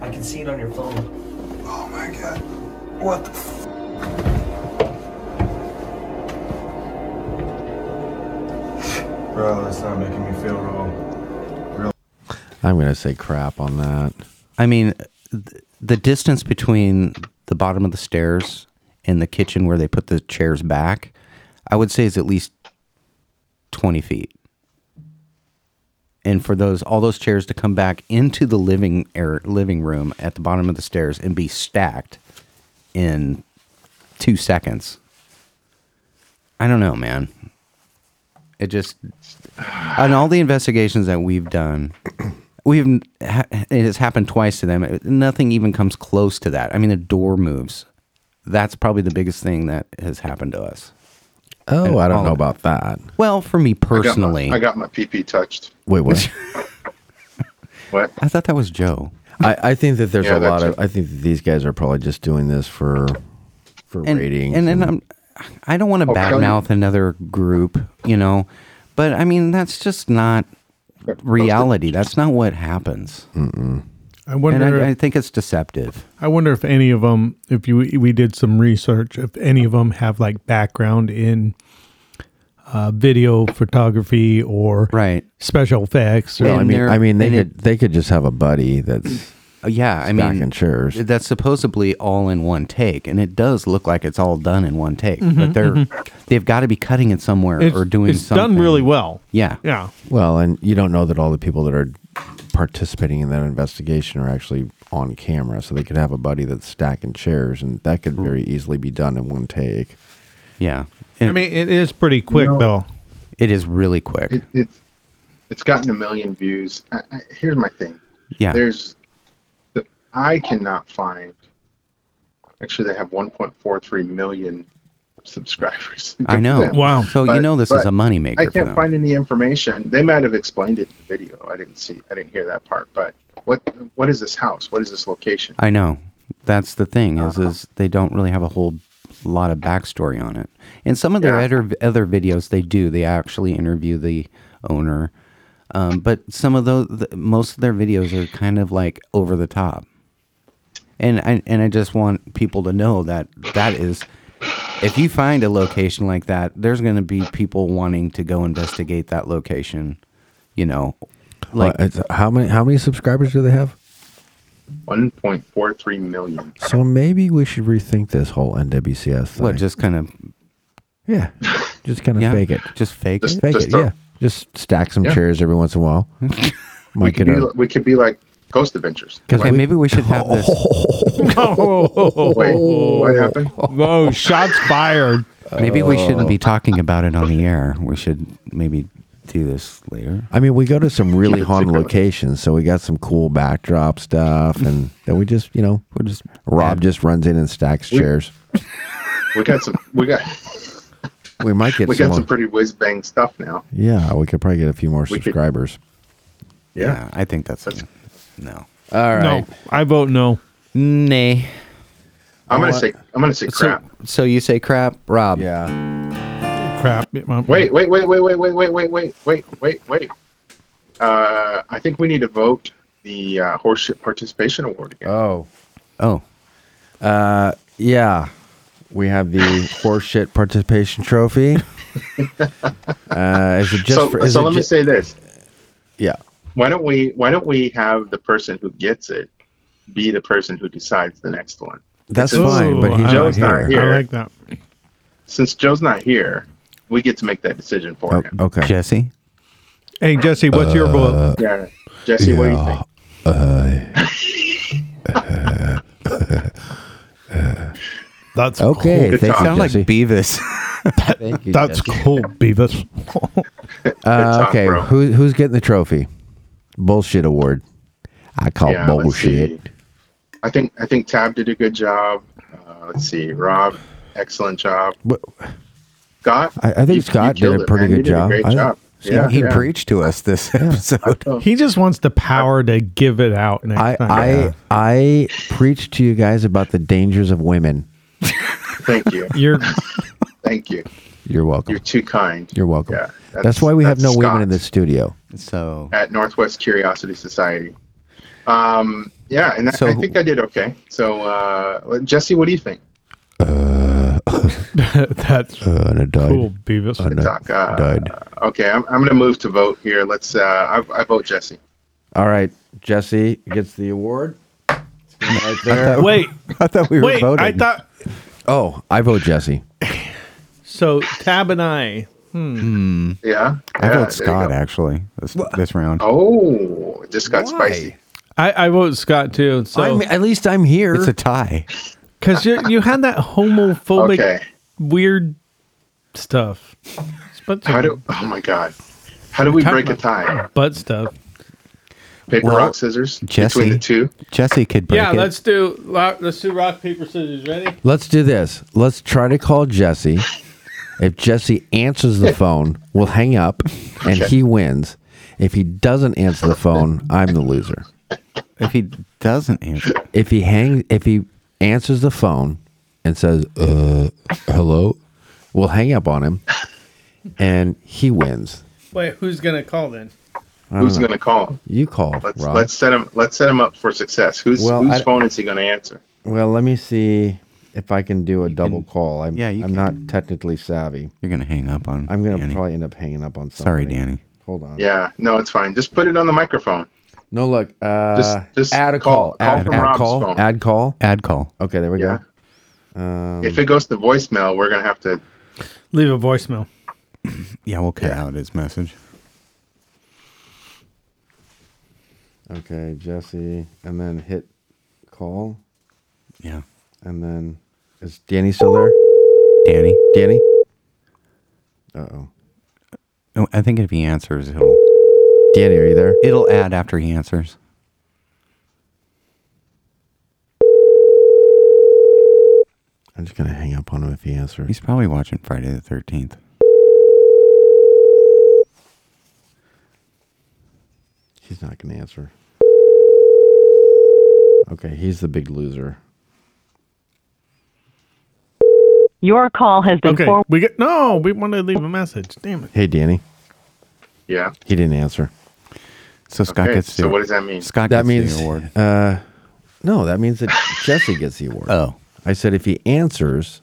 [SPEAKER 18] I can see it on your phone.
[SPEAKER 1] Oh my god. What the f-
[SPEAKER 2] Bro, that's not making me feel real. real.
[SPEAKER 10] I'm gonna say crap on that.
[SPEAKER 5] I mean, th- the distance between the bottom of the stairs and the kitchen where they put the chairs back, I would say is at least 20 feet. And for those all those chairs to come back into the living air, living room at the bottom of the stairs and be stacked in 2 seconds. I don't know, man. It just on all the investigations that we've done, we've it has happened twice to them. Nothing even comes close to that. I mean, the door moves. That's probably the biggest thing that has happened to us.
[SPEAKER 2] Oh, and I don't know about that.
[SPEAKER 5] Well, for me personally,
[SPEAKER 4] I got my, I got my PP touched.
[SPEAKER 2] Wait, what?
[SPEAKER 4] what?
[SPEAKER 5] I thought that was Joe.
[SPEAKER 2] I, I think that there's yeah, a lot of. I think that these guys are probably just doing this for for
[SPEAKER 5] and,
[SPEAKER 2] ratings.
[SPEAKER 5] And, and, and I'm, I don't want to oh, badmouth another group, you know, but I mean that's just not reality. That's not what happens.
[SPEAKER 2] Mm-mm.
[SPEAKER 3] I wonder.
[SPEAKER 5] I, I, think it's deceptive.
[SPEAKER 9] I wonder if any of them, if you we did some research, if any of them have like background in uh, video photography or
[SPEAKER 5] right
[SPEAKER 9] special effects. Or,
[SPEAKER 2] well, I mean, I mean, they could it, they could just have a buddy that's
[SPEAKER 5] yeah. I mean,
[SPEAKER 2] chairs.
[SPEAKER 5] that's supposedly all in one take, and it does look like it's all done in one take. Mm-hmm, but they're mm-hmm. they've got to be cutting it somewhere
[SPEAKER 3] it's,
[SPEAKER 5] or doing
[SPEAKER 3] it's
[SPEAKER 5] something.
[SPEAKER 3] done really well.
[SPEAKER 5] Yeah,
[SPEAKER 3] yeah.
[SPEAKER 2] Well, and you don't know that all the people that are participating in that investigation are actually on camera, so they could have a buddy that's stacking chairs, and that could very easily be done in one take.
[SPEAKER 5] Yeah,
[SPEAKER 3] it, I mean it is pretty quick you know, though.
[SPEAKER 5] It is really quick.
[SPEAKER 4] It, it's it's gotten a million views. I, I, here's my thing.
[SPEAKER 5] Yeah,
[SPEAKER 4] there's the, I cannot find. Actually, they have 1.43 million subscribers.
[SPEAKER 5] I know. Them. Wow. So but, you know this is a moneymaker.
[SPEAKER 4] I can't find any information. They might have explained it in the video. I didn't see. I didn't hear that part. But what what is this house? What is this location?
[SPEAKER 5] I know. That's the thing is uh-huh. is they don't really have a whole lot of backstory on it. And some of their yeah. other other videos they do. They actually interview the owner. Um, but some of those, the, most of their videos are kind of like over the top. And I and I just want people to know that that is if you find a location like that, there's going to be people wanting to go investigate that location. You know,
[SPEAKER 2] like uh, how many how many subscribers do they have?
[SPEAKER 4] One point four three million.
[SPEAKER 2] So maybe we should rethink this whole NWCS thing.
[SPEAKER 5] What? Just kind of.
[SPEAKER 2] Yeah, just kind of yeah, fake it.
[SPEAKER 5] Just fake
[SPEAKER 2] just,
[SPEAKER 5] it.
[SPEAKER 2] Fake just it. Start. yeah, just stack some yeah. chairs every once in a while.
[SPEAKER 4] we, could be, we could be like Ghost Adventures.
[SPEAKER 5] Okay, we, maybe we should have this.
[SPEAKER 4] Oh, oh, Wait, what happened?
[SPEAKER 3] Whoa, shots fired.
[SPEAKER 5] Maybe we shouldn't be talking about it on the air. We should maybe do this later.
[SPEAKER 2] I mean, we go to some really haunted locations, so we got some cool backdrop stuff, and then we just, you know, we just Rob just runs in and stacks we, chairs.
[SPEAKER 4] We got some. We got.
[SPEAKER 2] We might get.
[SPEAKER 4] We got someone, some pretty whiz bang stuff now.
[SPEAKER 2] Yeah, we could probably get a few more we subscribers.
[SPEAKER 4] Could, yeah. yeah.
[SPEAKER 5] I think that's. that's good. No.
[SPEAKER 2] All right.
[SPEAKER 3] No. I vote no.
[SPEAKER 5] Nay.
[SPEAKER 4] I'm gonna say I'm gonna say crap.
[SPEAKER 5] So, so you say crap, Rob?
[SPEAKER 2] Yeah.
[SPEAKER 3] Crap.
[SPEAKER 4] Wait, wait, wait, wait, wait, wait, wait, wait, wait, wait, wait, wait. Uh, I think we need to vote the uh, horseshit participation award again.
[SPEAKER 2] Oh.
[SPEAKER 5] Oh.
[SPEAKER 2] Uh, yeah. We have the horseshit participation trophy. uh, is it just
[SPEAKER 4] so,
[SPEAKER 2] for, is
[SPEAKER 4] so
[SPEAKER 2] it
[SPEAKER 4] let
[SPEAKER 2] ju-
[SPEAKER 4] me say this.
[SPEAKER 2] Yeah
[SPEAKER 4] why don't we why don't we have the person who gets it be the person who decides the next one?
[SPEAKER 2] That's since fine, but he's
[SPEAKER 4] Joe's
[SPEAKER 2] not here.
[SPEAKER 4] not here.
[SPEAKER 3] I like that.
[SPEAKER 4] Since Joe's not here, we get to make that decision for oh, him.
[SPEAKER 2] Okay,
[SPEAKER 5] Jesse.
[SPEAKER 3] Hey Jesse, what's uh, your vote?
[SPEAKER 4] Yeah, Jesse, yeah, what do you think?
[SPEAKER 2] Uh,
[SPEAKER 5] uh, that's okay. Cool. Thank sound like Beavis.
[SPEAKER 3] you, that's Jesse. cool, Beavis.
[SPEAKER 2] Talk, uh, okay, bro. who, who's getting the trophy? bullshit award. I call yeah, bullshit.
[SPEAKER 4] I think I think Tab did a good job. Uh, let's see, Rob, excellent job. What? Scott,
[SPEAKER 2] I, I think you, Scott you did a pretty it, good job.
[SPEAKER 4] great
[SPEAKER 2] I,
[SPEAKER 4] job.
[SPEAKER 5] Yeah, he yeah. preached to us this episode.
[SPEAKER 3] Yeah. He just wants the power to give it out.
[SPEAKER 2] I I, I preach to you guys about the dangers of women.
[SPEAKER 4] Thank you.
[SPEAKER 3] You're.
[SPEAKER 4] Thank you.
[SPEAKER 2] You're welcome.
[SPEAKER 4] You're too kind.
[SPEAKER 2] You're welcome. Yeah, that's, that's why we that's have no Scott. women in the studio.
[SPEAKER 5] So
[SPEAKER 4] at Northwest Curiosity Society. Um, yeah, and that, so, I think I did okay. So uh, Jesse, what do you think?
[SPEAKER 2] Uh,
[SPEAKER 3] that's
[SPEAKER 2] uh, and I died.
[SPEAKER 3] cool, Beavis.
[SPEAKER 2] And I
[SPEAKER 4] uh,
[SPEAKER 2] died.
[SPEAKER 4] Okay, I'm, I'm going to move to vote here. Let's. Uh, I, I vote Jesse.
[SPEAKER 2] All right, Jesse gets the award. Right
[SPEAKER 3] there. wait,
[SPEAKER 5] I thought we were
[SPEAKER 3] wait,
[SPEAKER 5] voting.
[SPEAKER 3] I thought.
[SPEAKER 2] Oh, I vote Jesse.
[SPEAKER 3] So Tab and I.
[SPEAKER 5] Hmm. hmm.
[SPEAKER 4] Yeah.
[SPEAKER 5] I
[SPEAKER 4] yeah,
[SPEAKER 5] vote Scott actually this, well, this round.
[SPEAKER 4] Oh, it just got Why? spicy.
[SPEAKER 3] I, I vote Scott too. So
[SPEAKER 2] I'm, at least I'm here.
[SPEAKER 5] It's a tie.
[SPEAKER 3] Because you you had that homophobic okay. weird stuff. But
[SPEAKER 4] how do? Oh my god! How do we break a tie?
[SPEAKER 3] Butt stuff.
[SPEAKER 4] Paper well, rock scissors
[SPEAKER 5] Jesse,
[SPEAKER 4] between the two.
[SPEAKER 5] Jesse could break
[SPEAKER 3] yeah,
[SPEAKER 5] it.
[SPEAKER 3] let's do let's do rock paper scissors. Ready?
[SPEAKER 10] Let's do this. Let's try to call Jesse. if Jesse answers the phone, we'll hang up, and okay. he wins. If he doesn't answer the phone, I'm the loser.
[SPEAKER 5] If he doesn't answer,
[SPEAKER 10] if he hangs, if he answers the phone and says, "Uh, hello," we'll hang up on him, and he wins.
[SPEAKER 3] Wait, who's gonna call then?
[SPEAKER 4] Who's know. gonna call him?
[SPEAKER 10] You call.
[SPEAKER 4] Let's
[SPEAKER 10] Rob.
[SPEAKER 4] let's set him. Let's set him up for success. Who's, well, whose I, phone is he gonna answer?
[SPEAKER 10] Well, let me see if I can do a you double can, call. I'm, yeah, I'm can. not technically savvy.
[SPEAKER 5] You're gonna hang up on.
[SPEAKER 10] I'm gonna Danny. probably end up hanging up on.
[SPEAKER 5] Somebody. Sorry, Danny.
[SPEAKER 10] Hold on.
[SPEAKER 4] Yeah, no, it's fine. Just put it on the microphone.
[SPEAKER 10] No, look. Uh, just, just add a call.
[SPEAKER 4] call. Add, call add, call. Phone.
[SPEAKER 10] Add call.
[SPEAKER 5] Add call.
[SPEAKER 10] Okay, there we yeah.
[SPEAKER 4] go. Um, if it goes to voicemail, we're gonna have to
[SPEAKER 3] leave a voicemail.
[SPEAKER 5] yeah, we'll cut yeah. out his message.
[SPEAKER 10] Okay, Jesse, and then hit call.
[SPEAKER 5] Yeah.
[SPEAKER 10] And then is Danny still there?
[SPEAKER 5] Danny.
[SPEAKER 10] Danny. Uh oh.
[SPEAKER 5] No, Oh, I think if he answers, he'll.
[SPEAKER 10] Danny, are you there?
[SPEAKER 5] It'll add after he answers.
[SPEAKER 10] I'm just gonna hang up on him if he answers.
[SPEAKER 5] He's probably watching Friday the Thirteenth.
[SPEAKER 10] He's not gonna answer. Okay, he's the big loser.
[SPEAKER 19] Your call has been
[SPEAKER 3] okay.
[SPEAKER 19] For-
[SPEAKER 3] we get no. We want to leave a message. Damn it.
[SPEAKER 10] Hey, Danny.
[SPEAKER 4] Yeah.
[SPEAKER 10] He didn't answer.
[SPEAKER 5] So Scott okay, gets.
[SPEAKER 4] The, so what does that mean?
[SPEAKER 5] Scott
[SPEAKER 10] that
[SPEAKER 5] means,
[SPEAKER 10] the award. Uh, no, that means that Jesse gets the award.
[SPEAKER 5] Oh,
[SPEAKER 10] I said if he answers,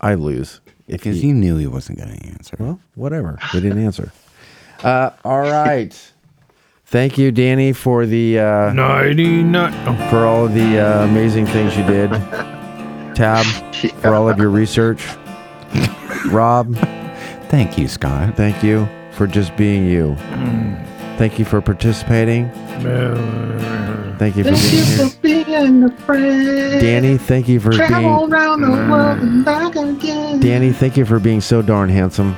[SPEAKER 10] I lose.
[SPEAKER 5] If he, he, knew he wasn't going to answer.
[SPEAKER 10] Well, whatever. He didn't answer. Uh, all right. Thank you, Danny, for the uh,
[SPEAKER 3] ninety-nine
[SPEAKER 10] oh. for all of the uh, amazing things you did. Tab yeah. for all of your research. Rob,
[SPEAKER 5] thank you, Scott.
[SPEAKER 10] Thank you for just being you. Thank you for participating. Thank you for thank being you here. For being a friend. Danny, thank you for Travel being. Around the world and back again. Danny, thank you for being so darn handsome.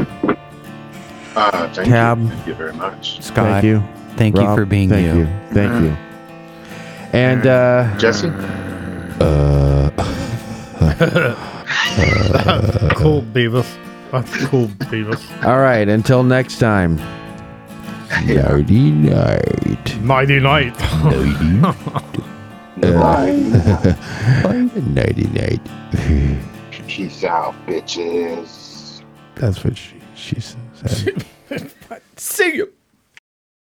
[SPEAKER 4] Uh, thank
[SPEAKER 10] Tab,
[SPEAKER 4] you. thank you very much.
[SPEAKER 5] Scott,
[SPEAKER 10] thank you.
[SPEAKER 5] Thank Rob, you for being
[SPEAKER 10] thank
[SPEAKER 5] you.
[SPEAKER 10] you. Thank you. And uh,
[SPEAKER 4] Jesse.
[SPEAKER 10] Uh,
[SPEAKER 3] uh, cool Beavis. That's cool Beavis.
[SPEAKER 10] All right. Until next time. Nighty night.
[SPEAKER 3] Nighty night.
[SPEAKER 10] Nighty night. uh, nighty night.
[SPEAKER 20] Peace out, bitches.
[SPEAKER 10] That's what she, she said.
[SPEAKER 3] See you.